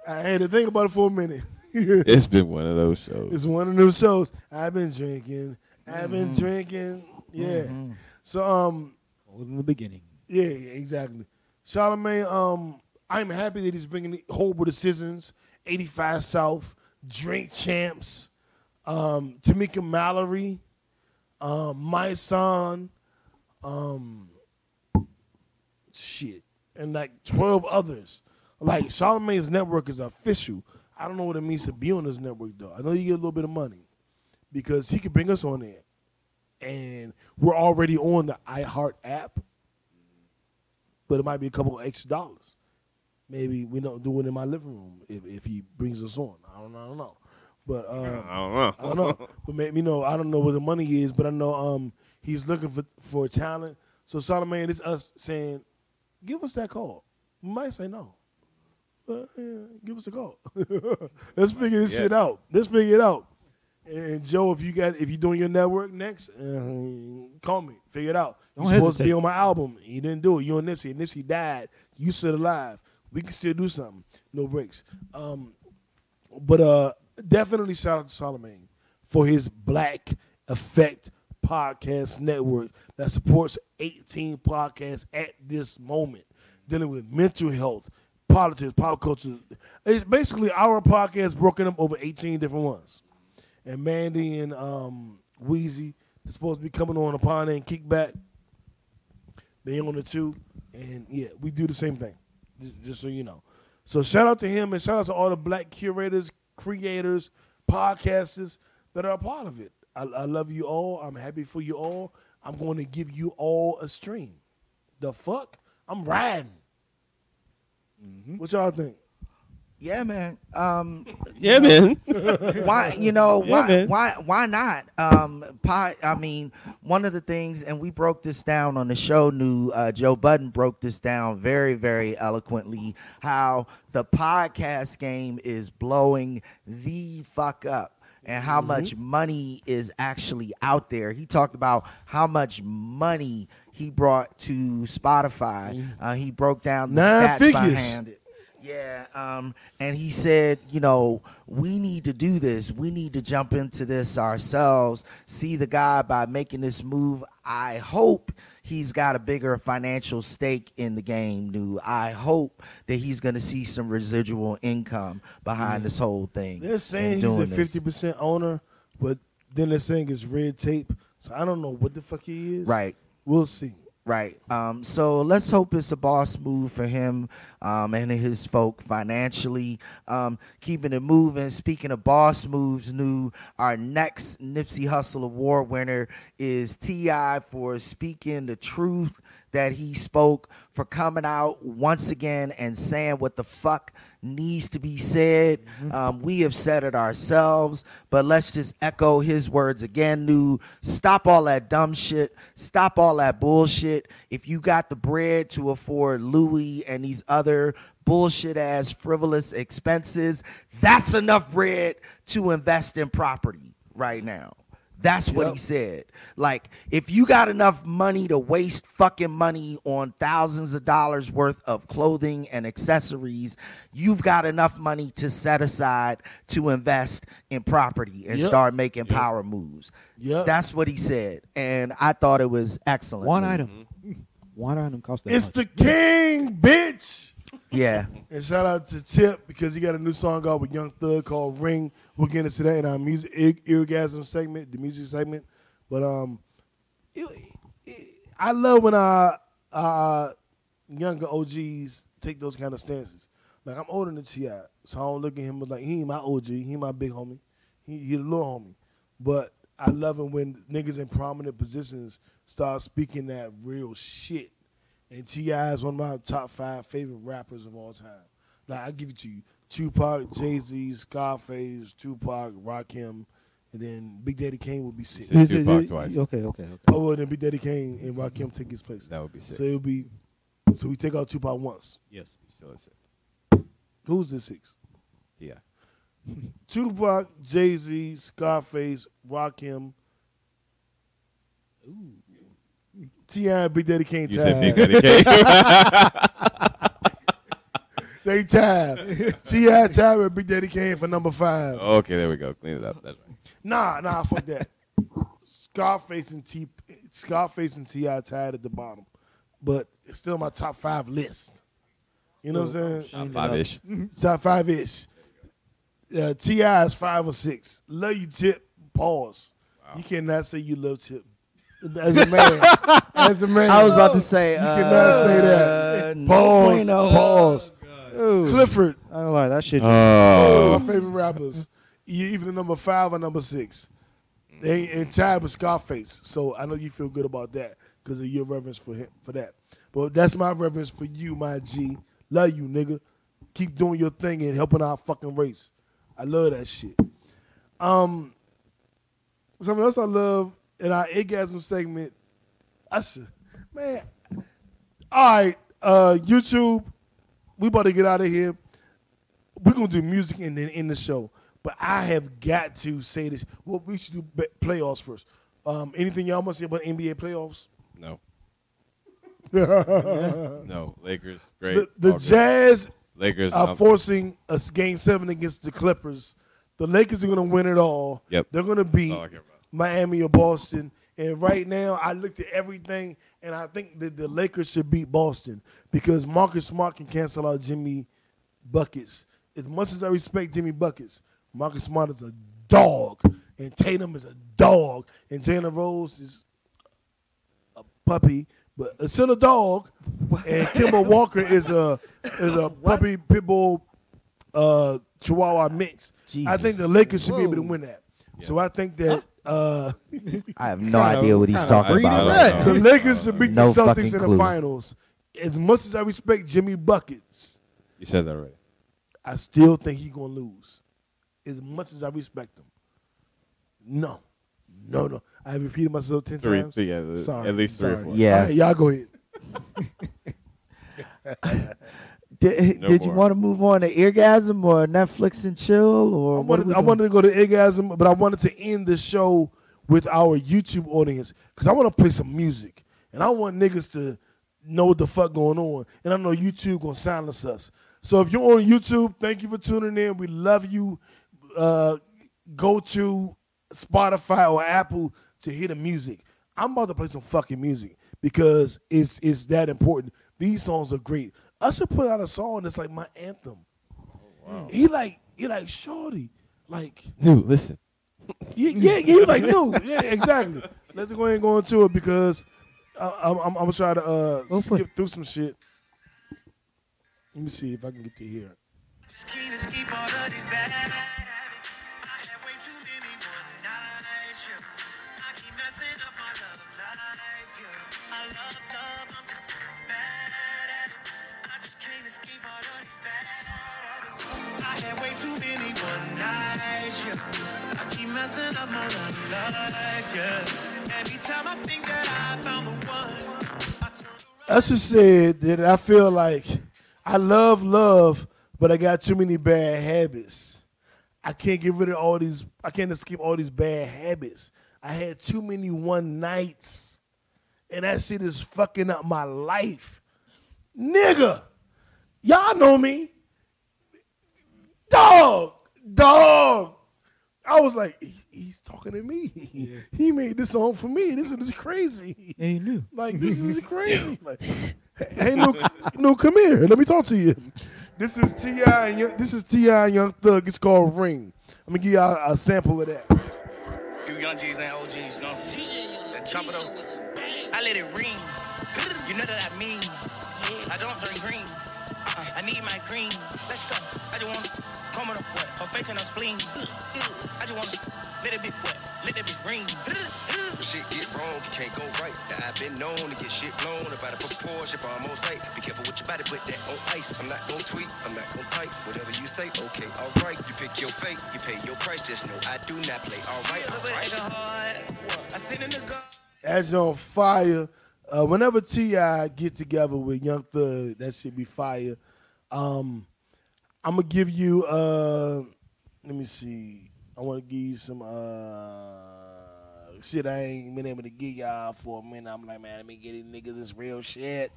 Speaker 1: I had to think about it for a minute.
Speaker 4: It's been one of those shows.
Speaker 1: It's one of those shows. I've been drinking. I've been drinking. Yeah. So um
Speaker 3: Old in the beginning.
Speaker 1: yeah, yeah, exactly. Charlemagne, um, I'm happy that he's bringing the horrible decisions, 85 South, Drink Champs, um, Tamika Mallory, um, my son, um, shit, and like 12 others. Like, Charlemagne's network is official. I don't know what it means to be on this network, though. I know you get a little bit of money because he could bring us on there. And we're already on the iHeart app, but it might be a couple extra dollars. Maybe we don't do it in my living room if, if he brings us on. I don't, know. I don't know. But uh,
Speaker 4: I don't know.
Speaker 1: I don't know, but maybe you know, I don't know where the money is, but I know um he's looking for for talent. So Solomon, it's us saying, give us that call. We might say no, but yeah, give us a call. Let's figure this
Speaker 4: Yeah.
Speaker 1: shit out. Let's figure it out. And Joe, if you got if you're doing your network next, uh, call me. Figure it out.
Speaker 3: Don't
Speaker 1: You're supposed to
Speaker 3: hesitate.
Speaker 1: be on my album. You didn't do it. You and Nipsey. Nipsey died. You still alive. We can still do something. No breaks. Um, but uh, definitely shout out to Solomon for his Black Effect Podcast Network that supports 18 podcasts at this moment, dealing with mental health, politics, pop culture. It's basically our podcast broken up over 18 different ones. And Mandy and um, Wheezy, they're supposed to be coming on upon and kickback. They on it too, and yeah, we do the same thing. Just, just so you know. So shout out to him and shout out to all the black curators, creators, podcasters that are a part of it. I, I love you all. I'm happy for you all. I'm going to give you all a stream. The fuck? I'm riding.
Speaker 2: Mm-hmm.
Speaker 1: What y'all think?
Speaker 2: Yeah, man. Um,
Speaker 4: Yeah, man.
Speaker 2: why you know
Speaker 4: Yeah,
Speaker 2: why
Speaker 4: man.
Speaker 2: why why not um pot i mean one of the things and we broke this down on the show new uh, joe budden broke this down very very eloquently how the podcast game is blowing the fuck up and how much money is actually out there he talked about how much money he brought to spotify uh, he broke down the
Speaker 1: Nine
Speaker 2: stats
Speaker 1: figures.
Speaker 2: behind it yeah, um, and he said, you know, we need to do this. We need to jump into this ourselves. See the guy by making this move. I hope he's got a bigger financial stake in the game, new. I hope that he's going to see some residual income behind this whole thing.
Speaker 1: Mm. They're saying
Speaker 2: and
Speaker 1: he's a
Speaker 2: doing this.
Speaker 1: fifty percent owner, but then they're saying it's red tape. So I don't know what the fuck he is.
Speaker 2: Right.
Speaker 1: We'll see.
Speaker 2: Right. Um, so let's hope it's a boss move for him um, and his folk financially. Um, keeping it moving. Speaking of boss moves, new our next Nipsey Hustle Award winner is Ti for speaking the truth that he spoke, for coming out once again and saying what the fuck needs to be said. Um, we have said it ourselves, but let's just echo his words again. New, stop all that dumb shit. Stop all that bullshit. If you got the bread to afford Louis and these other bullshit ass frivolous expenses, that's enough bread to invest in property right now. That's what he said. Like, if you got enough money to waste fucking money on thousands of dollars worth of clothing and accessories, you've got enough money to set aside to invest in property and
Speaker 1: Yep.
Speaker 2: start making power moves.
Speaker 1: Yep.
Speaker 2: That's what he said. And I thought it was excellent.
Speaker 3: One item. mm-hmm. One item costs that
Speaker 1: It's
Speaker 3: much.
Speaker 1: the king, bitch.
Speaker 2: Yeah.
Speaker 1: And shout out to Tip because he got a new song out with Young Thug called Ring. We'll get into that in our music ir- orgasm segment, the music segment. But um, it- it- I love when our, our younger OGs take those kind of stances. Like I'm older than Ti, so I don't look at him as like he ain't my OG, he ain't my big homie, he, he the little homie. But I love it when niggas in prominent positions start speaking that real shit. And Ti is one of my top five favorite rappers of all time. Like I give it to you, Tupac, Jay Z, Scarface, Tupac, Rakim, and then Big Daddy Kane would be sick.
Speaker 4: Sick. It's Tupac twice.
Speaker 3: Okay, okay, okay.
Speaker 1: Oh, well, then Big Daddy Kane and Rakim take his place.
Speaker 4: That would be sick.
Speaker 1: So it'll be. So we take out Tupac once.
Speaker 3: Yes.
Speaker 4: Still at six.
Speaker 1: Who's the six?
Speaker 4: Yeah.
Speaker 1: Tupac, Jay Z, Scarface, Rakim. Ti and Big Daddy Kane.
Speaker 4: You
Speaker 1: tied.
Speaker 4: said Big Daddy Kane.
Speaker 1: They tied. T.I. tied with Big Daddy Kane for number five.
Speaker 4: Okay, there we go. Clean it up. That's right.
Speaker 1: Nah, nah, fuck that. Scarface and T, Scarface and Ti tied at the bottom, but it's still my top five list. You know what I'm saying?
Speaker 4: Top five ish.
Speaker 1: Top five ish. Uh, Ti is five or six. Love you, Tip. Pause. You cannot say you love Tip. As a man, as a man,
Speaker 2: I was about to say.
Speaker 1: You cannot say
Speaker 2: uh,
Speaker 1: that.
Speaker 2: no
Speaker 1: Pause.
Speaker 2: bueno.
Speaker 1: Pause.
Speaker 3: Ooh,
Speaker 1: Clifford.
Speaker 3: I don't lie, that shit.
Speaker 1: Oh,
Speaker 4: Oh,
Speaker 1: my favorite rappers. You either number five or number six. They ain't- and tied with Scarface. So I know you feel good about that because of your reverence for him for that. But that's my reverence for you, my G. Love you, nigga. Keep doing your thing and helping our fucking race. I love that shit. Um, something else I love in our orgasm segment, Usher. Man, all right, uh, YouTube, we about to get out of here we're gonna do music and then end the show. But I have got to say this. Well, we should do ba- playoffs first. Um, anything y'all must say about NBA playoffs?
Speaker 4: no.
Speaker 1: the
Speaker 4: No. Lakers. Great.
Speaker 1: the
Speaker 4: All good.
Speaker 1: Jazz
Speaker 4: Lakers.
Speaker 1: are
Speaker 4: um,
Speaker 1: forcing a s- game seven against the Clippers. The Lakers are gonna win it all.
Speaker 4: Yep.
Speaker 1: They're gonna beat
Speaker 4: That's all I care about.
Speaker 1: Miami or Boston. And right now, I looked at everything, and I think that the Lakers should beat Boston because Marcus Smart can cancel out Jimmy Buckets. As much as I respect Jimmy Buckets, Marcus Smart is a dog, and Tatum is a dog, and Jalen Rose is a puppy, but it's still a dog. And Kimber Walker is a is a puppy pit bull uh, Chihuahua mix. I think
Speaker 2: Jesus.
Speaker 1: the Lakers should be able to
Speaker 3: Whoa.
Speaker 1: win that. So I think that uh,
Speaker 2: I have no
Speaker 3: Kind of-
Speaker 2: idea what he's
Speaker 3: kind of
Speaker 4: I, I
Speaker 2: talking
Speaker 4: don't
Speaker 2: about.
Speaker 4: know.
Speaker 3: that?
Speaker 1: the Lakers should beat the
Speaker 2: No fucking
Speaker 1: Celtics in the
Speaker 2: clue.
Speaker 1: finals. As much as I respect Jimmy Buckets,
Speaker 4: You said that already.
Speaker 1: I still think he's gonna lose. As much as I respect him, no, no, no. I have repeated myself ten
Speaker 4: Three.
Speaker 1: times.
Speaker 4: yeah, the-
Speaker 1: Sorry,
Speaker 4: at least three or
Speaker 1: sorry.
Speaker 4: four.
Speaker 2: Yeah.
Speaker 1: All right, y'all go ahead.
Speaker 2: Did,
Speaker 4: No
Speaker 2: did you
Speaker 4: more.
Speaker 2: want to move on to Eargasm or Netflix and Chill
Speaker 1: I
Speaker 2: or what are
Speaker 1: wanted,
Speaker 2: we
Speaker 1: I
Speaker 2: doing?
Speaker 1: wanted to go to Egasm, but I wanted to end the show with our YouTube audience because I want to play some music and I want niggas to know what the fuck going on. And I know YouTube gonna silence us. So if you're on YouTube, thank you for tuning in. We love you. Uh, go to Spotify or Apple to hear the music. I'm about to play some fucking music because it's it's that important. These songs are great. Usher put out a song that's like my anthem. He like he like shorty, like
Speaker 4: New. Listen.
Speaker 1: yeah yeah he like no yeah exactly. Let's go ahead and go into it because I, I'm, I'm I'm gonna try to uh,
Speaker 2: Well,
Speaker 1: skip
Speaker 2: put-
Speaker 1: through some shit. Let me see if I can get to here.
Speaker 5: Just keep- just keep all of these bad habits. I had way too many one-night trips. I keep messing up my love life, yeah. I love love, I'm just bad at it. I just can't escape all of these bad habits. I had way too many one-night trips. I keep messing up my love life, yeah. Every time I think that I found the one, I turn around.
Speaker 1: Usher said that I feel like I love love, but I got too many bad habits. I can't get rid of all these. I can't escape all these bad habits. I had too many one nights, and that shit is fucking up my life, nigga. Y'all know me, dog, dog. I was like, he- he's talking to me. He made this song for me. This is crazy.
Speaker 3: Hey, new.
Speaker 1: Like this is crazy. Like, hey, no, no, come here. Let me talk to you. This is Ti and Young, this is Ti and Young Thug. It's called Ring. I'm gonna give y'all a sample of that.
Speaker 5: You young G's and OGs, no. That chop it up. I let it ring. You know that I mean. I don't drink green. Uh, I need my green. Let's go. I just want to come on up wet. Her face and her spleen. I just want to let it be wet. Let it be green.
Speaker 6: When shit get wrong, you can't go right. Now I've been known to get shit blown about a proportion, but I'm on sight. Be careful with your body, put that on ice. I'm not gon' tweet, I'm not gon' type. Whatever you say, okay, alright. You pick your fate, you pay your price. Just know I do not play alright.
Speaker 5: Look at
Speaker 6: alright.
Speaker 5: nigga hard. I sit in the gun.
Speaker 1: As on fire. Uh, whenever Ti get together with Young Thug, that shit be fire. Um, I'm gonna give you. Uh, let me see. I want to give you some uh, shit. I ain't been able to give y'all for a minute. I'm like, man, let me get these niggas this real shit.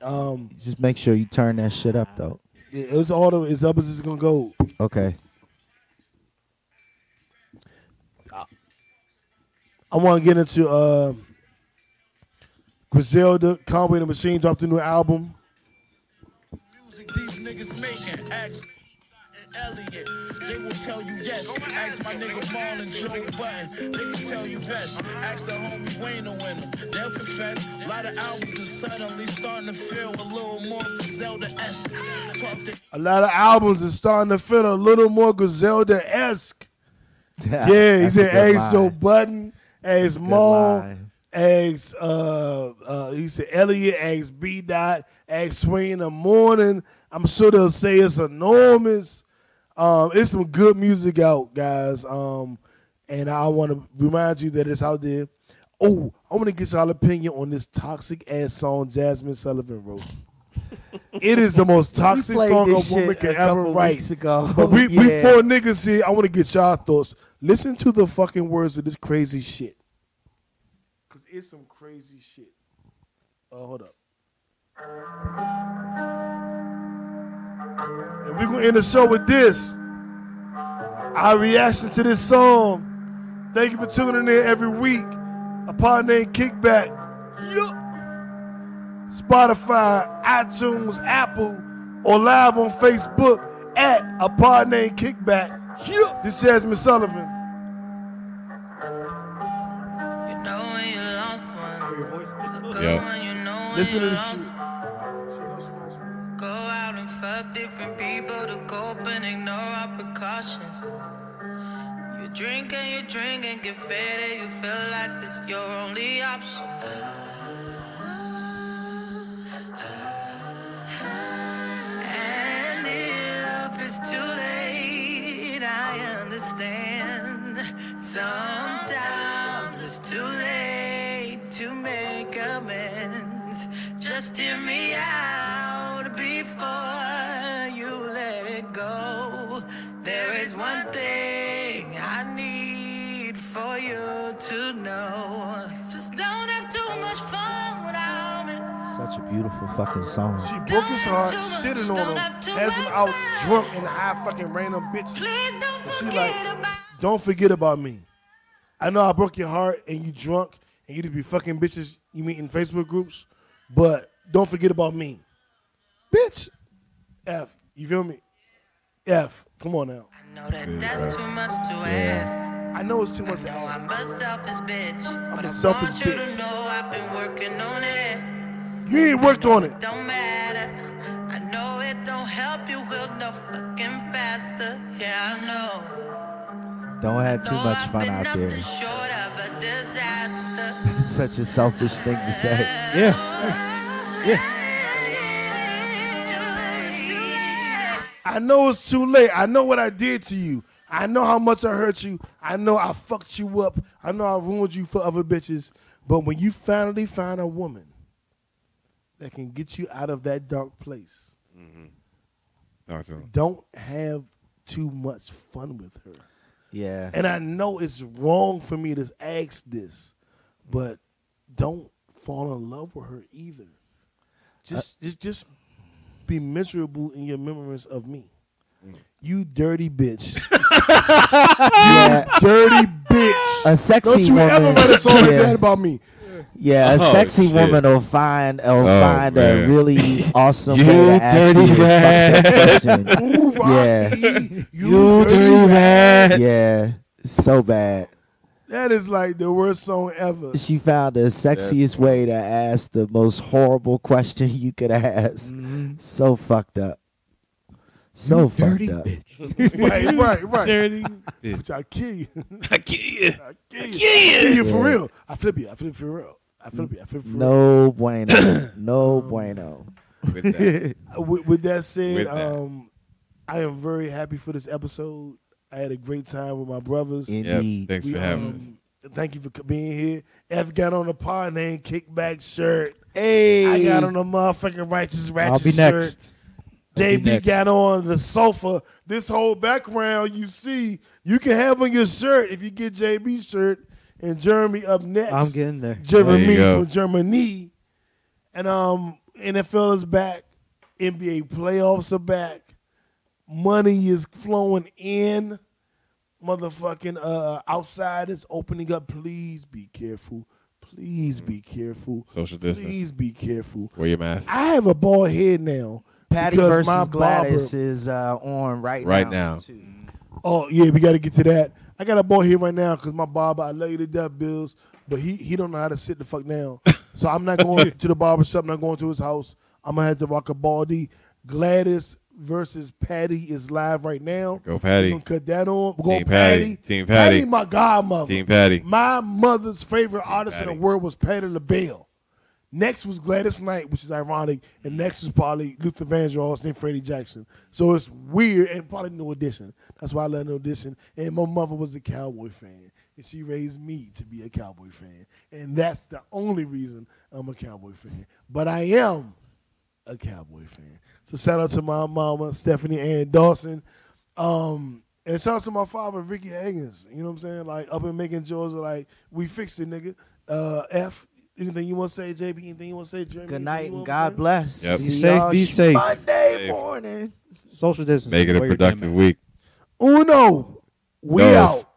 Speaker 1: Um,
Speaker 2: Just make sure you turn that shit up though.
Speaker 1: It- It's all the it's up as it's gonna go.
Speaker 2: Okay.
Speaker 1: I want to get into uh, Griselda. Conway the Machine dropped a new album.
Speaker 5: Music these niggas making. Ask and Elliot, they will tell you yes. Ask my nigga Marlon Joe Button, they can tell you best. Ask the homie Wayne to win them, they'll confess. A lot of albums are suddenly starting to feel a little more Zelda S. Talk to
Speaker 1: A lot of albums is starting to feel a little more Griselda esque. Yeah, he
Speaker 2: That's a
Speaker 1: said,
Speaker 2: good
Speaker 1: "Ask Joe
Speaker 2: line.
Speaker 1: Button, ask
Speaker 2: good
Speaker 1: Maul,
Speaker 2: line.
Speaker 1: ask uh, uh, he said Elliot, ask B Dot, ask Sway in the morning." I'm sure they'll say it's enormous. Um, it's some good music out, guys. Um, and I want to remind you that it's out there. Oh, I want to get y'all opinion on this toxic ass song Jasmine Sullivan wrote. it is the most toxic
Speaker 2: played
Speaker 1: song a
Speaker 2: this
Speaker 1: woman
Speaker 2: shit
Speaker 1: can
Speaker 2: a
Speaker 1: ever
Speaker 2: couple
Speaker 1: write.
Speaker 2: weeks ago.
Speaker 1: But we,
Speaker 2: Yeah.
Speaker 1: before niggas see, I want to get y'all thoughts. Listen to the fucking words of this crazy shit. Cause it's some crazy shit. Oh, hold up. And we're gonna end the show with this. Our reaction to this song. Thank you for tuning in every week. A part named Kickback. Yup. Spotify, iTunes, Apple, or live on Facebook at a pod named Kickback. Yup. This Jasmine Sullivan.
Speaker 5: You know when you lost one. Go
Speaker 4: Yeah.
Speaker 5: when you know when
Speaker 1: Listen
Speaker 5: you
Speaker 1: to this
Speaker 5: lost
Speaker 1: shit.
Speaker 5: Go out and fuck different people to cope and ignore our precautions. You drink and you drink and get faded. You feel like this your only options. And if it's too late, I understand. Sometimes it's too late to make amends. Just hear me out before you let it go. There is one thing I need for you to know. Just don't have too much fun without me.
Speaker 2: Such a beautiful fucking song.
Speaker 1: She broke his heart, shitting on him, has him out drunk and high fucking random bitch.
Speaker 5: Please don't
Speaker 1: She
Speaker 5: forget
Speaker 1: like-
Speaker 5: about.
Speaker 1: Don't forget about me. I know I broke your heart and you drunk and you just be fucking bitches you meet in Facebook groups, but don't forget about me. Bitch. F. You feel me? F. Come on now.
Speaker 5: I know that that's too much to ask.
Speaker 1: I know it's too much to
Speaker 5: No,
Speaker 1: ask.
Speaker 5: I'm a selfish bitch, but
Speaker 1: a
Speaker 5: I
Speaker 1: selfish
Speaker 5: want you
Speaker 1: bitch.
Speaker 5: to know I've been working on it.
Speaker 1: You ain't worked on it.
Speaker 5: Don't matter. I know it don't help you will no fucking faster. Yeah, I know.
Speaker 2: Don't have too
Speaker 5: Know
Speaker 2: much
Speaker 5: I've
Speaker 2: fun
Speaker 5: been
Speaker 2: out
Speaker 5: nothing
Speaker 2: there.
Speaker 5: Short of a disaster.
Speaker 2: Such a selfish thing to say.
Speaker 3: Yeah.
Speaker 5: It's too late.
Speaker 1: I know it's too late. I know what I did to you. I know how much I hurt you. I know I fucked you up. I know I ruined you for other bitches. But when you finally find a woman that can get you out of that dark place,
Speaker 4: Talk to him.
Speaker 1: don't have too much fun with her.
Speaker 2: Yeah.
Speaker 1: And I know it's wrong for me to ask this, but don't fall in love with her either. Just just just be miserable in your memories of me. You dirty bitch.
Speaker 2: yeah.
Speaker 1: dirty bitch.
Speaker 2: A sexy
Speaker 1: Don't you
Speaker 2: woman.
Speaker 1: ever write a song like
Speaker 2: yeah.
Speaker 1: that about me.
Speaker 2: Yeah, a
Speaker 4: Oh,
Speaker 2: sexy
Speaker 4: shit.
Speaker 2: woman will find will
Speaker 4: Oh,
Speaker 2: find a
Speaker 4: man.
Speaker 2: really awesome
Speaker 4: You
Speaker 2: way to ask you
Speaker 4: dirty
Speaker 2: a fucking question.
Speaker 1: Ooh, Rocky,
Speaker 2: Yeah.
Speaker 1: you,
Speaker 4: do
Speaker 1: dirty
Speaker 4: that.
Speaker 2: Yeah, so bad.
Speaker 1: That is like the worst song ever.
Speaker 2: She found the sexiest way to ask the most horrible question you could ask. So fucked up. So fucked up.
Speaker 1: right, right, right.
Speaker 4: Dirty bitch.
Speaker 1: Bitch, I kill you.
Speaker 4: I get you.
Speaker 1: I kill you. I kill you for real. I flip you. I flip you for real. I flip you. I flip you for real.
Speaker 2: No bueno. no bueno.
Speaker 4: With that.
Speaker 1: with, with that said,
Speaker 4: With that.
Speaker 1: um, I am very happy for this episode. I had a great time with my brothers.
Speaker 4: Yeah,
Speaker 2: Indeed.
Speaker 4: thanks
Speaker 1: We,
Speaker 4: for having us.
Speaker 1: um, thank you for c- being here. F got on the pod name kickback shirt.
Speaker 2: Hey,
Speaker 1: I got on the motherfucking righteous ratchet
Speaker 3: I'll be
Speaker 1: shirt.
Speaker 3: next.
Speaker 1: JB
Speaker 3: next.
Speaker 1: got on the sofa. This whole background you see, you can have on your shirt if you get JB's shirt. And Jeremy up next.
Speaker 3: I'm getting there.
Speaker 1: Jeremy
Speaker 4: There you go.
Speaker 1: from Germany. And um, NFL is back. NBA playoffs are back. Money is flowing in. Motherfucking uh, outsiders opening up. Please be careful. Please be careful.
Speaker 4: Social distance.
Speaker 1: Please be careful.
Speaker 4: Wear your mask
Speaker 1: I have a bald head now.
Speaker 2: Patty
Speaker 1: because
Speaker 2: versus
Speaker 1: my
Speaker 2: Gladys is uh, on right,
Speaker 4: right
Speaker 2: now.
Speaker 4: now.
Speaker 1: Oh yeah, we got to get to that. I got a boy here right now because my barber, I love you to death, Bills, but he he don't know how to sit the fuck down. So I'm not going to the barber shop. I'm not going to his house. I'm gonna have to rock a baldy. Gladys versus Patty is live right now.
Speaker 4: Go Patty.
Speaker 1: We're gonna cut that on. We're going
Speaker 4: Team Patty.
Speaker 1: Patty.
Speaker 4: Team Patty.
Speaker 1: Patty, my godmother.
Speaker 4: Team Patty.
Speaker 1: My mother's favorite artist in
Speaker 4: Patty.
Speaker 1: the world was Patty LaBelle. Next was Gladys Knight, which is ironic, and next was probably Luther Vandross and Freddie Jackson. So it's weird and probably New Edition. That's why I love New Edition. And my mother was a Cowboy fan, and she raised me to be a Cowboy fan, and that's the only reason I'm a Cowboy fan. But I am a Cowboy fan. So shout out to my mama, Stephanie Ann Dawson. Um, and shout out to my father, Ricky Higgins. You know what I'm saying? Like up in Macon, Georgia, like we fixed it, nigga. Uh, F. Anything you want to say, JB? Anything you want to say, Jeremy?
Speaker 2: Good
Speaker 1: Anything
Speaker 2: night
Speaker 1: you
Speaker 2: and
Speaker 1: wanna
Speaker 2: God
Speaker 1: say?
Speaker 2: bless.
Speaker 4: Yep. Be
Speaker 2: See
Speaker 3: safe,
Speaker 2: y'all
Speaker 3: be safe.
Speaker 2: Monday
Speaker 4: Safe.
Speaker 2: morning.
Speaker 3: Social distancing.
Speaker 4: Make it a
Speaker 3: wear your damn
Speaker 4: productive week.
Speaker 1: Uno, we
Speaker 4: Dos.
Speaker 1: out.